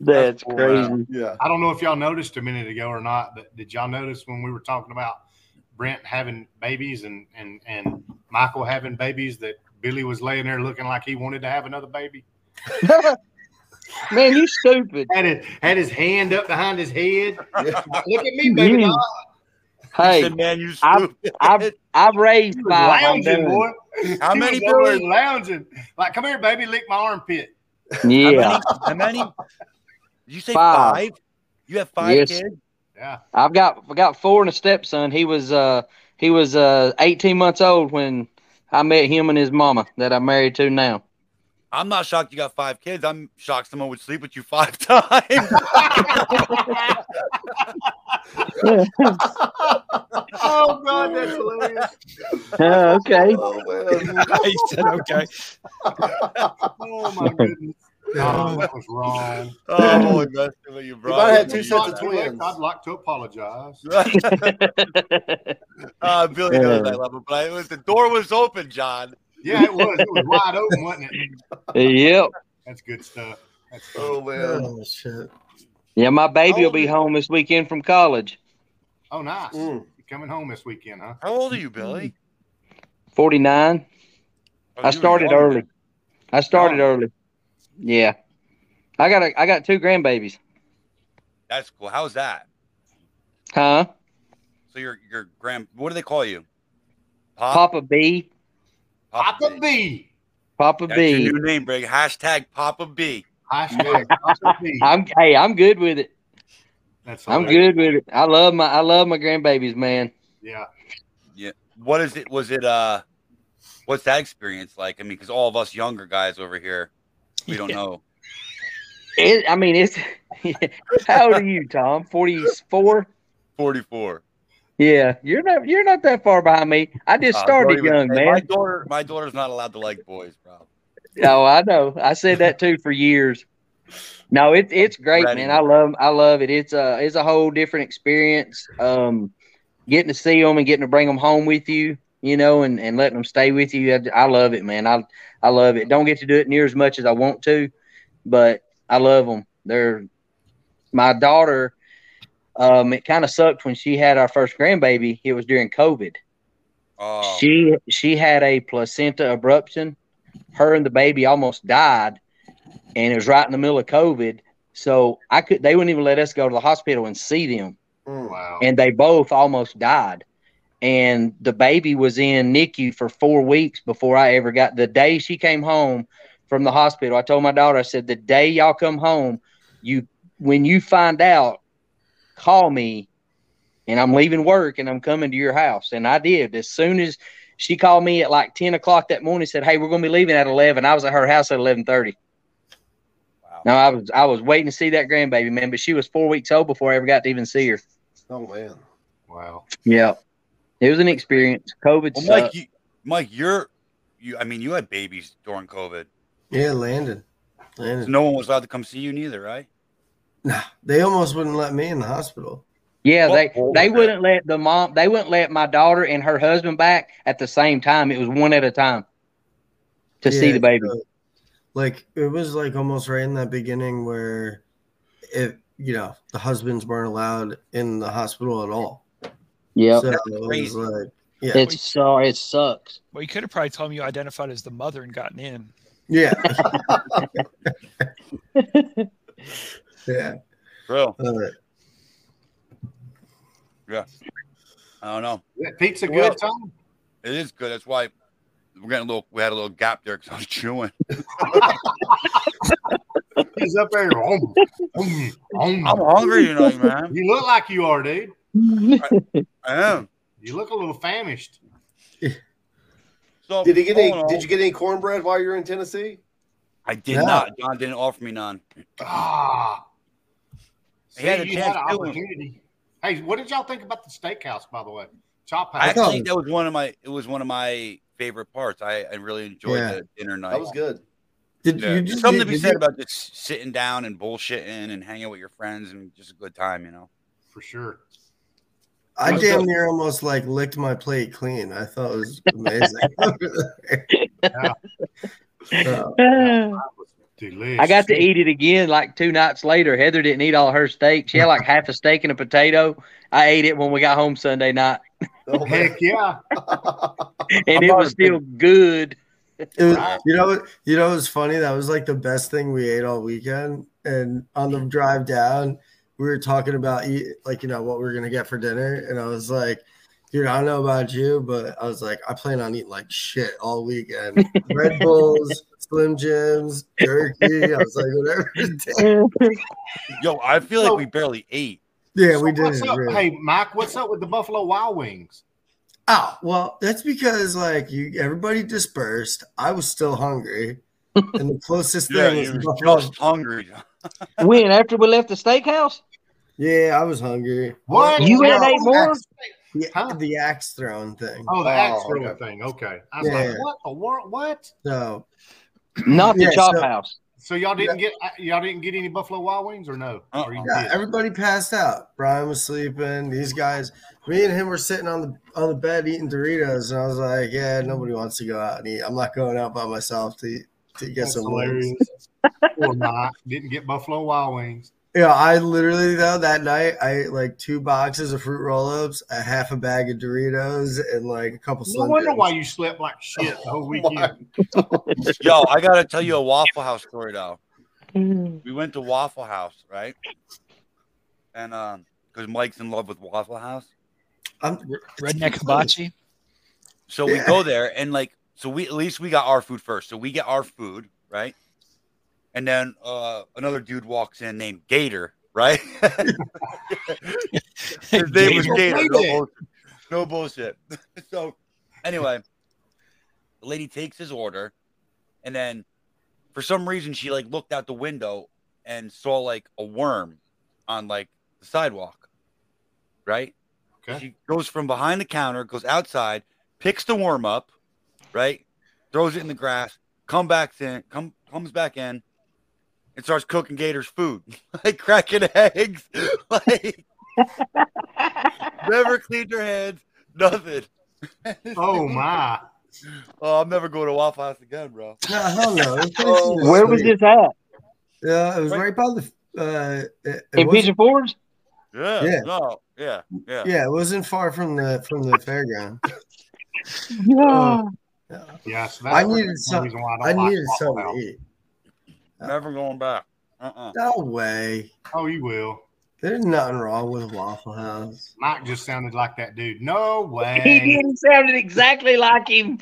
Speaker 5: That's
Speaker 3: Wow.
Speaker 5: crazy.
Speaker 6: Yeah.
Speaker 2: I don't know if y'all noticed a minute ago or not, but did y'all notice when we were talking about Brent having babies and and and Michael having babies that Billy was laying there looking like he wanted to have another baby?
Speaker 5: Man, you stupid.
Speaker 2: Had his, had his hand up behind his head. Look at me, baby.
Speaker 5: Mm.
Speaker 2: dog.
Speaker 3: Hey,
Speaker 5: Hey,
Speaker 3: man, you
Speaker 5: I've-
Speaker 3: stupid.
Speaker 5: I've I've raised
Speaker 2: He was
Speaker 5: five. I'm
Speaker 2: lounging,
Speaker 5: done.
Speaker 2: boy.
Speaker 3: How
Speaker 2: He
Speaker 3: many
Speaker 2: was over there
Speaker 3: Billy?
Speaker 2: lounging? Like, come here, baby, lick my armpit.
Speaker 3: How many-
Speaker 5: Yeah,
Speaker 3: How many? Did you say
Speaker 5: Five.
Speaker 3: five? You have five
Speaker 5: Yes.
Speaker 3: kids?
Speaker 2: Yeah.
Speaker 5: I've got I've got four and a stepson. He was uh he was uh 18 months old when I met him and his mama that I'm married to now.
Speaker 3: I'm not shocked you got five kids. I'm shocked someone would sleep with you five times.
Speaker 2: Oh God, that's hilarious.
Speaker 5: okay.
Speaker 6: Oh, man.
Speaker 1: he said, "Okay,
Speaker 2: Oh my goodness. Oh, that was wrong.
Speaker 3: oh, boy, that's the way you brought
Speaker 6: I
Speaker 3: it.
Speaker 6: had two sets of
Speaker 2: I'd
Speaker 6: twins.
Speaker 2: like- I'd like to apologize.
Speaker 3: uh, Billy knows I love him, but I, it was, the door was open, John.
Speaker 2: Yeah, it was. It was wide open, wasn't it?
Speaker 5: yep.
Speaker 2: That's good stuff. That's
Speaker 6: Oh
Speaker 2: cool.
Speaker 6: man.
Speaker 4: Oh shit.
Speaker 5: Yeah, my baby will
Speaker 3: old are
Speaker 5: be
Speaker 3: you?
Speaker 5: home this weekend from college.
Speaker 2: Oh, nice.
Speaker 6: Mm.
Speaker 2: You coming home this weekend, huh?
Speaker 3: How old are you, Billy?
Speaker 5: 49.
Speaker 3: Oh,
Speaker 5: I
Speaker 3: you were
Speaker 5: started
Speaker 3: young. Oh.
Speaker 5: early. I started early. Yeah. I got a, I got two grandbabies.
Speaker 3: That's cool. How's that?
Speaker 5: Huh?
Speaker 3: So your your grand what do they call you? Pop
Speaker 5: Papa B.
Speaker 2: Papa B.
Speaker 5: Papa
Speaker 3: That's
Speaker 5: B.
Speaker 3: your new name, Brig. Hashtag Papa B.
Speaker 2: Hashtag Papa B.
Speaker 5: I'm hey, I'm good with it.
Speaker 2: That's
Speaker 5: I'm
Speaker 2: hilarious.
Speaker 5: good with it. I love my I love my grandbabies, man.
Speaker 2: Yeah.
Speaker 3: What is it? Was it uh? What's that experience like? I mean, because all of us younger guys over here, we don't know.
Speaker 5: It, I mean, it's how old are you, Tom? Forty four.
Speaker 3: Forty four.
Speaker 5: Yeah, you're not you're not that far behind me. I
Speaker 3: Uh,
Speaker 5: just started young,
Speaker 3: My
Speaker 5: man.
Speaker 3: daughter, my daughter's not allowed to like boys, bro.
Speaker 5: No, I know. I said that too for years. No, it's it's great,
Speaker 3: Ready.
Speaker 5: man. I love I love it. It's a it's a whole different experience. Um, getting to see them and getting to bring them home with you, you know, and and letting them stay with you. I, I love it, man. I I love it. Don't get to do it near as much as I want to, but I love them. They're my daughter. Um, it kind of sucked when she had our first grandbaby. It was during COVID.
Speaker 3: Oh,
Speaker 5: She she had a placenta abruption. Her and the baby almost died, and it was right in the middle of COVID. So I could they wouldn't even let us go to the hospital and see them,
Speaker 6: Mm.
Speaker 2: Wow.
Speaker 5: and they both almost died. and the baby was in NICU for four weeks before I ever got the day she came home from the hospital. I told my daughter, I said, the day y'all come home, you when you find out, call me and I'm leaving work and I'm coming to your house. And I did. As soon as she called me at like 10 o'clock that morning, said, Hey, we're gonna be leaving at eleven. I was at her house at eleven thirty.
Speaker 3: Wow.
Speaker 5: No, I was I was waiting to see that grandbaby, man, but she was four weeks old before I ever got to even see her.
Speaker 6: Oh man.
Speaker 2: Wow.
Speaker 5: Yeah. It was an experience. COVID
Speaker 3: Well, Mike,
Speaker 5: sucked.
Speaker 3: you, Mike, you're you. I mean, you had babies during COVID.
Speaker 4: Yeah, Landon.
Speaker 3: So
Speaker 4: Landon.
Speaker 3: no one was allowed to come see you neither, right?
Speaker 4: Nah, they almost wouldn't let me in the hospital.
Speaker 5: Yeah,
Speaker 3: Well,
Speaker 5: they
Speaker 3: well,
Speaker 5: they
Speaker 3: yeah.
Speaker 5: wouldn't let the mom they wouldn't let my daughter and her husband back at the same time. It was one at a time to see
Speaker 4: Yeah,
Speaker 5: the baby.
Speaker 4: so, like it was like almost right in that beginning where it you know, the husbands weren't allowed in the hospital at all.
Speaker 5: Yeah.
Speaker 4: So it was
Speaker 3: crazy.
Speaker 4: like yeah.
Speaker 5: It's so it sucks.
Speaker 1: Well, you could have probably told me you identified as the mother and gotten in.
Speaker 4: Yeah. yeah.
Speaker 3: Bro,
Speaker 4: Uh,
Speaker 3: I don't know.
Speaker 2: That pizza good,
Speaker 6: Well-
Speaker 2: Tom?
Speaker 3: It is good. That's why we're getting a little. We had a little gap there because I was chewing.
Speaker 2: He's up there. Om, om, om.
Speaker 3: I'm hungry tonight, man.
Speaker 2: You look like you are, dude.
Speaker 3: I am.
Speaker 2: You look a little famished.
Speaker 3: So
Speaker 6: Did he get
Speaker 3: all
Speaker 6: any
Speaker 3: in all,
Speaker 6: did you get any cornbread while you were in Tennessee?
Speaker 3: I did
Speaker 4: No.
Speaker 3: not. John didn't offer me none.
Speaker 2: Ah.
Speaker 3: He had a
Speaker 2: See, you
Speaker 3: chance
Speaker 2: had an
Speaker 3: to do it.
Speaker 2: opportunity. Hey, what did y'all think about the steakhouse, by the way? Chop
Speaker 3: I
Speaker 2: house.
Speaker 3: actually think that was one of my. It was one of my favorite parts. I, I really enjoyed
Speaker 4: Yeah.
Speaker 3: the dinner night.
Speaker 6: That was good.
Speaker 4: did
Speaker 3: Yeah.
Speaker 4: you
Speaker 3: There's
Speaker 4: just
Speaker 3: something to be
Speaker 4: did
Speaker 3: said
Speaker 4: you-
Speaker 3: about just sitting down and bullshitting and hanging with your friends and just a good time, you know.
Speaker 2: for sure.
Speaker 4: I
Speaker 3: What's
Speaker 4: damn
Speaker 3: up?
Speaker 4: near almost like licked my plate clean. I thought it was amazing. So,
Speaker 2: Delicious.
Speaker 5: I got to eat it again like two nights later. Heather didn't eat all her steak. She had like half a steak and a potato. I ate it when we got home Sunday night,
Speaker 6: Oh, man.
Speaker 2: Heck yeah.
Speaker 5: and it was still good.
Speaker 4: it was,
Speaker 3: Wow.
Speaker 4: you know, what- you know, it was funny. That was like the best thing we ate all weekend. And on the drive down, we were talking about eat, like you know what we were gonna get for dinner, and I was like, "Dude, I don't know about you, but I was like, I plan on eating like shit all weekend. Red Bulls, Slim Jims, jerky. I was like, whatever. it takes."
Speaker 3: Yo, I feel like
Speaker 2: So-
Speaker 3: we barely ate.
Speaker 4: Yeah,
Speaker 2: So
Speaker 4: we did.
Speaker 2: what's
Speaker 4: it,
Speaker 2: up-
Speaker 4: really.
Speaker 2: Hey, Mike, what's up with the Buffalo Wild Wings?
Speaker 4: Oh, well, that's because like you everybody dispersed. I was still hungry. And the closest
Speaker 3: Yeah,
Speaker 4: thing was
Speaker 3: you were
Speaker 4: Buffalo-
Speaker 3: just hungry.
Speaker 5: when after we left the steakhouse,
Speaker 4: Yeah, I was hungry.
Speaker 2: What?
Speaker 5: You
Speaker 2: had
Speaker 5: had eight more?
Speaker 4: The,
Speaker 2: Huh?
Speaker 4: the axe throwing thing.
Speaker 2: Oh, the axe
Speaker 6: Oh,
Speaker 2: throwing
Speaker 6: okay.
Speaker 2: thing. Okay. I was
Speaker 4: Yeah.
Speaker 2: like, what the world? What?
Speaker 4: So
Speaker 5: not the
Speaker 4: Yeah,
Speaker 5: chop
Speaker 4: so-
Speaker 5: house.
Speaker 2: So y'all didn't get uh, y'all didn't get any Buffalo Wild Wings or no?
Speaker 5: Uh-uh.
Speaker 2: Or you
Speaker 4: yeah,
Speaker 2: did?
Speaker 4: everybody passed out. Brian was sleeping. These guys, me and him were sitting on the on the bed eating Doritos, and I was like, "Yeah, nobody wants to go out and eat. I'm not going out by myself to eat- to get
Speaker 2: That's
Speaker 4: some wings."
Speaker 2: hilarious. or not. Didn't get Buffalo Wild Wings.
Speaker 4: Yeah, I literally though that night I ate like two boxes of fruit roll-ups, a half a bag of Doritos, and like a couple.
Speaker 2: No
Speaker 4: Slim
Speaker 2: wonder
Speaker 4: Jims.
Speaker 2: why you slept like shit the whole weekend.
Speaker 3: Yo, I gotta tell you a Waffle House story though. We went to Waffle House, right? And um, because Mike's in love with Waffle House,
Speaker 4: I'm,
Speaker 1: Redneck hibachi.
Speaker 3: so we
Speaker 4: Yeah.
Speaker 3: go there and like, so we at least we got our food first. So we get our food, right? And then uh, another dude walks in named Gator, right? His name was
Speaker 1: Gator.
Speaker 3: Gator. No bullshit. No bullshit. so, anyway, the lady takes his order, and then for some reason she like looked out the window and saw like a worm on like the sidewalk, right?
Speaker 2: Okay.
Speaker 3: She goes from behind the counter, goes outside, picks the worm up, right? Throws it in the grass. Come back in. Come comes back in. And starts cooking Gator's food, like cracking eggs, like never cleaned her hands, nothing.
Speaker 2: Oh my.
Speaker 3: Oh, I'm never going to Waffle House again, bro.
Speaker 4: no, hell no. It was
Speaker 3: Oh,
Speaker 4: actually
Speaker 5: Where was
Speaker 4: sweet.
Speaker 5: this at?
Speaker 4: Yeah, it was right by the. Uh, it, it
Speaker 5: In
Speaker 4: wasn't-
Speaker 5: Pigeon Forge?
Speaker 3: Yeah,
Speaker 4: Yeah.
Speaker 3: no, yeah, yeah.
Speaker 4: yeah, it wasn't far from the from the fairground.
Speaker 5: uh, Yeah.
Speaker 4: Yeah.
Speaker 2: Yeah, so that's
Speaker 4: I
Speaker 2: the
Speaker 4: needed
Speaker 2: reason
Speaker 4: some-
Speaker 2: why don't
Speaker 4: I
Speaker 2: like
Speaker 4: needed
Speaker 2: Waffle
Speaker 4: something
Speaker 2: House.
Speaker 4: to eat.
Speaker 3: Never going back. Uh-uh.
Speaker 4: No way.
Speaker 2: Oh, you will.
Speaker 4: There's nothing wrong with Waffle House.
Speaker 2: Mike just sounded like that dude. No
Speaker 5: He
Speaker 2: way.
Speaker 5: didn't sound exactly like him.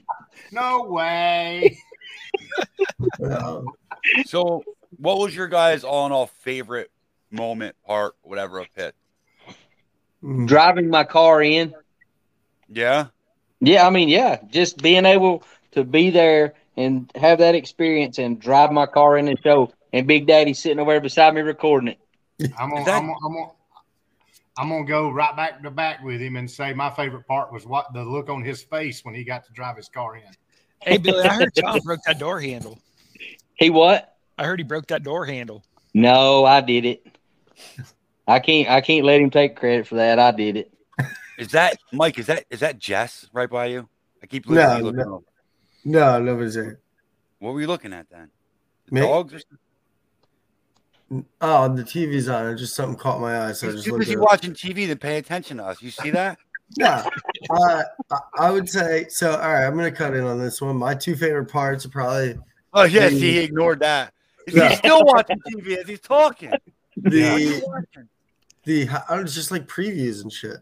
Speaker 2: no way.
Speaker 4: No.
Speaker 3: So, what was your guys' all in all favorite moment, part, whatever of Pitt?
Speaker 4: Mm.
Speaker 5: Driving my car in.
Speaker 3: Yeah,
Speaker 5: Yeah, I mean, yeah, just being able to be there and have that experience and drive my car in the show, and Big Daddy sitting over there beside me recording it.
Speaker 2: I'm gonna,
Speaker 3: That-
Speaker 2: I'm, gonna, I'm, gonna, I'm gonna go right back to back with him and say my favorite part was what the look on his face when he got to drive his car in.
Speaker 1: Hey, Billy, I heard John broke that door handle.
Speaker 5: He what?
Speaker 1: I heard he broke that door handle.
Speaker 5: No, I did it. I can't. I can't let him take credit for that. I did it.
Speaker 3: is that Mike? Is that is that Jess right by you? I keep looking.
Speaker 4: No,
Speaker 3: looking
Speaker 4: no, no, nobody's there.
Speaker 3: What were you looking at then?
Speaker 4: Me?
Speaker 3: Dogs? Or
Speaker 4: Oh, the TV's on. It just something caught my eye, so I
Speaker 3: He's
Speaker 4: just
Speaker 3: too
Speaker 4: looked.
Speaker 3: busy
Speaker 4: at it.
Speaker 3: watching TV than pay attention to us. You see that?
Speaker 4: Yeah, uh, I- I would say so. All right, I'm gonna cut in on this one. My two favorite parts are probably
Speaker 3: Oh yes,
Speaker 4: Yeah.
Speaker 3: he ignored that. He's
Speaker 4: Yeah.
Speaker 3: still watching TV as he's talking. What are you
Speaker 4: the
Speaker 3: watching?
Speaker 4: the. I was just like previews and shit.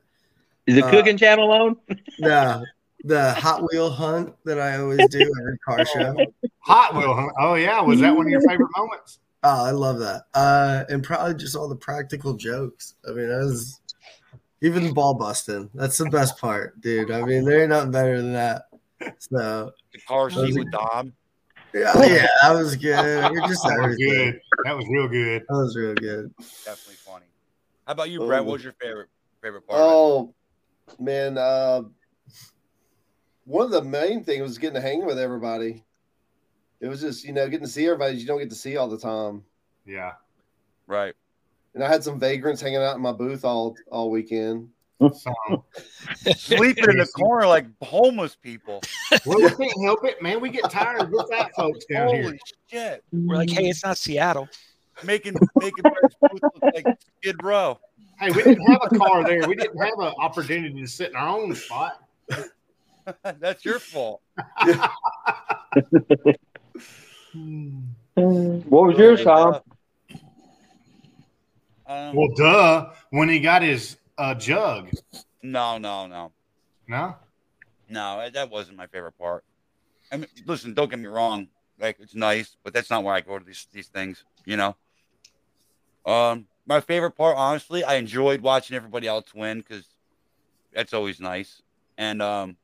Speaker 5: Is the
Speaker 4: Uh,
Speaker 5: cooking channel on?
Speaker 4: The the Hot Wheel hunt that I always do every car show.
Speaker 2: Hot wheel, huh? Oh yeah, was that one of your favorite moments?
Speaker 4: Oh, I love that. Uh, and probably just all the practical jokes. I mean, that was even the ball busting. That's the best part, dude. I mean, there ain't nothing better than that. So
Speaker 3: The car seat
Speaker 4: Those are-
Speaker 3: with Dom.
Speaker 4: yeah, yeah, that was good. We're just
Speaker 2: That was
Speaker 4: everything.
Speaker 2: good. That was real good.
Speaker 4: That was real good.
Speaker 3: Definitely funny. How about you,
Speaker 4: Oh.
Speaker 3: Brett? What was your favorite favorite part? of it?
Speaker 6: Oh man, uh, one of the main things was getting to hang with everybody. It was just you know getting to see everybody you don't get to see all the time.
Speaker 2: Yeah.
Speaker 3: Right.
Speaker 6: And I had some vagrants hanging out in my booth all all weekend.
Speaker 2: So
Speaker 3: Sleeping in the corner like homeless people.
Speaker 2: well, we can't help it, man. We get tired of the fat folks down
Speaker 3: Holy
Speaker 2: here.
Speaker 3: shit.
Speaker 1: We're like, hey, it's not Seattle.
Speaker 3: Making making Brett's booth look like Skid Row.
Speaker 2: Hey, we didn't have a car there. We didn't have an opportunity to sit in our own spot.
Speaker 3: That's your fault.
Speaker 5: Hmm. What was yours, Tom?
Speaker 3: uh, Um,
Speaker 2: Well, duh. When he got his uh, jug,
Speaker 3: no, no, no.
Speaker 2: no.
Speaker 3: No, that wasn't my favorite part. I mean, listen, don't get me wrong. Like, it's nice, but that's not why I go to these these things. You know. Um, my favorite part, honestly, I enjoyed watching everybody else win because that's always nice. And um,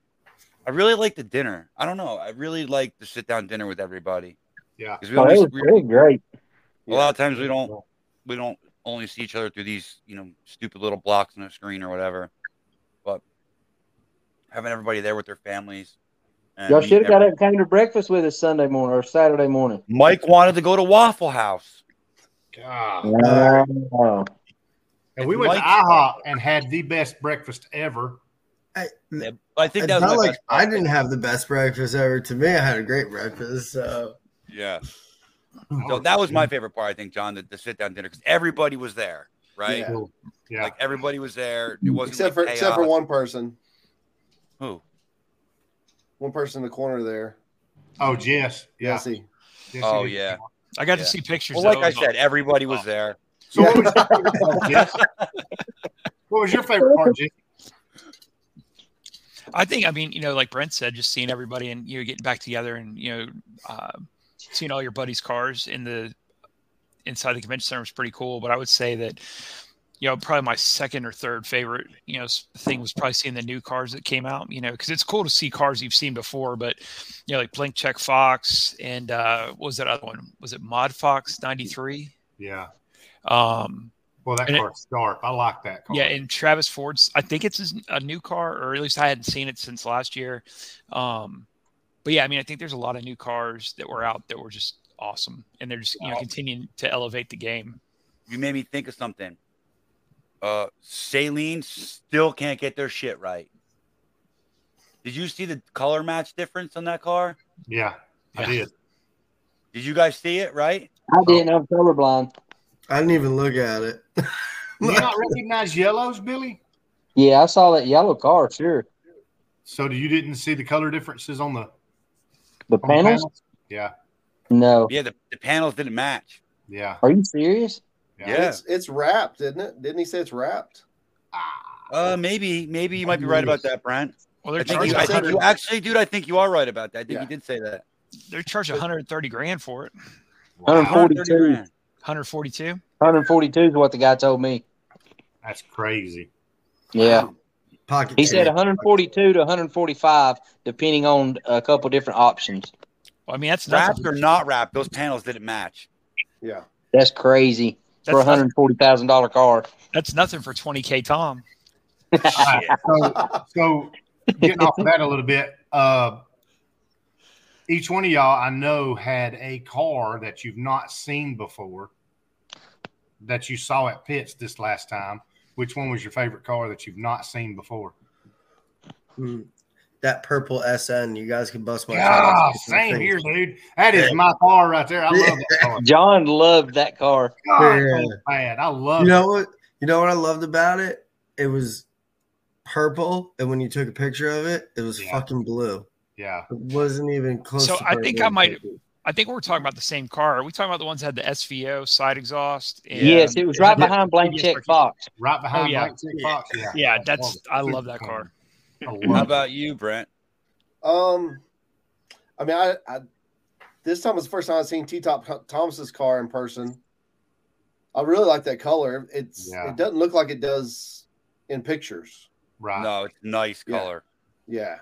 Speaker 3: I really like the dinner. I don't know. I really like the sit down dinner with everybody.
Speaker 2: Yeah.
Speaker 3: 'Cause we only- we-
Speaker 5: Oh, great.
Speaker 3: a lot of times we don't we don't only see each other through these you know stupid little blocks on the screen or whatever but having everybody there with their families and
Speaker 5: Y'all
Speaker 3: meet
Speaker 5: should have got up
Speaker 3: every-
Speaker 5: and came to breakfast with us Sunday morning or Saturday morning.
Speaker 3: mike wanted to go to waffle house
Speaker 2: God.
Speaker 5: Wow.
Speaker 2: And we went to
Speaker 3: Mike-
Speaker 2: IHOP and had the best breakfast ever.
Speaker 3: Yeah, i think
Speaker 4: It's
Speaker 3: that was
Speaker 4: not
Speaker 3: my
Speaker 4: like
Speaker 3: best
Speaker 4: I
Speaker 3: part.
Speaker 4: didn't have the best breakfast ever. To me, I had a great breakfast. So
Speaker 3: yeah
Speaker 2: Oh,
Speaker 3: so that was my favorite part i think john the, the sit down dinner because everybody was there right
Speaker 6: Yeah. Mm.
Speaker 2: Yeah.
Speaker 3: like everybody was there it wasn't
Speaker 6: Except for
Speaker 3: like
Speaker 6: except for
Speaker 3: chaos.
Speaker 6: one person,
Speaker 3: who
Speaker 6: one person in the corner there.
Speaker 2: Oh, Jess.
Speaker 6: Yeah.
Speaker 2: Yeah.
Speaker 6: See,
Speaker 2: Jesse
Speaker 3: oh
Speaker 2: did.
Speaker 3: yeah
Speaker 1: I got
Speaker 3: Yeah.
Speaker 1: to see pictures.
Speaker 3: well like
Speaker 1: though.
Speaker 3: i said everybody was there
Speaker 2: So what was, your favorite part, Jess? what was your favorite part, Jess?
Speaker 1: I think, I mean, you know, like Brent said, just seeing everybody and, you know, getting back together and, you know, uh, seeing all your buddies' cars in the inside the convention center was pretty cool. But I would say that, you know, probably my second or third favorite, you know, s- thing was probably seeing the new cars that came out, you know, because it's cool to see cars you've seen before, but, you know, like Blink Check Fox and uh, what was that other one? Was it Mod Fox 93?
Speaker 2: Yeah.
Speaker 1: Um,
Speaker 2: Well, that
Speaker 1: And it-
Speaker 2: car's sharp. I like that car.
Speaker 1: yeah, and Travis Ford's. I think it's his, a new car, or at least I hadn't seen it since last year. Um, but yeah, I mean, I think there's a lot of new cars that were out that were just awesome, and they're just you know continuing to elevate the game.
Speaker 3: you made me think of something. Uh, Saline still can't get their shit right. Did you see the color match difference on that car?
Speaker 2: yeah, I
Speaker 1: Yeah.
Speaker 2: did.
Speaker 3: Did you guys see it? Right?
Speaker 5: I didn't. I'm colorblind.
Speaker 4: I didn't even look at it.
Speaker 2: Do you not recognize yellows, Billy?
Speaker 5: Yeah, I saw that yellow car. Sure,
Speaker 2: So do you didn't see the color differences on the, on
Speaker 5: the
Speaker 2: the
Speaker 5: panels.
Speaker 2: panels? Yeah,
Speaker 5: No.
Speaker 3: Yeah, the, the panels didn't match.
Speaker 2: yeah,
Speaker 5: Are you serious?
Speaker 3: Yeah.
Speaker 6: It's it's wrapped, isn't it? Didn't he say it's wrapped?
Speaker 2: Ah,
Speaker 3: Uh, maybe, maybe you might be right about that, Brent.
Speaker 1: Well,
Speaker 3: I
Speaker 1: they're
Speaker 3: think,
Speaker 1: charging,
Speaker 3: you, I think
Speaker 1: 100
Speaker 3: you actually, dude, I think you are right about that. I think
Speaker 6: Yeah.
Speaker 3: you did say that.
Speaker 1: they're charging 130 grand for it.
Speaker 5: Wow. 142.
Speaker 3: 130 grand.
Speaker 1: 142.
Speaker 5: 142 is what the guy told me.
Speaker 2: That's crazy.
Speaker 5: Yeah,
Speaker 4: Pocket.
Speaker 5: he said
Speaker 4: change.
Speaker 5: 142 to 145, depending on a couple different options.
Speaker 1: Well, I mean, that's
Speaker 3: Wrapped
Speaker 1: nothing.
Speaker 3: or not wrapped, those panels didn't match.
Speaker 6: Yeah.
Speaker 5: That's crazy for a
Speaker 1: That's,
Speaker 5: hundred forty thousand dollar car.
Speaker 1: that's nothing for 20k Tom.
Speaker 2: So, so getting off of that a little bit, uh, each one of y'all I know had a car that you've not seen before that you saw at pits this last time. Which one was your favorite car that you've not seen before?
Speaker 4: Hmm. That purple SN. You guys can bust my.
Speaker 2: Yeah,
Speaker 4: chops.
Speaker 2: Ah, same here, dude. That is my car right there. I love that car.
Speaker 5: John loved that car.
Speaker 2: God,
Speaker 4: Yeah.
Speaker 2: that was bad. I love
Speaker 4: You
Speaker 2: it.
Speaker 4: know what? You know what I loved about it? It was purple, and when you took a picture of it, it was
Speaker 2: Yeah.
Speaker 4: fucking blue.
Speaker 2: Yeah.
Speaker 4: It wasn't even close.
Speaker 1: So
Speaker 4: to
Speaker 1: I think
Speaker 4: purple.
Speaker 1: I might- I think we're talking about the same car. Are we talking about the ones that had the SVO side exhaust? and-
Speaker 5: Yes, it was right
Speaker 1: Yeah.
Speaker 5: behind blank
Speaker 1: Yes,
Speaker 5: check
Speaker 1: sir.
Speaker 5: box.
Speaker 2: Right behind
Speaker 1: Oh, yeah.
Speaker 2: Black Tick Fox. Yeah.
Speaker 1: Yeah, that's I love that car.
Speaker 2: I
Speaker 3: How
Speaker 2: love it.
Speaker 3: about you, Brent?
Speaker 6: Um, I mean, I, I this time was the first time I've seen T Top Thomas's car in person. I really like that color. It's
Speaker 2: Yeah.
Speaker 6: it doesn't look like it does in pictures.
Speaker 2: Right.
Speaker 3: No, it's nice
Speaker 6: Yeah.
Speaker 3: color.
Speaker 6: Yeah,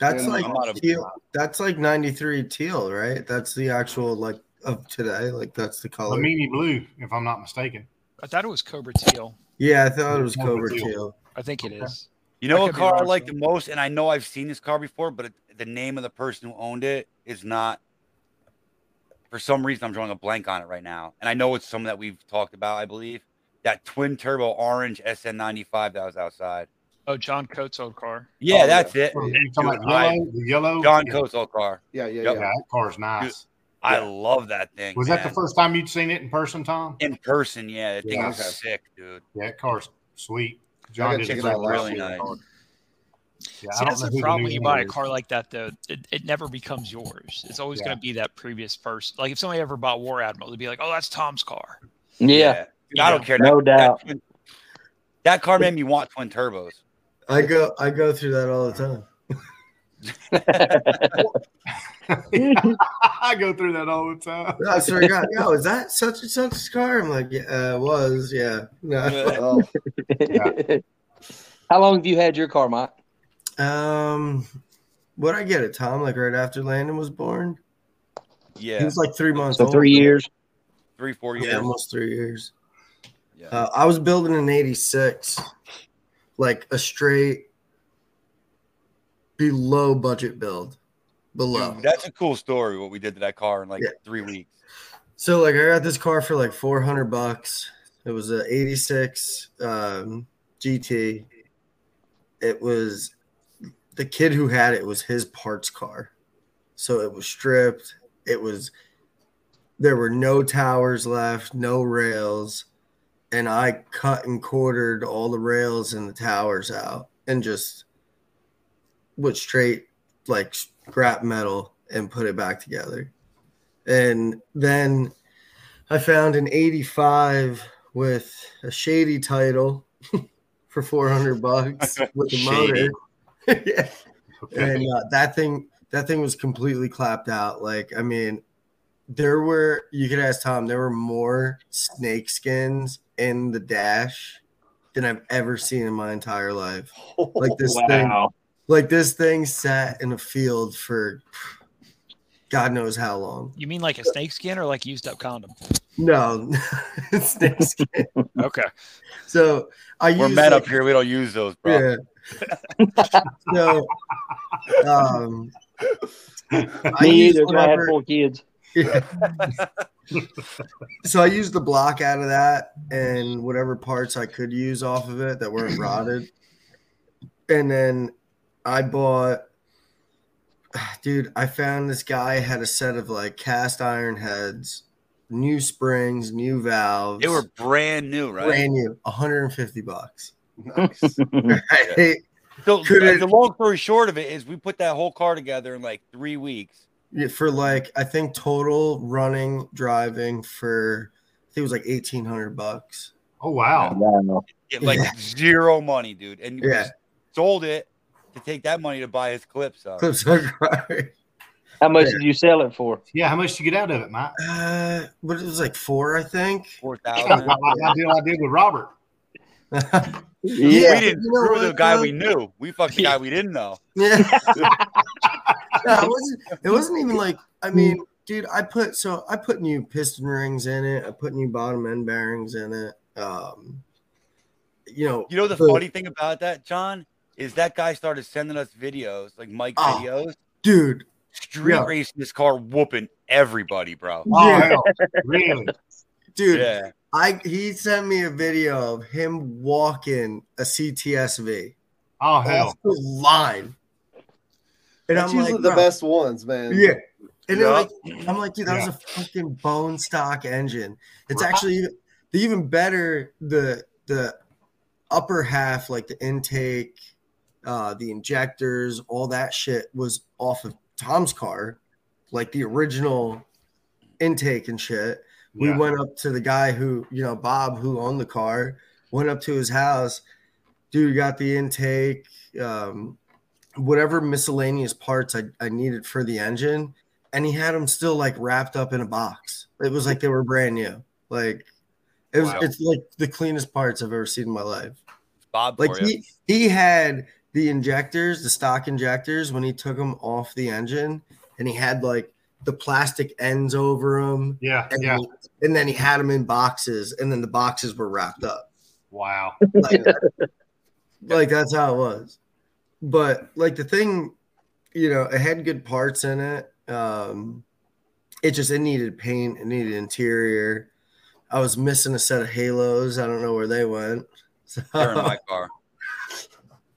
Speaker 4: That's
Speaker 6: Yeah,
Speaker 4: like
Speaker 3: I'm not a-
Speaker 4: teal. That's like ninety three teal, right? That's the actual like of today. Like that's the color.
Speaker 2: Lamini Blue, if I'm not mistaken.
Speaker 1: I thought it was Cobra Teal.
Speaker 4: yeah, I thought it was
Speaker 2: Number
Speaker 4: cobra
Speaker 2: two.
Speaker 4: teal.
Speaker 1: I think it is.
Speaker 3: You
Speaker 1: I
Speaker 3: know what
Speaker 1: could be
Speaker 3: car I
Speaker 1: wrong,
Speaker 3: like
Speaker 1: too.
Speaker 3: the most, and I know I've seen this car before, but it, the name of the person who owned it is not. For some reason, I'm drawing a blank on it right now, and I know it's something that we've talked about. I believe that twin turbo orange SN95 that was outside. Oh,
Speaker 1: Oh, John Coates' old car.
Speaker 3: Yeah,
Speaker 6: yeah.
Speaker 3: that's it.
Speaker 2: Or you talking about
Speaker 3: I-
Speaker 2: yellow? The yellow?
Speaker 3: John
Speaker 2: yeah.
Speaker 3: Coates' old car.
Speaker 6: yeah, yeah,
Speaker 2: Yeah,
Speaker 3: Yep.
Speaker 6: yeah.
Speaker 2: that car's nice.
Speaker 3: I
Speaker 6: Yeah.
Speaker 3: love that thing.
Speaker 2: Was that the
Speaker 3: man.
Speaker 2: first time you'd seen it in person, Tom?
Speaker 3: in person? Yeah, that thing
Speaker 2: Yeah,
Speaker 3: was
Speaker 6: okay.
Speaker 3: sick, dude.
Speaker 2: Yeah, that car's sweet. John
Speaker 6: gotta
Speaker 2: did
Speaker 6: check
Speaker 2: a
Speaker 6: it
Speaker 2: great
Speaker 6: out
Speaker 2: job.
Speaker 6: last
Speaker 3: Really nice.
Speaker 2: Yeah, I
Speaker 1: See,
Speaker 2: don't
Speaker 1: that's
Speaker 2: know
Speaker 1: the
Speaker 2: who
Speaker 1: problem
Speaker 2: new
Speaker 1: when you
Speaker 2: owner
Speaker 1: buy a
Speaker 2: is.
Speaker 1: car like that, though. It, it never becomes yours. It's always
Speaker 2: Yeah.
Speaker 1: going to be that previous person. Like if somebody ever bought War Admiral, they'd be like, "Oh, that's Tom's car."
Speaker 5: Yeah,
Speaker 3: Dude, I don't care.
Speaker 5: no
Speaker 3: that,
Speaker 5: doubt.
Speaker 3: That, that car made me want twin turbos.
Speaker 4: I go I go through that all the time.
Speaker 2: I go through that all the time.
Speaker 4: I swear to God, yo, is that such and such's car? I'm like, yeah, it was, yeah. No.
Speaker 6: Oh,
Speaker 5: How long have you had your car, Mike?
Speaker 4: Um, what I get it, Tom? Like right after Landon was born, he
Speaker 3: Yeah,
Speaker 4: was like three months
Speaker 5: So
Speaker 4: Oh, old.
Speaker 5: three years.
Speaker 3: three, four years.
Speaker 4: Yeah, almost three years.
Speaker 3: Yeah.
Speaker 4: Uh, I was building an '86, like a straight below budget build, below.
Speaker 3: Dude, that's a cool story. What we did to that car in like
Speaker 4: Yeah.
Speaker 3: three weeks.
Speaker 4: So like I got this car for like 400 bucks. It was a 86 um, GT. It was the kid who had it was his parts car. So it was stripped. It was there were no towers left, no rails, and I cut and quartered all the rails and the towers out and just went straight like scrap metal and put it back together. And then I found an 85 with a shady title for 400 bucks with the motor. yeah. And uh, that thing that thing was completely clapped out. Like I mean there were you could ask Tom there were more snake skins in the dash than I've ever seen in my entire life. Like this thing like this thing sat in a field for God knows how long.
Speaker 1: You mean like a snake skin or like used up condom?
Speaker 4: No, snake skin.
Speaker 1: Okay.
Speaker 4: So I
Speaker 3: We're
Speaker 4: use
Speaker 3: met
Speaker 4: like-
Speaker 3: up here. We don't use those, bro.
Speaker 4: Yeah. so, um, I
Speaker 5: Me
Speaker 4: used
Speaker 5: either. 'cause I had
Speaker 4: whatever-
Speaker 5: four kids.
Speaker 4: so I used the block out of that and whatever parts I could use off of it that weren't rotted. And then I bought, dude, I found this guy had a set of like cast iron heads, new springs, new valves.
Speaker 3: They were brand new, right?
Speaker 4: brand new, 150 bucks.
Speaker 6: nice.
Speaker 4: Right?
Speaker 3: So
Speaker 4: Could
Speaker 3: the,
Speaker 4: it-
Speaker 3: the long story short of it is, we put that whole car together in like three weeks.
Speaker 4: Yeah, for like I think total running driving for think it was like eighteen hundred bucks.
Speaker 2: Oh wow.
Speaker 5: Wow.
Speaker 3: Get, like zero money, dude, and you
Speaker 4: Yeah.
Speaker 3: just sold it to take that money to buy his clips up.
Speaker 4: Clips on Cry.
Speaker 5: How much
Speaker 4: Yeah.
Speaker 5: did you sell it for?
Speaker 2: Yeah, how much did you get out of it, Mike?
Speaker 4: Uh, but it was like four, I think.
Speaker 3: Four
Speaker 2: Like
Speaker 3: thousand.
Speaker 2: the deal I did with Robert.
Speaker 4: yeah,
Speaker 3: we didn't
Speaker 4: You know
Speaker 3: screw the
Speaker 4: what,
Speaker 3: guy
Speaker 4: though?
Speaker 3: we knew. We fucked the guy we didn't know.
Speaker 4: yeah. No, it wasn't. It wasn't even like. I mean, dude, I put so I put new piston rings in it. I put new bottom end bearings in it. Um, you know,
Speaker 3: You know the
Speaker 4: but-
Speaker 3: funny thing about that, John, is that guy started sending us videos, like Mike
Speaker 4: Oh.
Speaker 3: videos,
Speaker 4: dude.
Speaker 3: street
Speaker 4: Yeah.
Speaker 3: racing this car, whooping everybody, bro.
Speaker 2: Oh,
Speaker 4: Yeah.
Speaker 2: hell, really?
Speaker 4: Dude,
Speaker 3: Yeah,
Speaker 4: I he sent me a video of him walking a CTSV
Speaker 2: Oh hell.
Speaker 4: off the line, and
Speaker 6: That's
Speaker 4: I'm
Speaker 6: usually
Speaker 4: like,
Speaker 6: the
Speaker 4: "Bro,
Speaker 6: best ones, man.
Speaker 4: Yeah. And they're
Speaker 3: Yeah.
Speaker 4: like, I'm like, dude, that was a fucking bone stock engine. It's actually even, the even better the the upper half, like the intake, uh, the injectors, all that shit was off of Tom's car, like the original intake and shit. We
Speaker 2: Yeah.
Speaker 4: went up to the guy who, you know, Bob who owned the car, went up to his house. Dude got the intake, um, whatever miscellaneous parts I, I needed for the engine, and he had them still like wrapped up in a box. It was like they were brand new. Like it was
Speaker 2: Wow.
Speaker 4: it's like the cleanest parts I've ever seen in my life.
Speaker 3: Bob
Speaker 4: Like
Speaker 3: for you.
Speaker 4: he he had the injectors, the stock injectors when he took them off the engine and he had like the plastic ends over them
Speaker 2: Yeah,
Speaker 4: and,
Speaker 2: yeah.
Speaker 4: and then he had them in boxes and then the boxes were wrapped up
Speaker 2: Wow.
Speaker 4: like, like that's how it was but like the thing you know it had good parts in it um it just it needed paint it needed interior i was missing a set of halos i don't know where they went so
Speaker 3: They're in my car.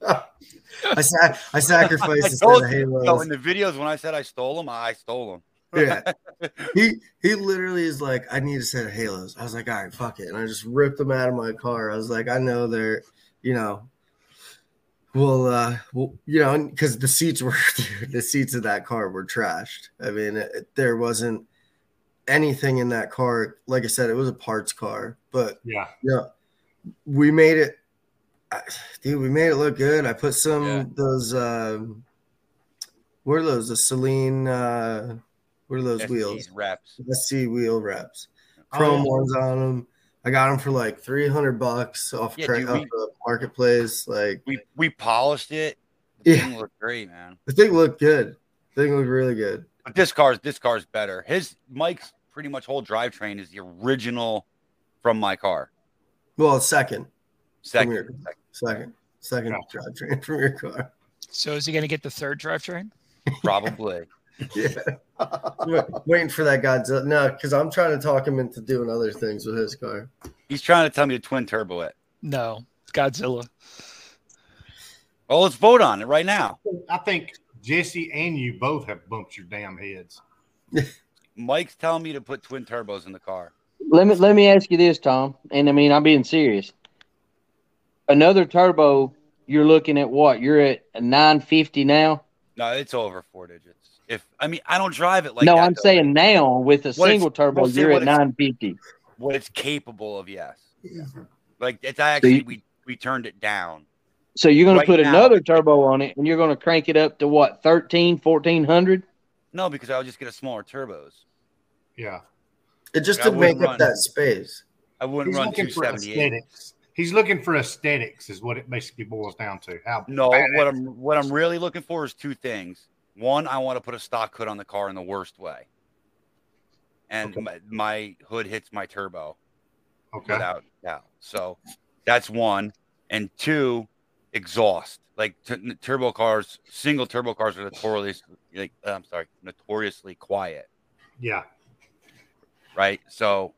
Speaker 4: I, sa- I sacrificed
Speaker 3: I
Speaker 4: a set
Speaker 3: told So
Speaker 4: of halos
Speaker 3: in the videos, when I said I stole them, I stole them.
Speaker 4: yeah he he literally is like i need a set of halos i was like all right fuck it and i just ripped them out of my car i was like i know they're you know well uh well, you know because the seats were dude, the seats of that car were trashed i mean it, it- there wasn't anything in that car like i said it was a parts car but
Speaker 2: Yeah.
Speaker 4: we made it I- dude we made it look good i put some
Speaker 3: Yeah.
Speaker 4: those um what are those the celine uh what are those
Speaker 3: That's
Speaker 4: wheels
Speaker 3: these Reps.
Speaker 4: SC wheel wraps,
Speaker 3: Oh,
Speaker 4: chrome ones on them. I got them for like 300 bucks off,
Speaker 3: Yeah,
Speaker 4: cra-
Speaker 3: dude,
Speaker 4: off
Speaker 3: we-
Speaker 4: the marketplace. Like
Speaker 3: We we polished it. The
Speaker 4: Yeah.
Speaker 3: thing looked great, man.
Speaker 4: the thing looked good. The thing looked really good.
Speaker 3: But this car's this car's better. His Mike's pretty much whole drivetrain is the original from my car.
Speaker 4: Well, second,
Speaker 3: Second,
Speaker 4: your-
Speaker 3: second.
Speaker 4: second, second drivetrain from your car.
Speaker 1: So is he going to get the third drivetrain?
Speaker 3: probably.
Speaker 4: Yeah, Wait- waiting for that Godzilla. No, because I'm trying to talk him into doing other things with his car.
Speaker 3: He's trying to tell me to twin turbo it.
Speaker 1: No, Godzilla.
Speaker 3: Well, Oh, let's vote on it right now.
Speaker 2: I think Jesse and you both have bumped your damn heads.
Speaker 3: Mike's telling me to put twin turbos in the car.
Speaker 5: Let me let me ask you this, Tom. And I mean, I'm being serious. Another turbo, you're looking at what? You're at 950 now.
Speaker 3: No, it's over four digits. If I mean, I don't drive it like
Speaker 5: no,
Speaker 3: that,
Speaker 5: I'm
Speaker 3: though.
Speaker 5: saying now with a
Speaker 3: What it's-
Speaker 5: single turbo,
Speaker 3: well, see,
Speaker 5: you're
Speaker 3: what
Speaker 5: at
Speaker 3: it's-
Speaker 5: 950.
Speaker 3: what it's capable of. Yes,
Speaker 2: Mm-hmm.
Speaker 3: like it's I actually we we turned it down.
Speaker 5: So you're going
Speaker 3: Right
Speaker 5: to put
Speaker 3: now.
Speaker 5: another turbo on it, and you're going to crank it up to what 13, 1400?
Speaker 3: No, because I would just get a smaller turbos.
Speaker 2: Yeah.
Speaker 4: It just
Speaker 3: Yeah, I
Speaker 4: to make
Speaker 3: wouldn't
Speaker 4: up
Speaker 3: run.
Speaker 4: that space.
Speaker 3: I wouldn't
Speaker 2: He's
Speaker 3: run
Speaker 2: looking
Speaker 3: two
Speaker 2: for
Speaker 3: seventy eight.
Speaker 2: aesthetics. He's looking for aesthetics, is what it basically boils down to. How
Speaker 3: No,
Speaker 2: badass-
Speaker 3: what I'm what I'm really looking for is two things. One, I want to put a stock hood on the car in the worst way, and
Speaker 2: Okay.
Speaker 3: my, my hood hits my turbo
Speaker 2: okay.
Speaker 3: without doubt. So that's one, and two, exhaust. Like t- turbo cars, single turbo cars are notoriously like uh, I'm sorry, notoriously quiet.
Speaker 2: Yeah.
Speaker 3: right? So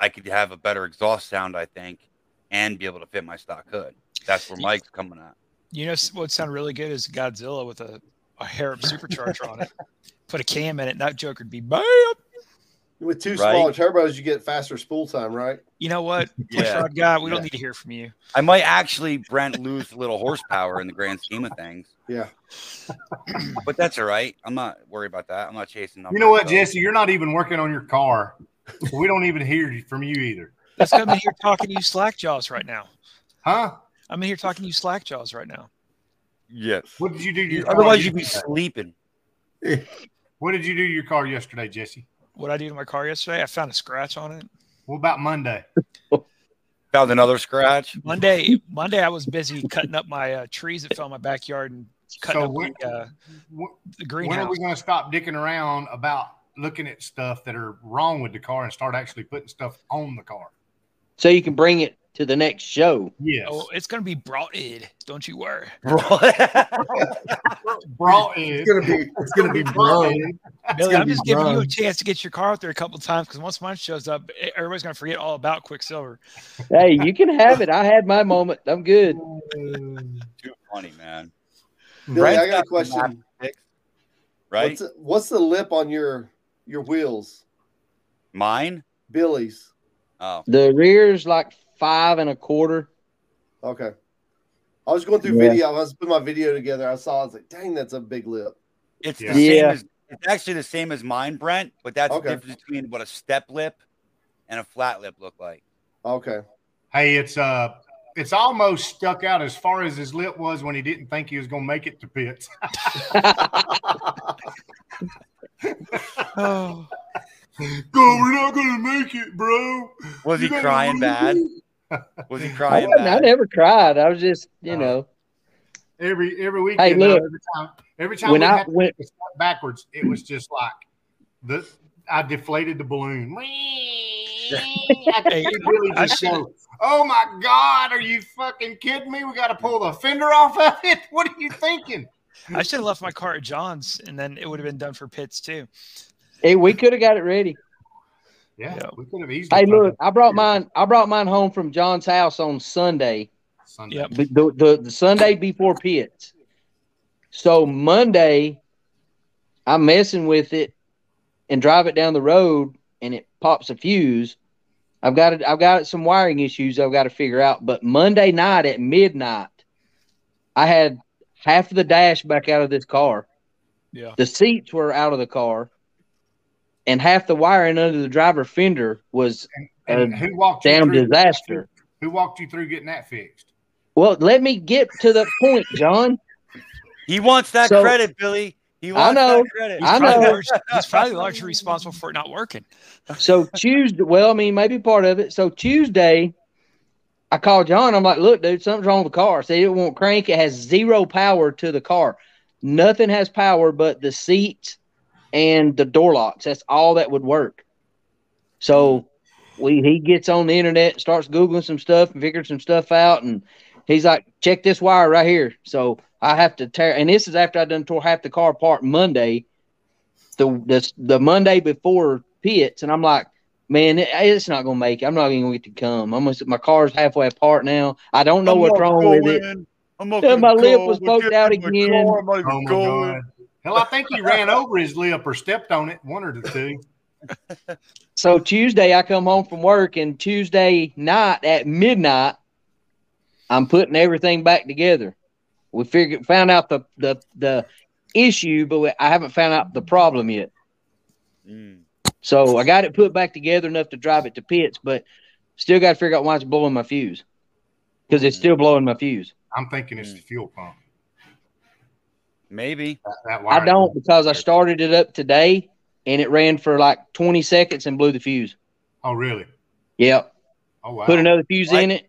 Speaker 3: I could have a better exhaust sound, I think, and be able to fit my stock hood. That's where Mike's coming at.
Speaker 1: You know s- what sounded really good is Godzilla with a, a Harrop supercharger on it. Put a cam in it, and that joker'd be bam.
Speaker 6: With two
Speaker 3: Right.
Speaker 6: smaller turbos, you get faster spool time, right?
Speaker 1: You know what, push
Speaker 3: Yeah.
Speaker 1: rod guy, we
Speaker 3: Yeah.
Speaker 1: don't need to hear from you.
Speaker 3: I might actually Brent lose a little horsepower in the grand scheme of things,
Speaker 6: Yeah.
Speaker 3: but that's all right. I'm not worried about that. I'm not chasing numbers.
Speaker 2: You know
Speaker 3: so-
Speaker 2: what, Jesse? You're not even working on your car. we don't even hear you- from you either,
Speaker 1: That's because I'm in here talking to you slack jaws right now.
Speaker 2: huh?
Speaker 1: I'm in here talking to you slack jaws right now.
Speaker 3: Yes.
Speaker 2: What did you do? To your car
Speaker 3: Otherwise, you'd be
Speaker 2: yesterday?
Speaker 3: sleeping.
Speaker 2: What did you do to your car yesterday, Jesse?
Speaker 1: What I did to my car yesterday, I found a scratch on it.
Speaker 2: What about Monday?
Speaker 3: Found another scratch.
Speaker 1: Monday, Monday I was busy cutting up my uh, trees that fell in my backyard and cutting
Speaker 2: So
Speaker 1: up
Speaker 2: when-
Speaker 1: the, uh, the
Speaker 2: Wh- When are
Speaker 1: greenhouse.
Speaker 2: we going to stop dicking around about looking at stuff that are wrong with the car and start actually putting stuff on the car?
Speaker 5: So you can bring it to the next show.
Speaker 2: Yes,
Speaker 1: Oh, it's gonna be brought in. Don't you worry.
Speaker 3: Bro.
Speaker 2: brought in.
Speaker 4: It's gonna be it's gonna be
Speaker 2: Brought
Speaker 4: blown.
Speaker 2: in.
Speaker 1: Billy,
Speaker 4: gonna
Speaker 1: I'm
Speaker 4: be
Speaker 1: just giving you a
Speaker 4: wrong.
Speaker 1: chance to get your car out there a couple times because once mine shows up, e- everybody's gonna forget all about Quicksilver.
Speaker 5: Hey, you can have it. I had my moment. I'm good.
Speaker 3: Too funny, man.
Speaker 6: Billy,
Speaker 3: Brad's
Speaker 6: I got a
Speaker 3: some
Speaker 6: question.
Speaker 3: map fixed, Right?
Speaker 6: What's, what's the lip on your your wheels,
Speaker 3: Mine?
Speaker 6: Billy's?
Speaker 3: Oh.
Speaker 5: The rear's like five and a quarter.
Speaker 6: Okay. I was going through
Speaker 5: Yeah.
Speaker 6: video. I was putting my video together. I saw. I was like, "Dang, that's a big lip."
Speaker 3: It's
Speaker 2: Yeah.
Speaker 3: the same
Speaker 5: Yeah.
Speaker 3: as it's actually the same as mine, Brent, but that's
Speaker 6: Okay.
Speaker 3: the difference between what a step lip and a flat lip look like.
Speaker 6: Okay.
Speaker 2: Hey, it's uh, it's almost stuck out as far as his lip was when he didn't think he was going to make it to pits.
Speaker 1: Oh,
Speaker 2: Go, we're not going to make it, bro.
Speaker 3: Was he
Speaker 2: You don't
Speaker 3: crying
Speaker 2: know.
Speaker 3: bad? Was he
Speaker 5: I,
Speaker 3: crying
Speaker 5: wasn't- I
Speaker 3: bad?
Speaker 5: never cried. I was just, you
Speaker 2: Uh,
Speaker 3: Uh-huh.
Speaker 5: know,
Speaker 2: Every every weekend,
Speaker 5: look.
Speaker 2: though, every time, every time
Speaker 5: when
Speaker 2: we
Speaker 5: I
Speaker 2: had to
Speaker 5: went,
Speaker 2: take a step backwards, it was just like the I deflated the balloon.
Speaker 1: hey,
Speaker 2: It really
Speaker 1: I
Speaker 2: just
Speaker 1: should've-
Speaker 2: go, oh my God, are you fucking kidding me? We got to pull the fender off of it. What are you thinking?
Speaker 1: I should have left my car at John's and then it would have been done for pits too.
Speaker 5: hey, we could have got it ready.
Speaker 2: Yeah,
Speaker 1: Yeah.
Speaker 2: we could have easily.
Speaker 5: Hey,
Speaker 2: put
Speaker 5: look, I brought
Speaker 2: Yeah.
Speaker 5: mine. I brought mine home from John's house on Sunday,
Speaker 2: it Sunday.
Speaker 1: Yep.
Speaker 5: the the, the, the Sunday before pits. So Monday, I'm messing with it and drive it down the road, and it pops a fuse. I've got it. I've got some wiring issues I've got to figure out. But Monday night at midnight, I had half of the dash back out of this car.
Speaker 1: Yeah.
Speaker 5: The seats were out of the car, and half the wiring under the driver fender was
Speaker 2: And
Speaker 5: Uh,
Speaker 2: who walked you
Speaker 5: damn
Speaker 2: through-
Speaker 5: disaster.
Speaker 2: Who walked you through getting that fixed?
Speaker 5: Well, let me get to the point, John.
Speaker 3: He wants that
Speaker 5: So-
Speaker 3: credit, Billy. He
Speaker 5: I
Speaker 3: wants
Speaker 5: know.
Speaker 3: that credit.
Speaker 5: I
Speaker 1: Probably
Speaker 5: know.
Speaker 1: large- He's probably largely responsible for it not working.
Speaker 5: So Tuesday, well, I mean, maybe part of it. So Tuesday, I called John. I'm like, look, dude, something's wrong with the car. Said it won't crank. It has zero power to the car. Nothing has power but the seats and the door locks. That's all that would work. So we he gets on the internet, starts googling some stuff, and figured some stuff out, and he's like, check this wire right here. So I have to tear, and this is after I done tore half the car apart Monday, the the, the Monday before pits, and I'm like, man, it- it's not gonna make it. I'm not even gonna get to come. I'm gonna, my car's halfway apart now. I don't know what's wrong with it.
Speaker 3: I'm not
Speaker 5: Yeah,
Speaker 3: gonna
Speaker 5: my lip
Speaker 3: go.
Speaker 5: was
Speaker 3: We're
Speaker 5: poked out
Speaker 3: getting my
Speaker 5: again.
Speaker 3: car. I'm not even
Speaker 2: Oh my
Speaker 3: going.
Speaker 2: God. Hell, I think he ran over his lip or stepped on it, one or the two.
Speaker 5: So Tuesday, I come home from work, and Tuesday night at midnight, I'm putting everything back together. We figured found out the the the issue, but we, I haven't found out the problem yet.
Speaker 3: Mm.
Speaker 5: So I got it put back together enough to drive it to pits, but still got to figure out why it's blowing my fuse because it's still blowing my fuse.
Speaker 2: I'm thinking it's the fuel pump.
Speaker 3: Maybe.
Speaker 2: That, that
Speaker 5: I
Speaker 2: wire-
Speaker 5: don't because I started it up today and it ran for like 20 seconds and blew the fuse.
Speaker 2: Oh, really?
Speaker 5: Yep.
Speaker 2: Oh, wow.
Speaker 5: put another fuse
Speaker 3: Like-
Speaker 5: in it,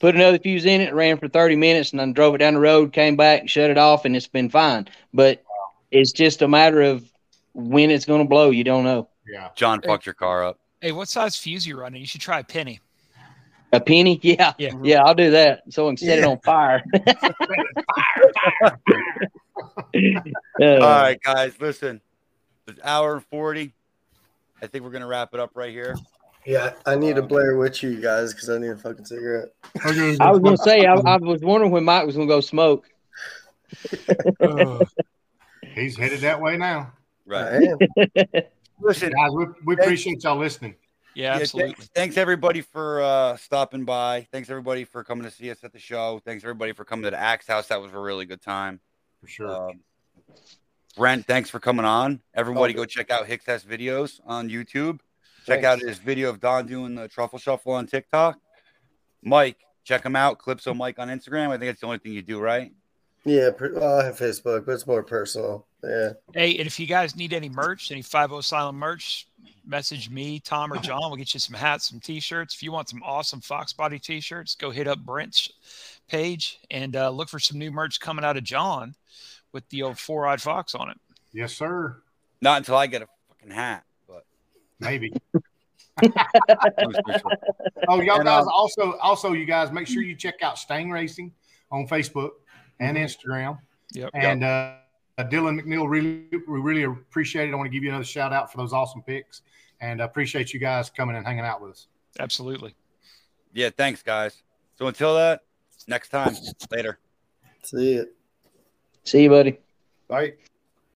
Speaker 5: put another fuse in it, ran for 30 minutes, and then drove it down the road, came back, and shut it off, and it's been fine. But it's just a matter of when it's going to blow. You don't know.
Speaker 2: yeah.
Speaker 3: John fucked your car up.
Speaker 1: Hey, what size fuse you running? You should try a penny.
Speaker 5: A penny? Yeah.
Speaker 1: Yeah.
Speaker 5: Yeah, I'll do that. So I can set it on fire. Uh,
Speaker 3: All right, guys, listen. It's hour and 40. I think we're going to wrap it up right here.
Speaker 4: Yeah, I need a
Speaker 3: Um,
Speaker 4: Blair Witch, you guys, because I need a fucking cigarette.
Speaker 5: I was going to say, I, I was wondering when Mike was going to go smoke.
Speaker 2: He's headed that way now.
Speaker 3: Right.
Speaker 4: I am.
Speaker 3: Listen,
Speaker 2: Guys, we, we appreciate y'all listening.
Speaker 1: Yeah,
Speaker 3: Yeah,
Speaker 1: absolutely.
Speaker 3: thanks, thanks everybody for uh, stopping by. Thanks everybody for coming to see us at the show. Thanks everybody for coming to the Axe House. That was a really good time.
Speaker 2: For sure.
Speaker 3: Um, Brent, thanks for coming on. Everybody,
Speaker 6: Oh,
Speaker 3: go check out Hicks Test videos on YouTube. Check out his video of Don doing the truffle shuffle on TikTok. Mike, check him out. Calypso Mike on Instagram. I think that's the only thing you do, right?
Speaker 4: Yeah, pr- well, I have Facebook, but it's more personal. Yeah.
Speaker 1: Hey, and if you guys need any merch, any 50 Silent merch, message me, Tom, or John. We'll get you some hats, some t-shirts. If you want some awesome Fox Body t-shirts, go hit up Brent's page and uh, look for some new merch coming out of John with the old four-eyed fox on it.
Speaker 2: Yes, sir.
Speaker 3: Not until I get a fucking hat. But
Speaker 2: Maybe.
Speaker 3: I'm just pretty sure.
Speaker 2: Oh, y'all
Speaker 3: And,
Speaker 2: guys
Speaker 3: um,
Speaker 2: also also you guys make sure you check out Stang Racing on Facebook and Instagram.
Speaker 1: Yep.
Speaker 2: And uh, Dylan McNeil, really we really appreciate it. I want to give you another shout out for those awesome picks, and I appreciate you guys coming and hanging out with us.
Speaker 1: Absolutely.
Speaker 3: yeah, thanks guys. So until that, next time, later.
Speaker 4: See it.
Speaker 5: See you, buddy.
Speaker 6: All right.